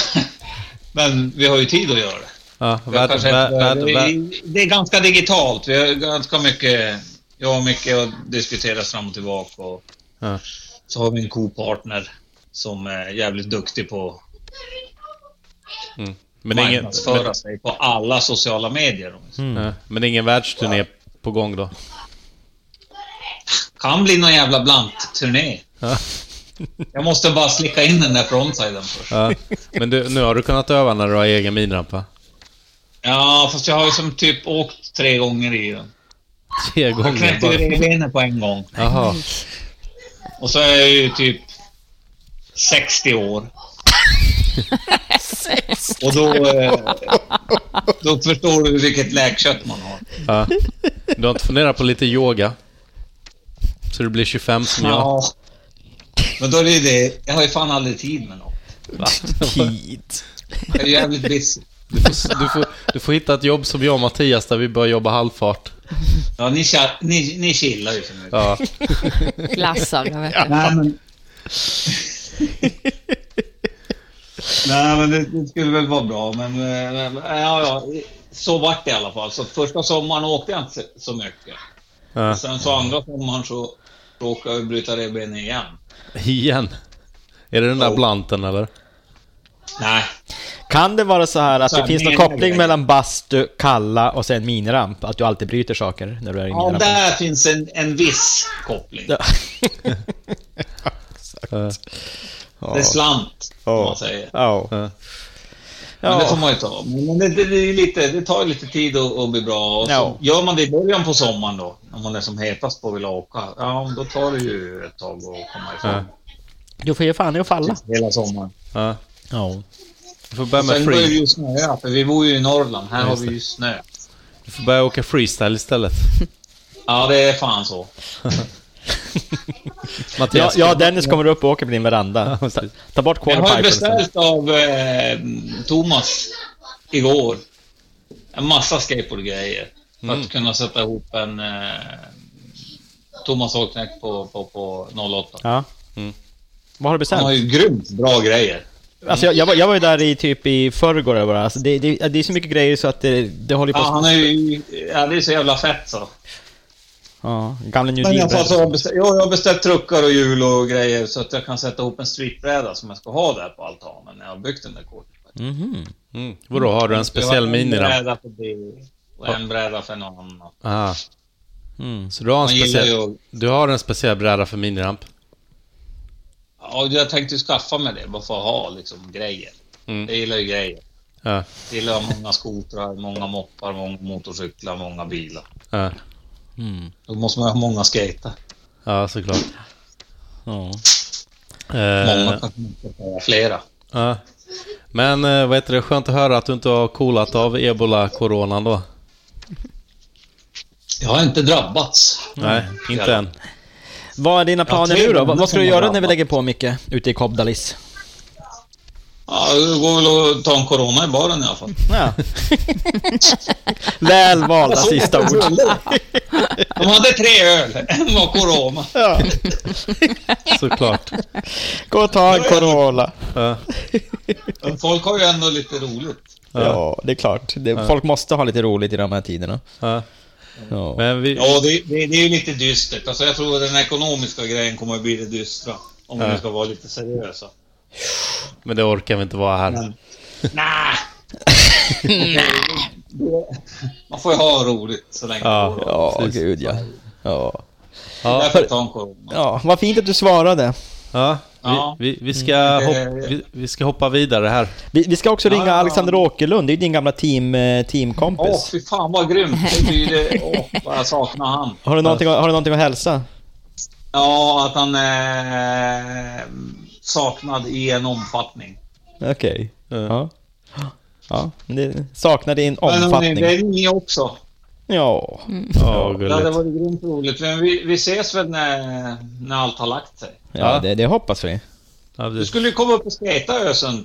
S16: men vi har ju tid att göra det.
S1: Ja,
S16: Vi
S1: vad-
S16: har kanske
S1: vad-
S16: inte-
S1: vad-
S16: det,
S1: vad-
S16: är, det är ganska digitalt. Vi har ganska mycket... Jag och Micke har diskuterat fram och tillbaka. Och
S1: Ja.
S16: så har vi en kopartner som är jävligt duktig på
S1: Mm. Men
S16: att
S1: ingen,
S16: marknadsföra
S1: men, Mm.
S16: sig på alla sociala medier.
S4: Mm.
S1: Ja. men ingen världsturné på gång då?
S16: Kan bli någon jävla blant-turné.
S1: Ja.
S16: *laughs* Jag måste bara slicka in den där frontsiden först.
S1: Ja. Men du, nu har du kunnat öva när du har egen minrampa?
S4: *laughs*
S16: Ja, fast jag har ju som typ åkt tre gånger i den.
S1: Tre
S16: Jag
S1: gånger
S16: knäckte ju revbenen på en gång.
S1: Jaha.
S16: Och så är jag ju typ 60 år. Och då... eh, Då förstår du vilket läkkött man har.
S1: Ja. Du har inte funderat på lite yoga? Så du blir 25 som jag?
S16: Ja. Men då är det ju det. Jag har ju fan aldrig tid med något.
S1: Va?
S16: Jag är jävligt busy.
S1: Du får, du, får, du får hitta ett jobb som jag och Mattias där vi börjar jobba halvfart.
S16: Ja, ni, tja, ni, ni chillar ju för mycket.
S1: Ja.
S2: *laughs* Glassar, jag vet inte.
S16: Nej, men... Nej, men det, det skulle väl vara bra, men... eh, Ja, ja, så vart det i alla fall. Så första sommaren åkte jag inte så- så mycket.
S1: Ja.
S16: Sen så andra sommaren så råkade jag bryta revbenen igen.
S1: Igen. Är det den där blanten eller?
S16: Nej.
S3: Kan det vara så här att
S16: Så
S3: det
S16: här,
S3: finns någon
S16: meningen.
S3: koppling mellan bastu, kalla och sen miniramp? Att du alltid bryter saker när du är i
S16: Ja,
S3: minirampen?
S16: där finns en, en viss koppling. *laughs*
S2: *laughs*
S16: Det är slant, om man säger.
S3: Eh, Ja.
S16: Men det får man ju ta. Men det, det, det, är lite, det tar ju lite tid att, att bli bra. Och så
S3: Ja.
S16: Gör man det i början på sommaren då, när man är som hetast på att vilja åka, ja, då tar det ju ett tag att komma ifrån.
S3: Du får ge fan i att falla.
S16: Hela sommaren.
S1: Ja.
S3: ja.
S1: Du får börja
S16: Sen
S1: med
S16: börjar det
S1: free.
S16: ju snöa, för vi bor ju i Norrland. Här har
S1: Just
S16: vi
S1: det.
S16: ju snö.
S1: Du får börja åka freestyle istället.
S16: Ja, det är fan så.
S3: Ja,
S1: *laughs* Mattias,
S3: ja,
S1: ska-
S3: Dennis kommer upp och åker på din veranda. Ta, ta bort
S16: Jag har ju
S3: quarterpipen istället.
S1: alltså.
S16: beställt av eh, Thomas igår en massa skateboardgrejer för
S1: Mm.
S16: att kunna sätta ihop en eh, Thomas Holknekt på, på, på 08.
S3: Ja.
S1: Mm.
S3: Vad har du beställt?
S16: Han har ju grymt bra grejer.
S3: Alltså jag, jag, var, jag var ju där i typ i förrgår eller vad det var. alltså det, det, det är så mycket grejer så att det, det håller på
S16: Ja, han är ju, ja, det är så jävla fett så.
S3: Ja, gamla New
S16: Men jag, får
S3: Zealand.
S16: alltså, jag har beställt- jag har beställt truckar och hjul och grejer så att jag kan sätta ihop en streetbräda som jag ska ha där på altanen när jag har byggt den där kåken.
S3: Mhm.
S1: Mm. Vadå, har du en speciell
S16: Jag har en
S1: miniramp?
S16: bräda för det och en bräda för någon annan.
S1: Aha.
S3: Mm.
S1: Så du har, en
S16: Man gillar
S1: speciell,
S16: ju
S1: du har en speciell bräda för miniramp?
S16: Ja, jag tänkte ju skaffa mig det bara för att ha liksom grejer.
S1: Mm.
S16: Jag gillar ju grejer.
S1: Ja.
S16: Jag gillar många skotrar, många moppar, många motorcyklar, många bilar.
S1: Ja.
S3: Mm.
S16: Då måste man ha många skater.
S1: Ja, såklart.
S3: Ja.
S1: Eh.
S16: Många kanske man ska ha flera.
S1: Ja. Men eh, vad heter det, skönt att höra att du inte har coolat av ebola-coronan då.
S16: Jag har inte drabbats.
S1: Nej, inte än.
S3: Vad är dina
S16: Jag har
S3: planer
S16: tre
S3: nu då? Vad,
S16: vänner
S3: vad ska
S16: som har
S3: du göra när vi
S16: ramlat.
S3: lägger på mycket ute i Kobdalis?
S16: Ja, det går väl att ta en corona i baren i alla fall.
S3: *laughs* Ja. Väl valda
S16: Alltså,
S3: sista ord.
S16: De hade tre öl, en var corona.
S3: *laughs* Ja.
S1: *laughs* Såklart.
S3: Gå och ta en Corona. *laughs*
S1: Ja.
S16: Folk har ju ändå lite roligt.
S3: Ja, det är klart. Det,
S16: Ja.
S3: Folk måste ha lite roligt i de här tiderna.
S1: Ja.
S3: Ja.
S1: Men vi...
S16: Ja, det, det, det är ju lite dystert. Alltså, jag tror den ekonomiska grejen kommer att bli det dystra. Om vi
S1: Ja.
S16: nu ska vara lite seriösa.
S1: Men det orkar vi inte vara här. *laughs*
S16: Nej. Man får ju ha roligt så länge det
S3: Ja,
S16: går.
S3: ja gud ja. Ja.
S16: Ja, därför ta en corona.
S3: ja, vad fint att du svarade.
S1: Ja,
S16: Ja.
S1: vi, vi, vi, ska
S3: Mm.
S1: hoppa, vi, vi ska hoppa vidare här.
S3: Vi, vi ska också ringa Alexander Åkerlund, det är ju din gamla team, eh,
S16: Åh,
S3: teamkompis.
S16: fy fan vad grymt. Det blir det. Åh, vad jag saknar han.
S3: Har, du någonting, har du någonting att hälsa?
S16: Ja, att han eh, saknad i en omfattning.
S3: Okej. Ja. ja. men det saknar din omfattning.
S16: Men det är ni också.
S3: Ja.
S1: Ja,
S16: Det hade varit grymt roligt. Men vi, vi ses väl när, när allt har lagt sig.
S3: Ja, det, det hoppas vi.
S16: Du skulle ju komma upp och skejta Ösen.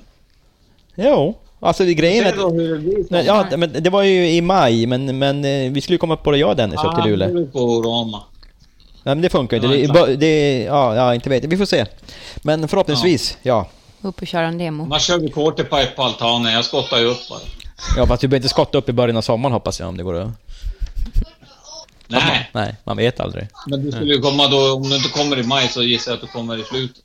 S3: Jo. Alltså det- grejen är
S16: Se då
S3: att...
S16: hur det blir.
S3: Nej, Ja, men det var ju i maj, men, men eh, vi skulle ju komma på det jag och Dennis upp till Luleå.
S16: Han bor på Roma.
S3: Nej, men det funkar inte.
S16: Ja,
S3: Det,
S16: exakt.
S3: det, ja, ja, inte vet jag. Vi får se. Men förhoppningsvis, ja.
S2: Upp och köra en demo.
S16: Man kör vi quarterpipe på altanen. Jag skottar ju upp bara.
S3: Ja, fast du behöver inte skotta upp i början av sommaren hoppas jag, om det går att...
S16: Nej,
S3: Nej, man vet aldrig.
S16: men du
S3: Mm.
S16: skulle ju komma då. Om du inte kommer i maj så gissar jag att du kommer i slutet.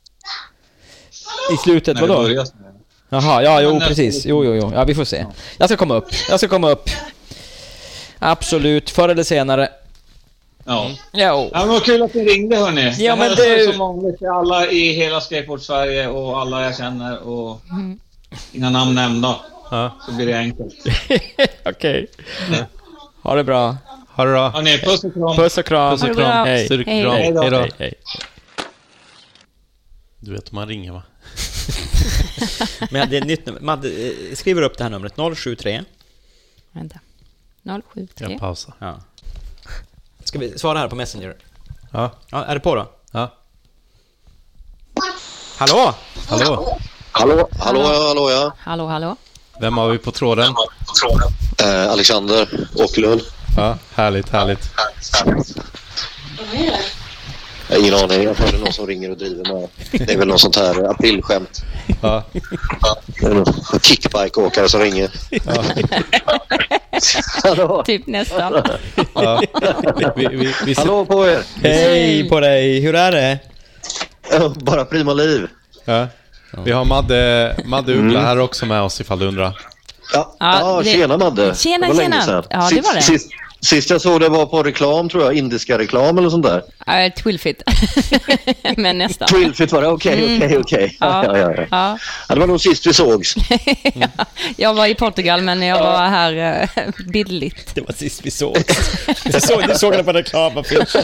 S3: I slutet,
S16: När det
S3: vadå?
S16: börjar snöa.
S3: Jaha, ja, jo,
S16: Men när-
S3: precis. Jo, jo, jo. Ja, vi får se. Jag ska komma upp. Jag ska komma upp. Absolut, förr eller senare.
S16: Ja.
S3: Mm. Ja,
S16: men vad kul att ni ringde hörni.
S3: Ja, men
S16: jag hälsar
S3: du-
S16: som vanligt till alla i hela skateboard-Sverige och alla jag känner och
S2: Mm.
S16: inga namn nämnda.
S1: Ja.
S16: Så blir det enkelt.
S3: Okej. Ha det bra.
S1: Ha det bra.
S16: Hörni, puss och kram.
S3: Puss och kram.
S1: Puss och kram.
S3: Hej.
S1: Styrkekram.
S3: Hej då.
S1: Hej då.
S3: Hej.
S1: Du vet hur man ringer va?
S3: *laughs* Men det är ett nytt nummer. Man eh, skriver upp det här numret. 073.
S2: Vänta. 073.
S1: Jag pausar.
S3: Ja. Ska vi svara här på Messenger?
S1: Ja.
S3: ja är det på då?
S1: Ja.
S3: Hallå?
S1: Hallå?
S17: Hallå, hallå, ja, hallå ja.
S2: Hallå, hallå.
S1: Vem har vi på tråden?
S17: Eh, Alexander Åkerlund.
S1: Ja, härligt, härligt.
S17: Jag har ingen aning, jag tror det är någon som ringer och driver med. Det är väl någon sånt här aprilskämt.
S1: Ja.
S17: Det är någon Kickbike-åkare som ringer. Hallå.
S2: *laughs* Typ nästan.
S1: Ja. Vi, vi, vi...
S17: Hallå på er!
S3: Hej på dig! Hur är det?
S17: Bara prima liv.
S1: Ja. Vi har Madde, Madde
S17: Mm.
S1: Uggla här också med oss ifall du undrar.
S17: Ja,
S2: Ja,
S17: ja,
S2: det-
S17: tjena Madde.
S2: Tjena,
S17: det var länge
S2: tjena.
S17: sedan.
S2: Ja, det var det.
S17: Sist, sist, sist jag såg det var på reklam tror jag, indiska reklam eller sånt där.
S2: Äh, Twilfit. *laughs* Men nästan.
S17: Twilfit var det, okej,
S2: Mm.
S17: okej, okej.
S2: Ja.
S17: Ja, ja, ja.
S2: Ja,
S17: Ja, det var nog sist vi sågs.
S2: jag var i Portugal men jag var här eh, *laughs* bildligt.
S3: Det var sist vi såg. Så såg du såg det på reklamaffisch.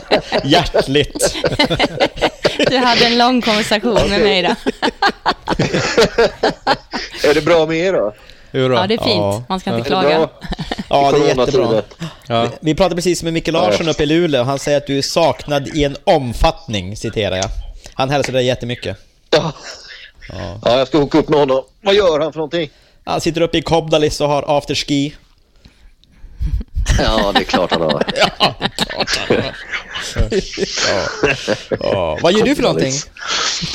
S3: Hjärtligt.
S2: Du hade en lång konversation med mig där.
S17: Är det bra med er då?
S2: Ja, det är fint. Man ska inte klaga.
S3: Ja, det är
S17: Coronatider.
S3: jättebra. Vi- Vi pratade precis med Micke Larsson uppe i Luleå. Han säger att du är saknad i en omfattning, citerar jag. Han hälsar dig jättemycket. Ja.
S17: ja, jag ska hooka upp med honom. Vad gör han för någonting?
S3: Han sitter uppe i Kobdalis och har
S17: *laughs*
S3: afterski.
S17: Ja, det är klart han har.
S3: Ja, det är klart han har. Ja. Ja. Vad gör du för någonting?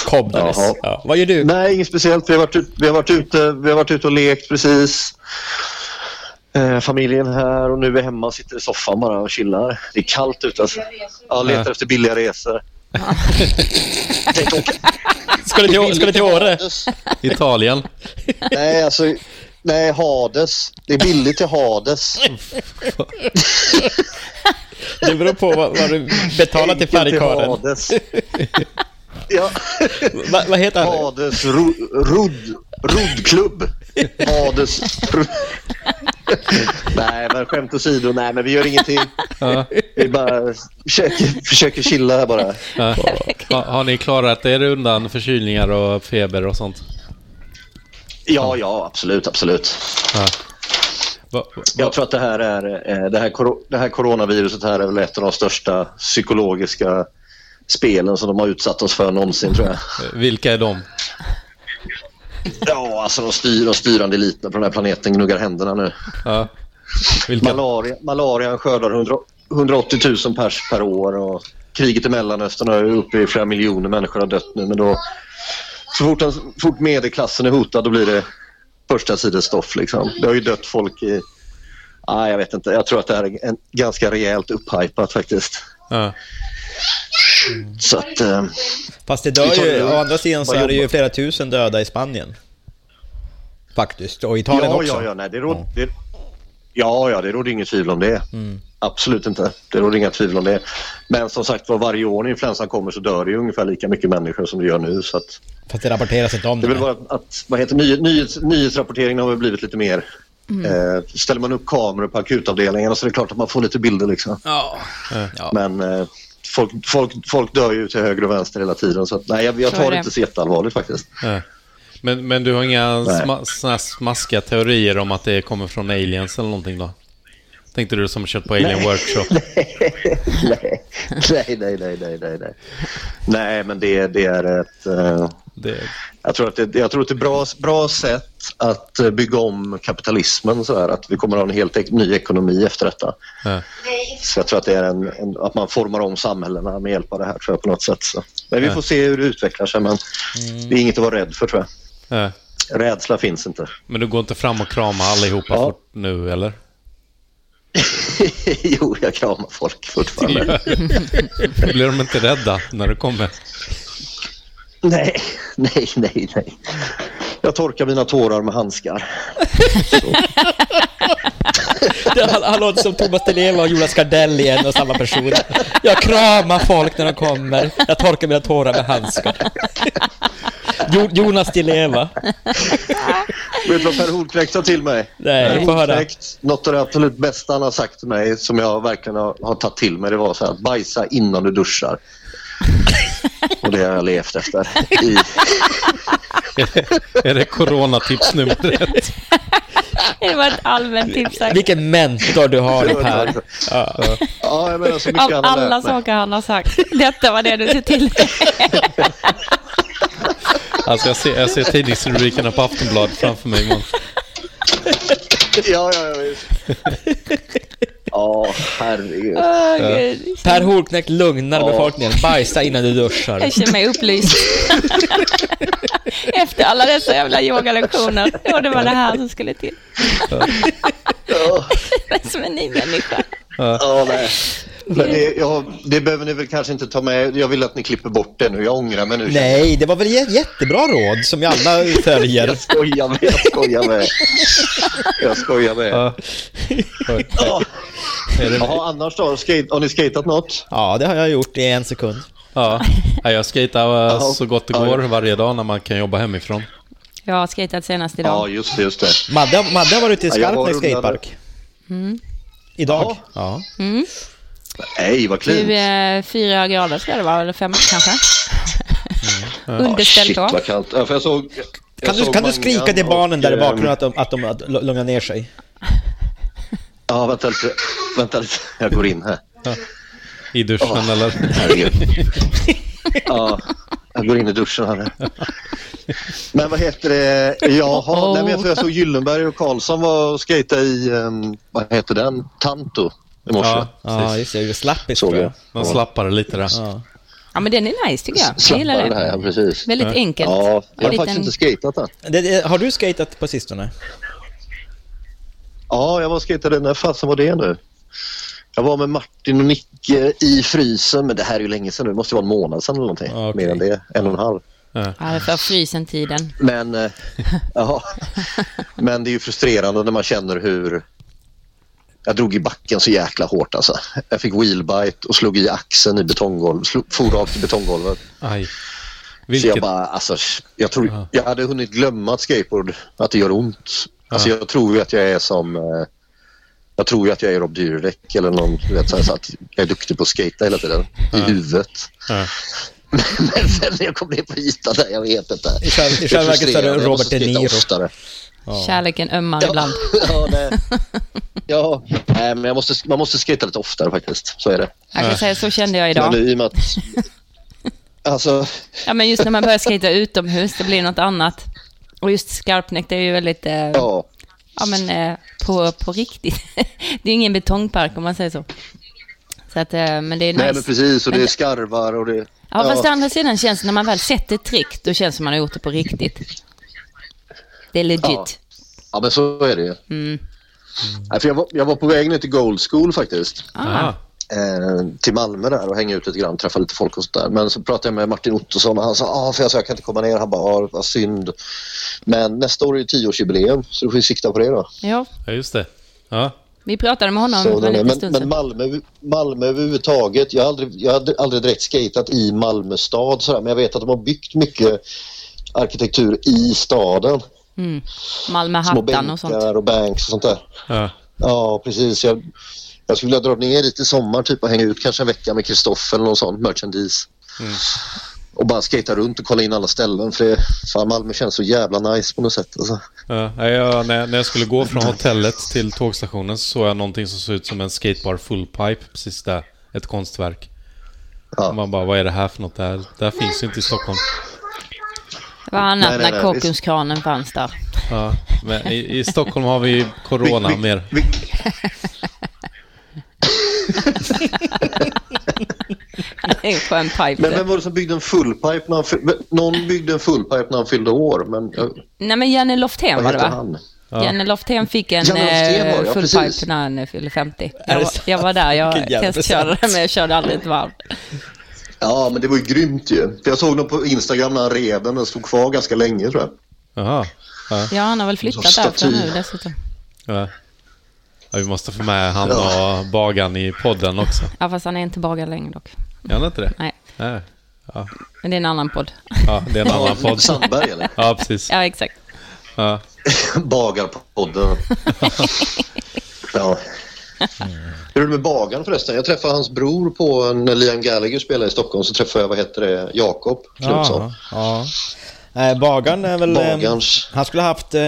S3: Kobdalis.
S17: Jaha.
S3: Ja. Vad gör du?
S17: Nej, inget speciellt. Vi har varit, ut, vi har varit, ute, vi har varit ute och lekt precis. Eh, familjen här och nu är vi hemma och sitter i soffan bara och chillar. Det är kallt ute. Alltså. Ja, letar
S3: Ja.
S17: efter billiga resor. *laughs*
S3: Ska du till, ska du till Åre?
S1: Italien.
S17: Nej, alltså... Nej, Hades. Det är billigt till Hades.
S3: Det beror på vad, vad du betalar till
S17: Enkelt till
S3: färgkarlen.
S17: Hades. Ja.
S3: Va, vad heter han?
S17: Hades ro, rod, Rodklubb. Hades... nej, men skämt åsido. Nej, men vi gör ingenting.
S1: Ja.
S17: Vi bara försöker, försöker chilla här bara.
S1: Ja. Ha, har ni klarat er undan förkylningar och feber och sånt?
S17: Ja, ja, absolut, absolut.
S1: Ja.
S17: Jag tror att det här, är, eh, det, här, kor- det här coronaviruset här är väl ett av de största psykologiska spelen som de har utsatt oss för någonsin tror jag.
S1: Eh, Vilka är de?
S17: Ja, alltså de, styr, de styrande eliterna på den här planeten gnuggar händerna nu.
S1: Ja.
S17: Malaria, malarian skördar 100, 180 000 pers per år och kriget i Mellanöstern är uppe i flera miljoner människor har dött nu. Men då, så fort, den, fort medelklassen är hotad då blir det första sidans stoff. Liksom. Det har ju dött folk i... Ah, jag vet inte. Jag tror att det här är en, ganska rejält upphypat faktiskt.
S1: Ja.
S17: Så att... Eh,
S3: Fast det dör
S17: Vi tar
S3: ju,
S17: det.
S3: å andra sidan så
S17: Bara
S3: är det ju
S17: jobba.
S3: flera tusen döda i Spanien. Faktiskt, och Italien
S17: ja,
S3: också.
S17: Ja, ja, nej, det råd, det, ja, ja, det råder inget tvivel om det.
S3: Mm.
S17: Absolut inte. Det råder inga tvivel om det. Men som sagt var, varje år när influensan kommer så dör det ju ungefär lika mycket människor som det gör nu. Så att,
S3: Fast det rapporteras inte om
S17: det
S3: det.
S17: är väl bara att, vad heter, nyhets, nyhets, nyhetsrapporteringen har väl blivit lite mer...
S3: Mm.
S17: Eh, ställer man upp kameror på akutavdelningarna så är det klart att man får lite bilder. Liksom.
S5: Ja.
S17: Men eh, folk, folk, folk dör ju till höger och vänster hela tiden. Så att, nej, jag, jag
S1: Så är
S17: tar
S1: det.
S17: det inte så jätteallvarligt
S1: *laughs*
S17: faktiskt.
S1: Nej. Men, men du har inga
S17: Nej.
S1: sma, såna här smaskiga teorier om att det kommer från aliens eller någonting då? Tänkte du som kört på Alien
S17: *laughs* Nej.
S1: Workshop?
S17: nej, nej, nej, nej, nej, nej, nej. Nej, men det, det är ett... eh, Jag tror att det, jag tror att det är ett bra, bra sätt att eh, bygga om kapitalismen så här, att vi kommer att ha en helt ek- ny ekonomi efter detta.
S1: Ja.
S17: Så jag tror att det är en, en, att man formar om samhällena med hjälp av det här tror jag på något sätt. Så. Men vi
S1: Ja.
S17: får se hur det utvecklar sig, men det är inget att vara rädd för tror jag.
S1: Ja.
S17: Rädsla finns inte. *laughs*
S1: Men du går inte fram och kramar allihopa fort nu eller?
S17: jo, jag kramar folk fortfarande.
S1: *laughs* Blir de inte rädda när du kommer?
S17: *laughs* Nej, nej, nej, nej. Jag torkar mina tårar med handskar.
S3: *laughs* Han, han låter som Thomas Di Leva och Jonas Gardell i en och samma person. Jag kramar folk när de kommer. Jag torkar mina tårar med handskar. Jo, Jonas Di Leva.
S17: Vet du vad Per Holknekt sa till mig?
S3: Nej,
S17: Per
S3: jag får höra.
S17: Holknekt, något av det absolut bästa han har sagt till mig som jag verkligen har, har tagit till mig det var så här, bajsa innan du duschar. Och det har jag levt efter. I...
S1: *laughs* Är det coronatips nummer ett?
S2: *laughs* Det var ett allmänt tips. tack.
S3: Vilken mentor du har i Per. Ja.
S17: Ja, jag menar så mycket
S2: Av
S17: han har lärt
S2: alla
S17: mig.
S2: saker han har sagt. Detta var det du såg till.
S1: Alltså jag ser, jag ser tidningsrubrikerna på Aftonbladet framför mig imorgon.
S17: Ja, ja, ja. visst. Ja, herregud.
S2: Åh, gud.
S3: Per Holknekt lugnar befolkningen. Bajsa innan du duschar.
S2: Jag känner mig upplyst. Efter alla dessa jävla yogalektioner. Och det var det här som skulle till.
S17: Ja.
S2: *laughs* Det är Som en ny människa.
S17: Ja, nej. Men det, ja, det behöver ni väl kanske inte ta med. Jag vill att ni klipper bort det nu. Jag ångrar mig nu.
S4: Nej, det var väl jä- jättebra råd som vi alla följer.
S17: Jag skojar med. Jag skojar med. Jag skojar med. Ja. Jaha, annars då? Skate, har ni skatat något?
S4: Ja, det har jag gjort i en sekund.
S1: Ja, Nej, jag skejtar eh, så gott det går varje dag när man kan jobba hemifrån.
S2: Jag har skejtat senast idag.
S17: just det, just det.
S4: Madde, Madde har varit ute i
S1: Ja, jag var
S4: Skarpnäcks
S1: undrade.
S4: skatepark.
S2: Mm.
S4: Idag? Ja.
S2: Mm.
S17: Nej, vad
S2: Nu, eh, fyra grader ska det vara, eller fem kanske. Underställt
S17: Shit,
S2: då.
S17: vad kallt. Ja, för jag såg, jag
S4: Mm. Kan du,
S17: såg
S4: kan du
S17: Mangan
S4: skrika till
S17: och,
S4: barnen där i
S17: ehm,
S4: bakgrunden att de, att de att de lugnar ner sig?
S17: Ja, vänta lite. Vänta lite. Jag går in här.
S1: I duschen
S17: Åh,
S1: eller? *laughs*
S17: herregud. Ja, jag går in i duschen här. Men vad heter det? Jaha, nej, men jag, tror jag såg Gyllenberg och Karlsson var och skejtade i, ehm, vad heter den, Tanto i morse.
S1: Ja,
S4: Ja, just det. Slappis tror jag.
S1: Man slappade lite där.
S2: Ja, men den är nice tycker jag. Jag gillar
S4: Slappare
S2: det.
S4: det här, ja, precis.
S2: Väldigt enkelt.
S4: Ja, jag har
S2: En
S4: faktiskt
S2: liten-
S4: inte skatat än. Det, det, har du skatat på sistone?
S17: Ja, jag var och skejtade. När fasen var det nu? Jag var med Martin och Nicke i frysen, men det här är ju länge sedan nu. Det måste ju vara en månad sedan eller någonting. Mer än det, en och en halv.
S2: Ja, det är för frysen-tiden.
S17: Men, eh, *laughs* ja. Men det är ju frustrerande när man känner hur... Jag drog i backen så jäkla hårt alltså. Jag fick wheelbite och slog i axeln i betonggolvet. Slog- For rakt i betonggolvet.
S1: Aj.
S17: Så jag bara, alltså, jag, tror, jag hade hunnit glömma att skateboard, att det gör ont. Alltså, jag tror ju att jag är som... eh, Jag tror ju att jag är Rob Dyrdek eller någon, du vet, så här, så att jag är duktig på att skata hela tiden i huvudet. Men sen när *laughs* jag kom ner på ytan, där, jag vet inte.
S4: I själva- i själva verket så är det
S17: frustrerande. Jag
S4: Robert
S17: måste
S4: De
S17: skata
S4: Niro.
S17: oftare.
S2: Kärleken ömmar ibland.
S17: *laughs* Ja, det, ja nej, men jag måste, man måste skata lite oftare faktiskt. Så är det.
S2: Jag kan säga så kände jag
S17: Men
S2: idag.
S17: nu, i och med
S2: *laughs*
S17: att... Alltså,
S2: Ja, men just när man börjar skejta utomhus, det blir något annat. Och just Skarpnäck, det är ju väldigt... Eh,
S17: ja.
S2: men eh, på, på riktigt. *laughs* det är ingen betongpark om man säger så. Så att, eh, men det är nice.
S17: nej men precis. Och det
S2: Men-
S17: är skarvar och det...
S2: Ja, fast å andra sidan känns det när man väl sett ett trick, då känns det som man har gjort det på riktigt. Det är legit.
S17: Ja. ja, men så är det ju.
S2: Mm.
S17: Nej, för jag, var, jag var på väg ner till Gold School faktiskt.
S2: Ah.
S17: Eh, till Malmö där och hänga ut lite grann, träffa lite folk och sånt där. Men så pratade jag med Martin Ottosson och han sa ah, för jag, sa, jag kan inte komma ner. Han bara, ah, vad synd. Men nästa år är det tioårsjubileum så du får ju sikta på det då.
S2: Ja,
S1: Ja, just det. Ja.
S2: vi pratade med honom
S17: Så,
S2: för en
S17: men
S2: liten stund
S17: men
S2: sedan.
S17: Malmö, Malmö överhuvudtaget, jag har aldrig, jag hade aldrig direkt skatat i Malmö stad sådär, men jag vet att de har byggt mycket arkitektur i staden.
S2: Mm.
S17: Små
S2: Malmöhattan
S17: bänkar
S2: och sånt.
S17: och banks och sånt där.
S1: Ja,
S17: precis. Jag, jag skulle vilja dra ner dit i sommar typ, och hänga ut kanske en vecka med Kristoffer eller någon sån, merchandise.
S1: Mm.
S17: Och bara skata runt och kolla in alla ställen för det, fan, Malmö känns så jävla nice på något sätt. Alltså.
S1: Ja, nej, jag, när, jag- när jag skulle gå från hotellet till tågstationen så såg jag någonting som såg ut som en skatebar fullpipe precis där. Ett konstverk. Och Man bara, vad är det här för något? Det här, det här finns ju inte i Stockholm.
S2: Det var annat
S1: Nej, nej,
S2: när
S1: nej, visst.
S2: Kockumskranen fanns där.
S1: Ja, men i, i Stockholm har vi ju corona
S17: Vi- vi-
S1: mer.
S2: *laughs* det är en skön pipe.
S17: Men vem var det som byggde en fullpipe när han fyllde, Någon byggde en fullpipe när han fyllde år, men jag,
S2: Nej, men Janne Lofthén
S17: vad
S2: var det
S17: hette
S2: va?
S17: han?
S2: Janne Lofthén fick en
S17: Janne Lofthén var det,
S2: eh,
S17: ja,
S2: full
S17: precis.
S2: pipe när han eh, fyllde 50.
S17: Är
S2: Jag
S17: det
S2: var,
S17: sant?
S2: jag var där, jag
S17: Vilken jävla
S2: testkörde
S17: present.
S2: men jag körde aldrig ett varv.
S17: Ja, men det var ju grymt ju. För jag såg den på Instagram när han rev den. Den stod kvar ganska länge tror jag.
S1: Jaha. Ja.
S2: Ja, han har väl flyttat
S17: Som
S2: därifrån
S17: staty.
S2: nu dessutom.
S1: Ja. Ja, vi måste få med han och Bagan i podden också.
S2: Ja, fast han är inte bagare längre dock.
S1: Är han inte det?
S2: Nej.
S1: Nej. Ja.
S2: Men det är en annan podd.
S1: ja, det är en annan podd.
S17: Sandberg, eller?
S1: Ja, precis.
S2: Ja, exakt.
S1: Ja.
S17: *laughs*
S1: *laughs*
S17: Bagarpodden. ja. Mm. Hur är det med bagaren förresten? Jag träffade hans bror på när Liam Gallagher spelade i Stockholm så träffade jag, vad heter det, Jakob Knutsson.
S4: Ja. ja. Eh, Bagaren är väl... eh,
S17: Bagarns.
S4: Han skulle ha haft eh,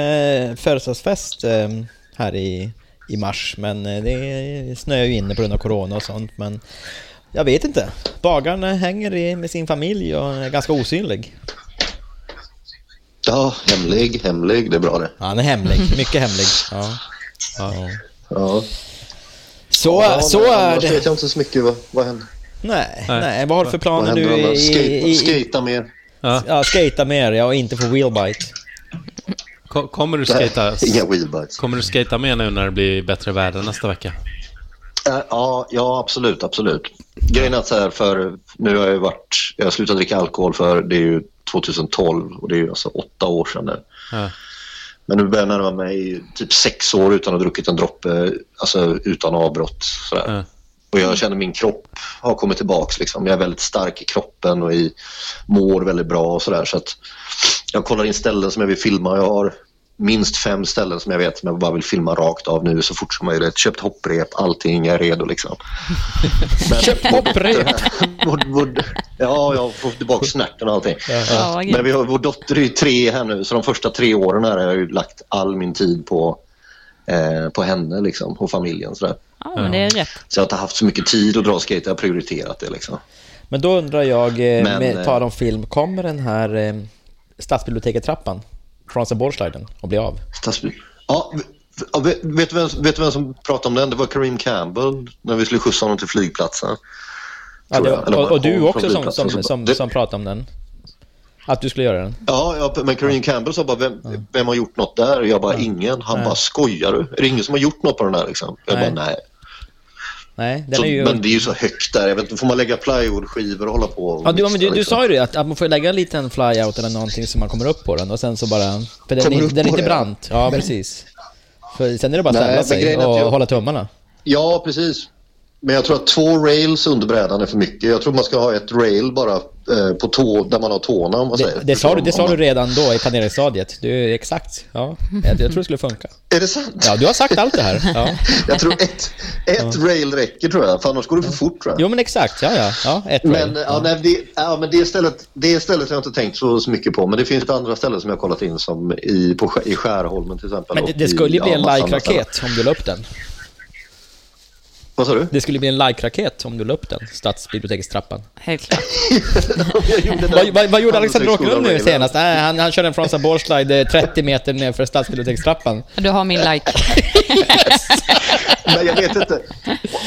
S4: födelsedagsfest eh, här i, i mars, men eh, det snöar ju inne på grund av corona och sånt. Men jag vet inte. Bagaren eh, hänger i, med sin familj och är ganska osynlig.
S17: Ja, hemlig, hemlig, det är bra det.
S4: Han är
S17: *laughs*
S4: hemlig, mycket hemlig. Ja.
S17: Ja.
S4: Så,
S17: Ja,
S4: så
S17: nej,
S4: är
S17: annars vet
S4: det.
S17: jag inte så mycket vad, vad händer.
S4: Nej, nej, vad har du för planer
S17: Vad
S4: nu
S17: händer
S4: i...
S17: annars? Skate-
S4: i, i
S17: skata mer.
S1: Ja.
S4: ja, skata mer, ja, och inte få wheelbite.
S1: Ko- Kommer du
S4: Nej,
S1: skata?
S4: inga
S1: Kommer du skata med nu när det blir bättre väder nästa vecka?
S17: Äh, Ja, ja absolut, absolut. Grejen är att så här, för nu har jag ju varit, jag har slutat dricka alkohol för det är ju 2012 och det är ju alltså åtta år sedan nu.
S1: Ja.
S17: Men nu börjar jag närma mig typ sex år utan att ha druckit en droppe, alltså utan avbrott. Sådär. Och jag känner min kropp har kommit tillbaka. Liksom. Jag är väldigt stark i kroppen och i, mår väldigt bra och sådär. Så att jag kollar in ställen som jag vill filma. Jag har minst fem ställen som jag vet som jag bara vill filma rakt av nu så fort som möjligt. Köpt hopprep, allting är redo liksom. Köpt hopprep? ja, jag får tillbaka snärten och allting.
S10: Ja, vad grymt.
S17: Men vi har, vår dotter är ju tre här nu så de första tre åren här har jag ju lagt all min tid på, eh, på henne liksom, och familjen. Sådär.
S2: Ja, men det är rätt.
S17: Så jag har inte haft så mycket tid att dra skate, jag har prioriterat det. Liksom.
S3: Men då undrar jag, eh,
S17: Men,
S3: med
S17: eh,
S3: tal om film, kommer den här eh, Stadsbiblioteket-trappan från Seborgsliden att bli av?
S17: Stadsbil. Ja, v- ja, vet, vet, du vem, vet du vem som pratade om den? Det var Kareem Campbell när vi skulle skjutsa honom till flygplatsen.
S3: Ja,
S17: Tror
S3: det,
S17: jag. Eller var
S3: och,
S17: det
S3: och du
S17: hon
S3: också
S17: från
S3: som,
S17: flygplatsen
S3: som,
S17: bara-
S3: som, som pratade om den. Att du skulle göra den.
S17: alltså, Ja, ja, men Kareem Campbell sa bara, vem, vem har gjort något där? Jag bara, ingen. Han
S3: Nej.
S17: bara, skojar du? Är det ingen som har gjort något på den här? Liksom? Jag
S3: Nej.
S17: bara, nej.
S3: Nej, den
S17: Så,
S3: är ju...
S17: Men det är ju så högt där. Jag vet inte, får man lägga plywoodskivor och hålla på? och
S3: Ja, du, ja, men
S17: mixa,
S3: du, du
S17: liksom?
S3: sa ju det, att, att man får lägga en liten flyout eller någonting så man kommer upp på den och sen så bara... För den,
S17: Kommer
S3: är-
S17: upp
S3: den är
S17: på
S3: inte
S17: det?
S3: brant. Ja,
S17: Men-
S3: precis. För sen är det bara att
S17: Nej,
S3: ställa
S17: men
S3: sig
S17: grejen är
S3: och
S17: att jag-
S3: hålla tummarna.
S17: Ja, precis. Men jag tror att två rails under brädan är för mycket. Jag tror man ska ha ett rail bara eh, på tå, där man har tårna. Om man säger.
S3: Det, det, sa, du, det
S17: Om
S3: sa
S17: man-
S3: du redan då i planeringsstadiet. Du, exakt. Ja, jag, jag tror det skulle funka.
S17: *laughs* Är det sant?
S3: *laughs* Ja, du har sagt allt det här. Ja.
S17: Jag tror ett, ett rail räcker tror jag, för annars går det för fort tror jag.
S3: Jo, men exakt. Ja, ja. ja ett
S17: Men, ja, nej, det, ja, men det, stället, det stället har jag inte tänkt så, så mycket på. Men det finns ett andra ställe som jag har kollat in som i, på, Skär- i Skärholmen till exempel.
S3: Men det,
S17: och
S3: det
S17: i,
S3: skulle ju bli
S17: ja,
S3: en
S17: massa andra ställen.
S3: like-raket om du la upp den.
S17: Vad sa du?
S3: Det skulle bli en like-raket om du la upp den, Stadsbibliotekstrappan.
S2: Helt
S17: *laughs*
S2: klart.
S3: Vad, vad, vad gjorde Alexander
S2: Handelshögskolan
S3: Åkerlund nu
S2: Raven.
S3: senast? Nej, han, han körde en Fransa Borslide eh, 30 meter nerför Stadsbibliotekstrappan.
S2: Du har min like.
S17: Men jag vet inte.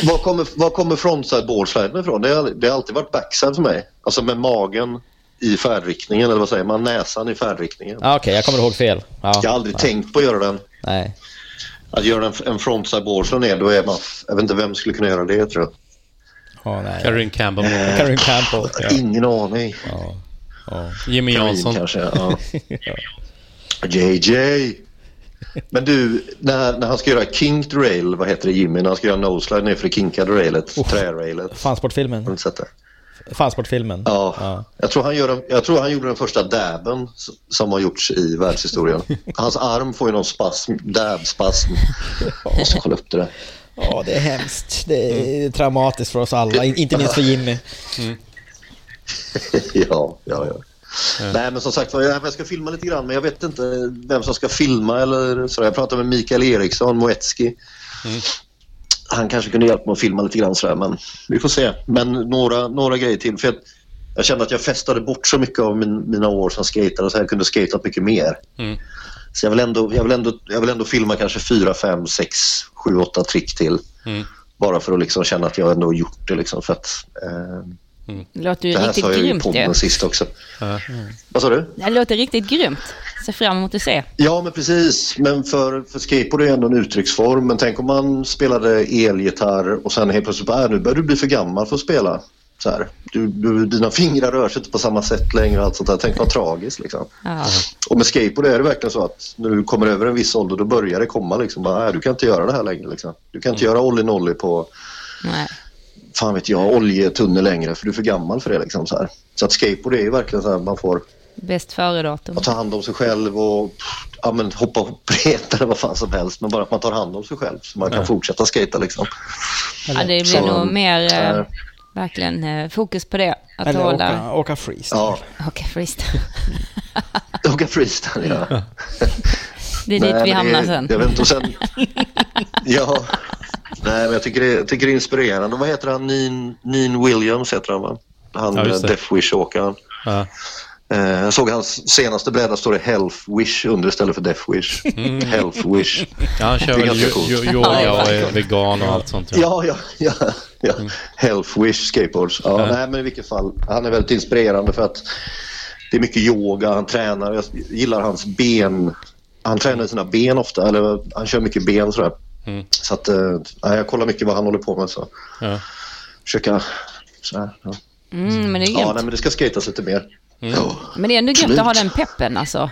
S17: Var kommer, var kommer frontside boardsliden ifrån? Det har, det har alltid varit backside för mig. Alltså med magen i färdriktningen, eller vad säger man? Näsan i färdriktningen.
S3: Ah, Okej, jag kommer ihåg fel. Ja.
S17: Jag har aldrig tänkt på att göra den.
S3: Nej.
S17: Att göra en, en frontside boardslide ner, då är man... Jag vet inte vem skulle kunna göra det, tror jag.
S3: Ja, nej.
S1: Karin Campbell.
S3: Karin Campbell. Ja.
S17: Ingen aning.
S3: Ja.
S1: Jimmy
S17: Karin
S1: Jansson.
S17: kanske, ja. JJ! Men du, när, när han ska göra kinked rail, vad heter det Jimmy? När han ska göra noseslide ner för det kinkade railet,
S3: Oh.
S17: trärailet.
S3: Fansportfilmen.
S17: Har du inte sett det?
S3: Fansportfilmen.
S17: Ja, Jag, tror han gör en, jag tror han gjorde den första dabben s- som har gjorts i världshistorien. Hans arm får ju någon spasm, dab-spasm. Jag måste kolla upp det där.
S3: Ja, det är hemskt. Det är
S17: Mm.
S3: traumatiskt för oss alla, in- inte minst för Jimmy.
S17: ja, ja, ja. Nej, men som sagt var, jag jag ska filma lite grann, men jag vet inte vem som ska filma eller sådär. Jag pratade med Mikael Eriksson, Moetski.
S1: Mm,
S17: Han kanske kunde hjälpa mig att filma lite grann sådär, men vi får se. Men några, några grejer till. För jag, jag kände att jag festade bort så mycket av min, mina år som skatare så jag kunde skatat mycket mer.
S1: Mm.
S17: Så jag vill, ändå, jag, vill ändå, jag vill ändå filma kanske fyra, fem, sex, sju, åtta trick till.
S1: Mm.
S17: Bara för att liksom känna att jag ändå har gjort det. Liksom, för att, eh,
S1: Mm.
S2: Det låter ju
S17: det här
S2: riktigt
S17: sa jag ju i
S2: grymt
S17: podden
S2: ju.
S17: sist också. Vad sa du?
S2: Det låter riktigt grymt. Ser fram emot att se.
S17: Ja, men precis. Men för, för skateboard är ju ändå en uttrycksform. Men tänk om man spelade elgitarr och sen helt plötsligt bara, äh, nu börjar du bli för gammal för att spela. Så här. Du, du, dina fingrar rör sig inte på samma sätt längre och allt sånt där. Tänk vad tragiskt liksom.
S2: Ja.
S17: Och med skateboard är det verkligen så att när du kommer över en viss ålder då börjar det komma liksom. Bara, äh, du kan inte göra det här längre liksom. Du kan inte göra ollie-nollie på
S2: Nej.
S17: fan vet jag, oljetunnel längre för du är för gammal för det liksom. Så, här. så att skateboard är ju verkligen så här man får
S2: Bäst före-datum.
S17: att ta hand om sig själv och pff, ja, men hoppa hopprep eller vad fan som helst. Men bara att man tar hand om sig själv så man kan
S1: Ja.
S17: fortsätta skata liksom.
S2: Ja, det blir
S17: Så,
S2: nog mer eh,
S17: eh,
S2: verkligen eh, fokus på det. Att
S17: Eller
S2: hålla...
S17: åka-
S3: åka freestyle.
S17: Ja.
S2: Åka freestyle. *laughs*
S17: Åka freestyle, ja.
S2: Det är dit vi
S17: men
S2: hamnar
S17: det-
S2: sen.
S17: Jag vet inte,
S2: *laughs*
S17: och sen... ja. Nej, men jag tycker, det, jag tycker det är inspirerande. Vad heter han? Nin, Nin Williams heter han, va? Han,
S1: Ja,
S17: ja,
S1: just det.
S17: Death Wish-åkaren.
S1: Ja.
S17: Eh, Jag såg hans senaste bräda står det Health Wish under istället för Death Wish.
S1: Mm.
S17: Health Wish.
S1: Ja, han kör
S17: Det är
S1: väl
S17: ganska
S1: yo-
S17: coolt.
S1: yo- yoga och är vegan och allt sånt. tror jag.
S17: Ja, ja, ja. ja. Health Wish Skateboards. Ja,
S1: Mm. Ja.
S17: Nej, men i vilket fall. Han är väldigt inspirerande för att det är mycket yoga, han tränar. Jag gillar hans ben. Han tränar sina ben ofta, eller han kör mycket ben sådär.
S1: Mm.
S17: Så att, eh, nej, jag kollar mycket vad han håller på med. Så.
S1: Ja.
S17: Försöka så här, ja.
S2: Mm, men det är
S17: ja,
S2: grymt.
S17: nej, men det ska skatas lite mer. Ja.
S2: Men det är ändå grymt att ha den peppen alltså.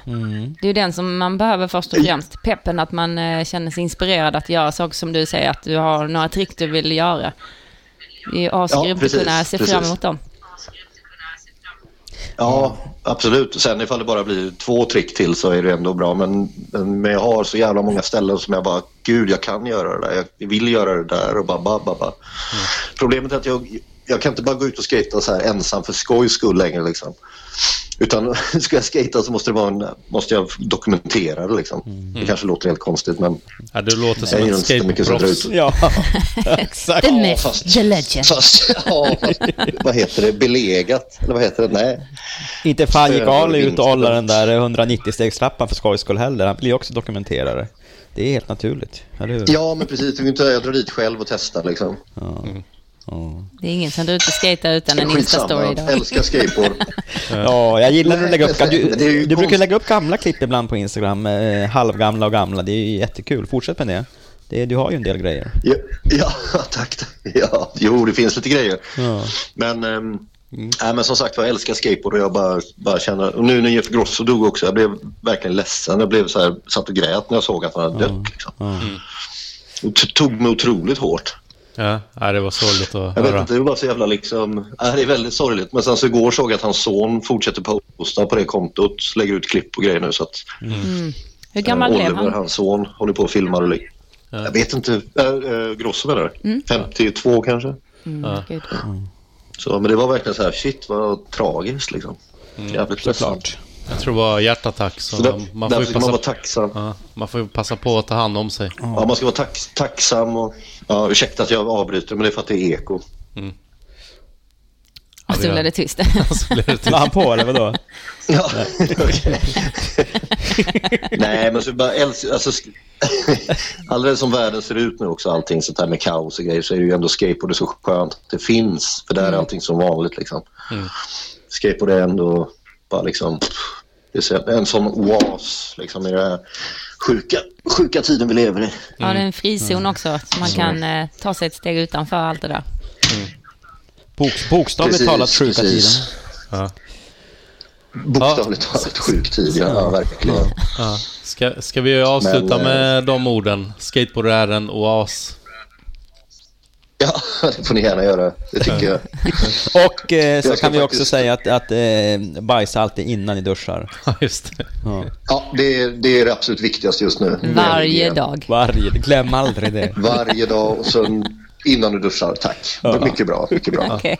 S2: Det är ju den som man behöver först och främst. Peppen att man eh, känner sig inspirerad att göra saker som du säger, att du har några trick du vill göra. Det är ju asgrymt
S17: precis,
S2: att kunna se
S17: precis.
S2: fram emot dem.
S17: Ja, absolut. Sen ifall det bara blir två trick till så är det ändå bra. Men, men jag har så jävla många ställen som jag bara, gud jag kan göra det där. Jag vill göra det där och bara, bara, bara. bara. Problemet är att jag, jag kan inte bara gå ut och skata så här ensam för skojs skull längre. Liksom. Utan *laughs* ska jag skata så måste, det vara en, måste jag dokumentera det. Liksom.
S18: Mm.
S17: Det kanske låter helt konstigt men...
S1: Ja, du låter
S17: Jag
S1: som
S17: gillar
S1: ett
S17: inte så mycket som drar ut.
S1: skateboardproffs.
S18: Ja,
S2: *laughs*
S17: exakt.
S2: The myth, the legend. *laughs*
S17: ja, fast, vad heter det? Belegat? Eller vad heter det? Nej.
S18: Mm. Inte fan gick
S17: Över
S18: Ali ut och
S17: vinsten.
S18: hållade den där 190-stegstrappan för skojs skull heller. Han blir ju också dokumenterare. Det är helt naturligt, eller hur?
S17: Ja, men precis. Jag vill inte- Jag drar dit själv och testar liksom.
S18: Ja.
S1: Mm.
S18: Ja.
S2: Det är ingen som drar ut och skejtar utan en
S17: Skitsamma,
S2: Insta-story idag.
S17: jag älskar skateboard.
S18: *laughs* Ja, jag gillar när du
S17: Nej,
S18: lägger upp...
S17: men
S18: Du,
S17: det är ju
S18: du brukar
S17: konst-
S18: lägga upp gamla klipp ibland på Instagram. Eh, halvgamla och gamla. Det är ju jättekul. Fortsätt med det. det du har ju en del grejer.
S17: Ja, ja tack. Ja, jo, det finns lite grejer.
S18: Ja.
S17: Men, ehm, nej, men som sagt jag älskar skateboard och jag bara, bara känner... Och nu när Jeff Grosso dog också, jag blev verkligen ledsen. Jag blev så här, satt och grät när jag såg att han hade dött. Liksom.
S1: Mm.
S17: Och t- tog mig otroligt hårt.
S1: Ja, nej, det var sorgligt att
S17: Jag vet
S1: höra.
S17: inte, det var så jävla liksom... Ja, det är väldigt sorgligt. Men sen så igår såg jag att hans son fortsätter posta på det kontot. Lägger ut klipp och grejer nu. Så att,
S2: Mm. Hur gammal
S17: eh,
S2: blev
S17: Oliver,
S2: han?
S17: hans son, håller på och filmar och ligger. Jag vet inte. Äh, äh, Grosso menar du?
S2: Mm.
S17: 52 kanske?
S2: Mm,
S17: Ja.
S2: gud.
S17: Så, men det var verkligen så här, shit vad tragiskt liksom. Jävligt ledsamt.
S1: Jag tror det var hjärtattack. Så,
S17: Så där-
S1: man, man,
S17: där
S1: får ju
S17: fick man
S1: passa,
S17: vara tacksam.
S1: Ja, man får ju passa på att ta hand om sig.
S17: Ja, man ska vara tack, tacksam och... Ja, ursäkta att jag avbryter, men det är för att det är eko.
S18: Mm.
S2: Och så blev det tyst.
S18: Alltså, Var han på eller vadå?
S2: *laughs*
S17: Ja, okej. *laughs* Nej, men så bara älsk- alltså, sk- *laughs* Alldeles som världen ser ut nu också, allting sånt här med kaos och grejer, så är det ju ändå skateboard det är så skönt att det finns. För
S2: Mm.
S17: där är allting som vanligt liksom.
S1: Mm.
S17: Skateboard är ändå bara liksom... Det är så- en sån oas liksom i den här sjuka, sjuka tiden vi lever i.
S2: Ja, det är en frizon också, så man
S17: Mm.
S2: kan eh, ta sig ett steg utanför allt det där.
S18: Bok, Mm. bokstavligt
S17: Precis,
S18: talat sjuka
S17: precis.
S18: tiden.
S17: Bokstavligt talat sjuk tid, ja, ja verkligen.
S1: Ja. Ska, ska vi avsluta
S17: Men, eh,
S1: med de orden? Skateboard är en oas.
S17: Ja, *laughs* det får ni gärna göra. Det tycker jag.
S18: Och eh, så
S17: Jag ska
S18: kan vi också
S17: faktiskt-
S18: säga att, att eh, bajsa alltid innan ni duschar.
S1: *laughs* Ja, just det.
S18: Ja.
S17: Ja, det, är- det är det absolut viktigaste just nu.
S2: Varje dag.
S18: Varje, glöm aldrig det.
S17: Varje dag och sen innan du duschar. Tack. Mycket bra. Mycket bra.
S2: Okej.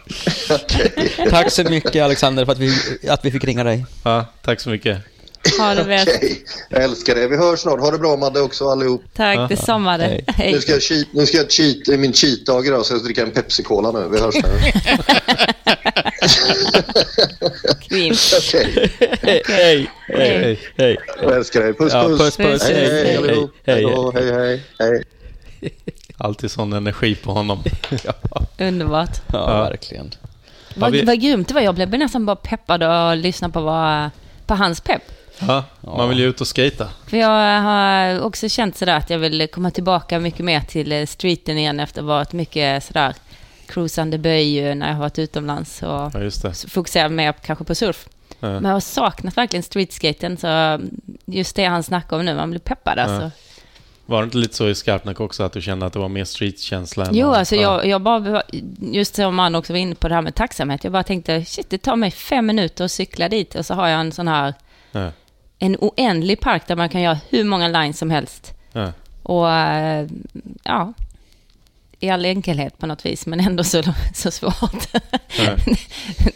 S18: Tack så mycket Alexander för att vi, att vi fick ringa dig.
S1: Ja, tack så mycket.
S2: Ha det bäst.
S17: Okej, jag älskar det. Vi hörs snart. Ha det bra Madde också allihop.
S2: Tack detsamma. det. Hej.
S17: Nu ska jag cheat, nu ska jag cheat, det är min cheat-dag idag så jag ska dricka en Pepsi-Cola nu. Vi hörs nu.
S2: Grymt.
S17: Okej,
S18: Hej, hej, hej.
S17: jag älskar dig. Puss,
S18: Ja,
S17: puss.
S18: Uh, puss, puss.
S17: Hej,
S18: Hej,
S17: hej,
S18: hej,
S17: allihop.
S18: hej,
S17: Hej, då. hej, hej. hej.
S1: Alltid sån energi på honom.
S2: Underbart.
S18: Ja, verkligen.
S1: Har
S2: Vad,
S1: vi-
S2: vad grymt det var. Jag blev nästan bara peppad att lyssna på, vad, på hans pepp.
S1: Ja, man vill ju ut och skata.
S2: För jag har också känt sådär att jag vill komma tillbaka mycket mer till eh, streeten igen efter att ha varit mycket sådär cruisande böj ju när jag har varit utomlands och
S1: Ja, just det.
S2: s- fokuserar mer kanske på surf.
S1: Ja.
S2: Men jag har saknat verkligen streetskaten så just det han snackar om nu, man blir peppad alltså.
S1: Var det inte lite så i Skarpnäck också att du kände att det var mer streetkänsla? än
S2: Jo,
S1: någon-
S2: alltså
S1: Ja.
S2: jag, jag bara, just som han också var inne på det här med tacksamhet, jag bara tänkte shit, det tar mig fem minuter att cykla dit och så har jag en sån här,
S1: Ja.
S2: en oändlig park där man kan göra hur många lines som helst.
S1: Ja.
S2: Och eh, ja, i all enkelhet på något vis, men ändå så, *laughs* så svårt.
S1: Ja.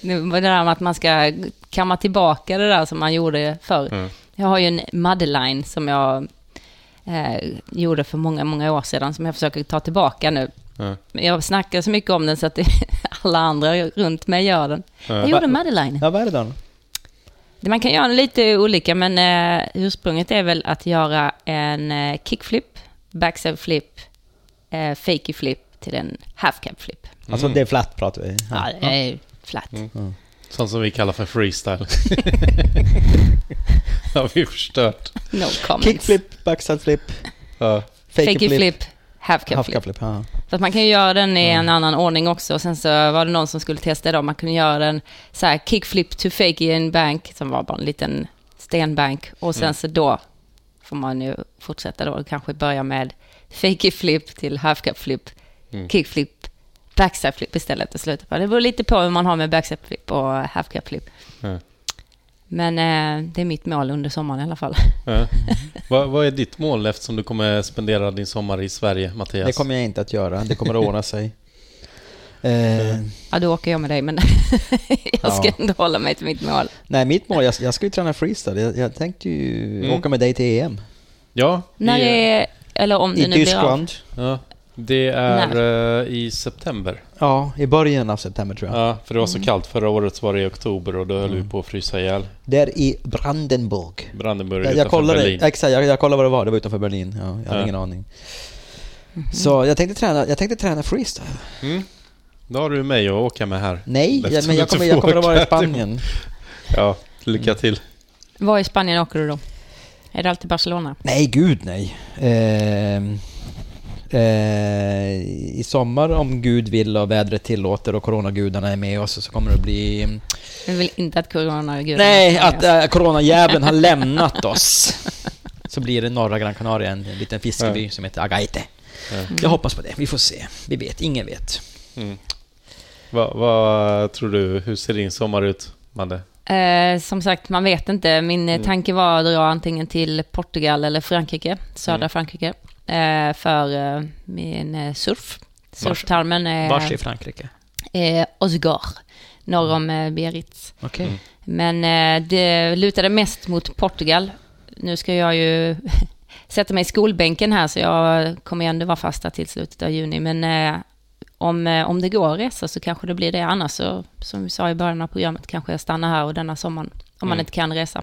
S2: Nu var *laughs* det där med att man ska kamma tillbaka det där som man gjorde förr.
S1: Mm.
S2: Jag har ju en Madeline som jag eh, gjorde för många, många år sedan som jag försöker ta tillbaka nu.
S1: Ja.
S2: Men Jag snackar så mycket om den så att *laughs* det, alla andra runt mig gör den.
S1: Ja.
S2: Jag gjorde Madeline.
S18: Ja, vad är det då?
S2: Det- Man kan göra den lite olika, men eh, ursprunget är väl att göra en eh, kickflip, backside flip, eh, fakey flip till en half cab flip.
S18: Alltså det är flatt pratar vi.
S2: Ja, det är flat.
S1: Mm. Sånt som vi kallar
S2: *laughs*
S1: för freestyle. har vi förstört.
S2: No comments.
S18: Kickflip, backside flip,
S1: Ja.
S18: fakey
S2: Fakey flip, half cup
S3: Half
S2: flip.
S3: cup flip, ja.
S2: För att man kan ju göra den i en annan ordning också. Och sen så var det någon som skulle testa idag, man kunde göra den så här kickflip to fake i en bank som var bara en liten stenbank. Och sen
S14: Mm.
S2: så då får man ju fortsätta då och kanske börja med fake flip till half cup flip,
S14: Mm.
S2: kickflip, backside flip istället och sluta på. Det beror lite på hur man har med backside flip och half cup flip.
S1: Ja.
S2: Men eh, det är mitt mål under sommaren i alla fall. *laughs*
S1: Ja. Vad, vad är ditt mål eftersom du kommer spendera din sommar i Sverige, Mattias?
S3: Det kommer jag inte att göra. Det kommer att ordna
S1: *laughs*
S3: sig. Eh,
S2: Ja, då åker jag med dig, men *laughs* jag ska
S3: Ja.
S2: ändå hålla mig till mitt mål.
S3: Nej, mitt mål, jag, jag ska ju träna freestyle. Jag, jag tänkte ju
S1: Mm.
S3: åka med dig till E EM.
S1: Ja.
S2: När det är, eller om det
S3: I
S2: nu blir av.
S3: Tyskland.
S1: Ja, det är eh, i september.
S3: Ja, i början av september tror jag.
S1: Ja, för det var så
S3: Mm.
S1: kallt. Förra året så var det i oktober och då höll
S3: Mm.
S1: vi på att frysa ihjäl.
S3: Det är i Brandenburg.
S1: Brandenburg
S3: Jag, jag
S1: utanför
S3: kollade,
S1: Berlin.
S3: Exakt, jag, jag kollade vad det var. Det var utanför Berlin. Ja, jag hade
S1: Ja.
S3: ingen aning.
S2: Mhm.
S3: Så jag tänkte träna, jag tänkte träna freestyle.
S1: Mm. Då har du mig att åka med här.
S3: Nej,
S1: Eftersom
S3: ja, men
S1: du
S3: jag
S1: inte
S3: kommer- jag
S1: får
S3: kommer att vara i
S1: åka.
S3: Spanien.
S1: Ja, lycka till.
S2: Var i Spanien åker du då? Är det alltid Barcelona?
S3: Nej, gud nej. Ehm, eh, I sommar om Gud vill och vädret tillåter och coronagudarna är med oss så kommer det bli...
S2: Vi vill inte att corona... Gud,
S3: Nej, att äh,
S2: *laughs*
S3: coronajäveln har lämnat oss. Så blir det norra Gran Canaria, en liten fiskeby som heter Agaite.
S1: Mm.
S3: Jag hoppas på det, vi får se. Vi vet, ingen vet.
S1: Mm. Vad, vad tror du? Hur ser din sommar ut, Madde?
S2: Eh, som sagt, man vet inte. Min eh,
S1: Mm.
S2: tanke var att dra antingen till Portugal eller Frankrike, södra
S1: Mm.
S2: Frankrike, eh, för eh, min eh, surf.
S3: Vars-
S2: Surftarmen är...
S3: vars i Frankrike?
S2: Eh, Osgore, norr om eh, Biarritz.
S3: Okej. Mm.
S2: Men eh, det lutade mest mot Portugal. Nu ska jag ju *laughs* sätta mig i skolbänken här, så jag kommer ändå vara fasta till slutet av juni. Men eh, om, eh, om det går att resa så kanske det blir det. Annars, så, som vi sa i början av programmet, kanske jag stannar här och denna sommaren, om man
S14: Mm.
S2: inte kan resa.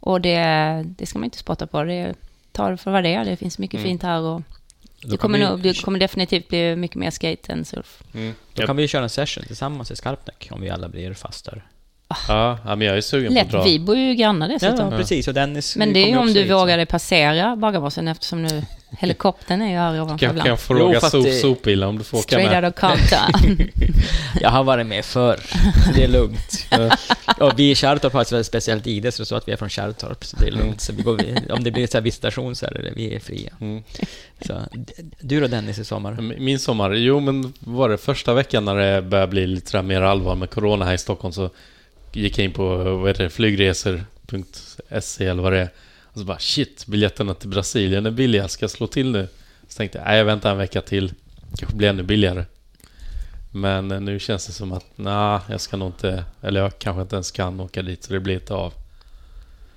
S2: Och det, det ska man inte spotta på. Det, ta det för vad det är. Det finns mycket
S18: Mm.
S2: fint här. Och
S18: Då
S2: det,
S18: kan
S2: kommer
S18: vi-
S2: nog, det kommer definitivt bli mycket mer skate än surf.
S1: Mm.
S18: Då kan vi ju köra en session tillsammans i Skarpnäck om vi alla blir fast där.
S1: Ja, ja, men jag är sugen på
S2: Lätt,
S1: att dra.
S2: vi bor ju grannar dessutom.
S18: Ja, precis. Och Dennis
S2: Men det är
S18: kommer
S2: ju om
S18: också
S2: du
S18: hit.
S2: vågar dig passera Bagarmossen eftersom nu helikoptern är ju här ovanför
S1: Kan, kan jag fråga sop, Sopilla om du får åka
S2: Straight
S1: med?
S2: out of
S1: *laughs*
S2: Compton.
S18: Jag har varit med förr, så det är lugnt. och vi i Kärrtorp har ett väldigt speciellt ID, så det står att vi är från Kärrtorp, så det är lugnt. Så vi går, vid- om det blir så här visitation så är det, vi är fria.
S1: Mm.
S18: Så, d- du då Dennis i sommar?
S1: Min sommar? Jo, men var det första veckan när det började bli lite där mer allvar med corona här i Stockholm så gick jag in på vad heter det, flygresor.se E eller vad det är. Och så bara shit, biljetterna till Brasilien är billiga, ska jag slå till nu? Så tänkte jag, nej jag väntar en vecka till, kanske blir ännu billigare. Men eh, nu känns det som att nej, jag ska nog inte, eller jag kanske inte ens kan åka dit så det blir inte av.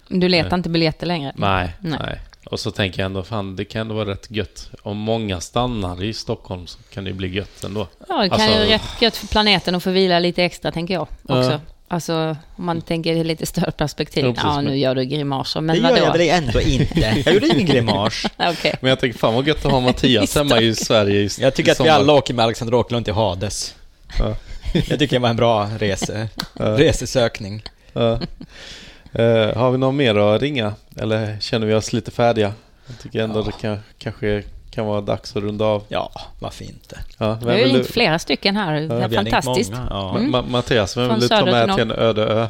S2: Du letar
S1: Nej.
S2: inte biljetter längre?
S1: Nej, nej.
S2: Nej.
S1: Och så tänker jag ändå, fan det kan ändå vara rätt gött. Om många stannar i Stockholm så kan det ju bli gött ändå.
S2: Ja, det kan
S1: Alltså,
S2: ju vara rätt gött för planeten att få vila lite extra, tänker jag också.
S1: Ja.
S2: Alltså, om man tänker i lite större perspektiv.
S1: Ja,
S2: Ja,
S1: precis, men-
S2: nu gör du grimaser, men
S1: Det gör
S2: vadå?
S1: jag väl ändå inte. Jag gjorde
S18: *laughs*
S1: ingen grimas.
S2: *laughs* Okej.
S1: Men jag tänker, fan vad gött att
S2: *laughs*
S1: ha Mattias hemma i Sverige i
S18: Jag tycker
S1: i
S18: att vi
S1: sommar.
S18: alla åker med Alexander Åkerlund till Hades. Jag tycker det var en bra rese, resesökning.
S1: Ja. Eh, har vi någon mer att ringa? Eller känner vi oss lite färdiga? Jag tycker ändå det kan, kanske kan vara dags att runda av.
S18: Ja, varför inte?
S1: Ja,
S2: Vi har ju ringt flera stycken här.
S1: vi har
S2: Ja,
S1: ringt
S2: Fantastiskt. Mm.
S1: många, ja. Ma- ma- Mattias, vem
S2: Från
S1: vill du ta
S2: söder
S1: med
S2: norr.
S1: till en öde ö?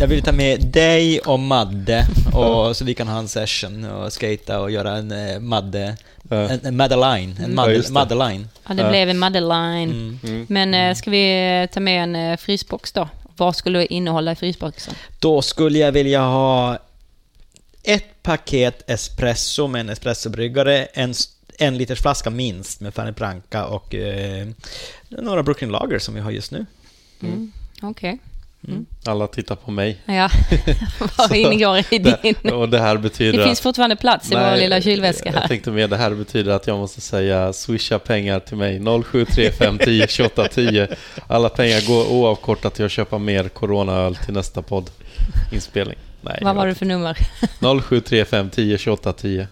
S18: Jag vill ta med dig och Madde, och, så vi kan ha en session och skata och göra en eh, Madde... En, en Madeline. En
S2: Mm.
S18: Madde,
S2: Ja, just det.
S18: Madeline.
S2: Ja, det blev en Madeline.
S1: Mm.
S2: Men eh, ska vi eh, ta med en eh, frysbox då? Vad skulle det innehålla i frysboxen?
S18: Då skulle jag vilja ha ett paket espresso med en espressobryggare, en, s- en liters flaska minst med Fanny Branca och eh, några Brooklyn Lager som vi har just nu.
S2: Mm. Okej.
S1: Alla tittar på mig.
S2: Ja, *laughs* vad
S1: Så
S2: ingår i
S1: *laughs* Det,
S2: din?
S1: och det här betyder
S2: Det
S1: att-
S2: finns fortfarande plats i vår lilla kylväska här.
S1: Jag tänkte mer, det här betyder att jag måste säga swisha pengar till mig 073510 2810. Alla pengar går oavkortat till att köpa mer coronaöl till nästa podd inspelning. Nej,
S2: Vad var det för nummer?
S1: 073510 2810.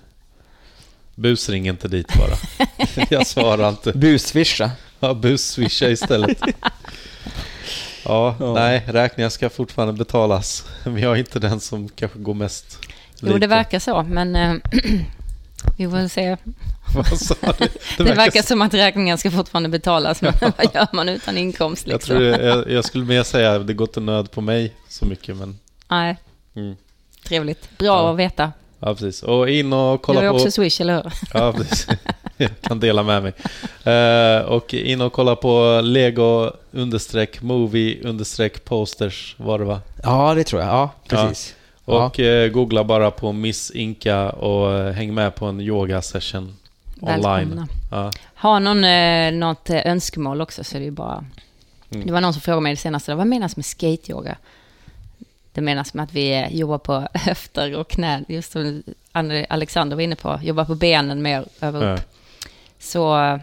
S1: Busring inte dit bara. jag svarar inte.
S18: Busswisha.
S1: Ja, busswisha istället. Ja, nej, räkningar ska fortfarande betalas. Men jag är inte den som kanske går mest
S2: Jo,
S1: lite.
S2: det verkar så, men eh, *clears throat* Vi får se.
S1: *laughs* Vad sa du?
S2: *laughs* Det, verkar som att räkningen ska fortfarande betalas,
S1: *laughs*
S2: men vad gör man utan inkomst?
S1: Jag,
S2: Liksom?
S1: tror det, jag, jag skulle mer säga att det gått en nöd på mig så mycket, men...
S2: Nej,
S1: Mm.
S2: trevligt. Bra att veta.
S1: Ja, precis. Och in och kolla
S2: Du har
S1: på...
S2: också Swish, eller hur?
S1: Ja, precis. Jag kan dela med mig. Eh, och in och kolla på Lego understreck movie understreck posters var det va?
S3: Ja, det tror jag. Ja, precis.
S1: Ja. Och eh, googla bara på Miss Inka och eh, häng med på en yoga session online.
S2: Välkomna.
S1: Ja.
S2: Har någon eh, något eh, önskemål också så är det ju bara...
S1: Mm.
S2: Det var någon som frågade mig det senaste, vad menas med skateyoga? Det menas med att vi eh, jobbar på *laughs* höfter och knän, just som Anne- Alexander var inne på, jobbar på benen mer över upp.
S1: Ja.
S2: Så eh,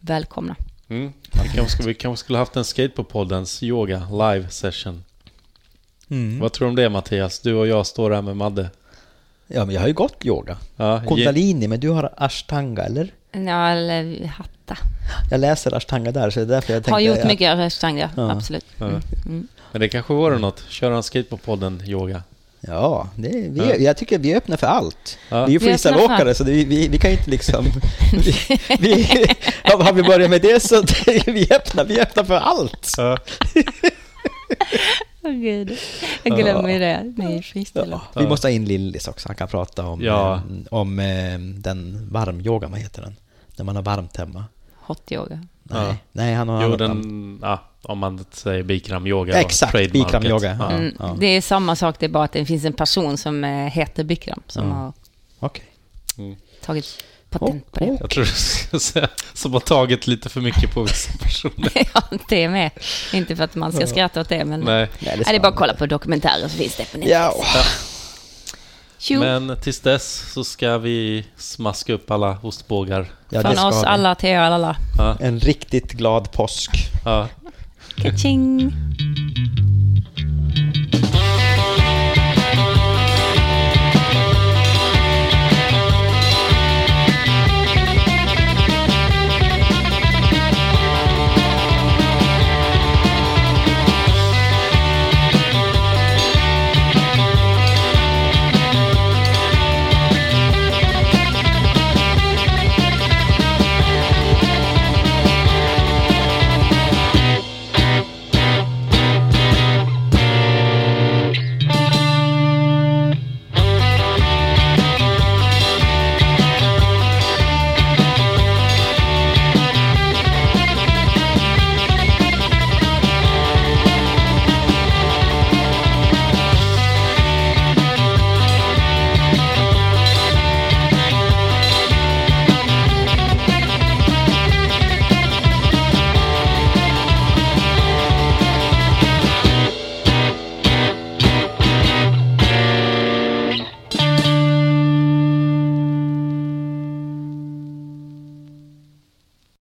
S2: välkomna.
S1: Mm. Vi kanske skulle- vi kanske skulle haft en skate på poddens yoga live session.
S3: Mm.
S1: Vad tror du om det Mattias? Du och jag står här med Madde.
S3: Ja, men jag har ju gått yoga.
S1: Ja,
S3: Kundalini, men du har ashtanga, eller?
S2: Ja, eller hatta.
S3: Jag läser ashtanga där, så det är därför jag tänkte...
S2: Har gjort
S3: att-
S2: mycket restaurang, ja.
S3: Ja.
S2: Absolut.
S1: Ja.
S2: Mm. Mm.
S1: Men det kanske vore något. Köra en skate på podden yoga.
S3: Ja, det, vi,
S1: Ja.
S3: jag tycker vi är öppna
S2: *laughs*
S3: för allt. Vi är ju
S1: Vi är öppna för
S3: freestyleåkare,
S1: allt.
S3: så det, vi, vi kan ju inte liksom... Vi, vi, har har vi börjat med det så *laughs* det, vi är öppna, vi är öppna för allt.
S2: Åh gud, jag glömmer ju
S3: Ja.
S2: det. Nej, freestyle.
S3: Vi måste ha in Lillis också, han kan prata om,
S1: Ja.
S3: eh, om eh, den varmyogan, vad heter den? När man har varmt hemma.
S2: Hot yoga.
S3: Nej, nej, han har
S1: Jo,
S3: annat
S1: den, ja, om man säger Bikram Yoga. då,
S3: Exakt,
S1: trademarket.
S3: Bikram Yoga, ja.
S2: Mm, Det är samma sak, det är bara att det finns en person som eh, heter Bikram som
S1: Ja.
S2: har
S3: Okej.
S2: tagit patent på det.
S1: Mm. Jag tror du ska säga som har tagit lite för mycket
S2: *laughs*
S1: på vissa personer.
S2: *laughs* ja, det är med. Inte för att man ska
S1: Ja.
S2: skratta åt det, men
S1: Nej.
S2: det, är bara att kolla på dokumentärer så finns det på Netflix.
S1: Ja.
S2: Tjo,
S1: Men tills dess så ska vi smaska upp alla ostbågar.
S3: Ja,
S2: från oss alla till er alla.
S1: Ja.
S3: En riktigt glad påsk.
S1: Ja.
S2: Kaching!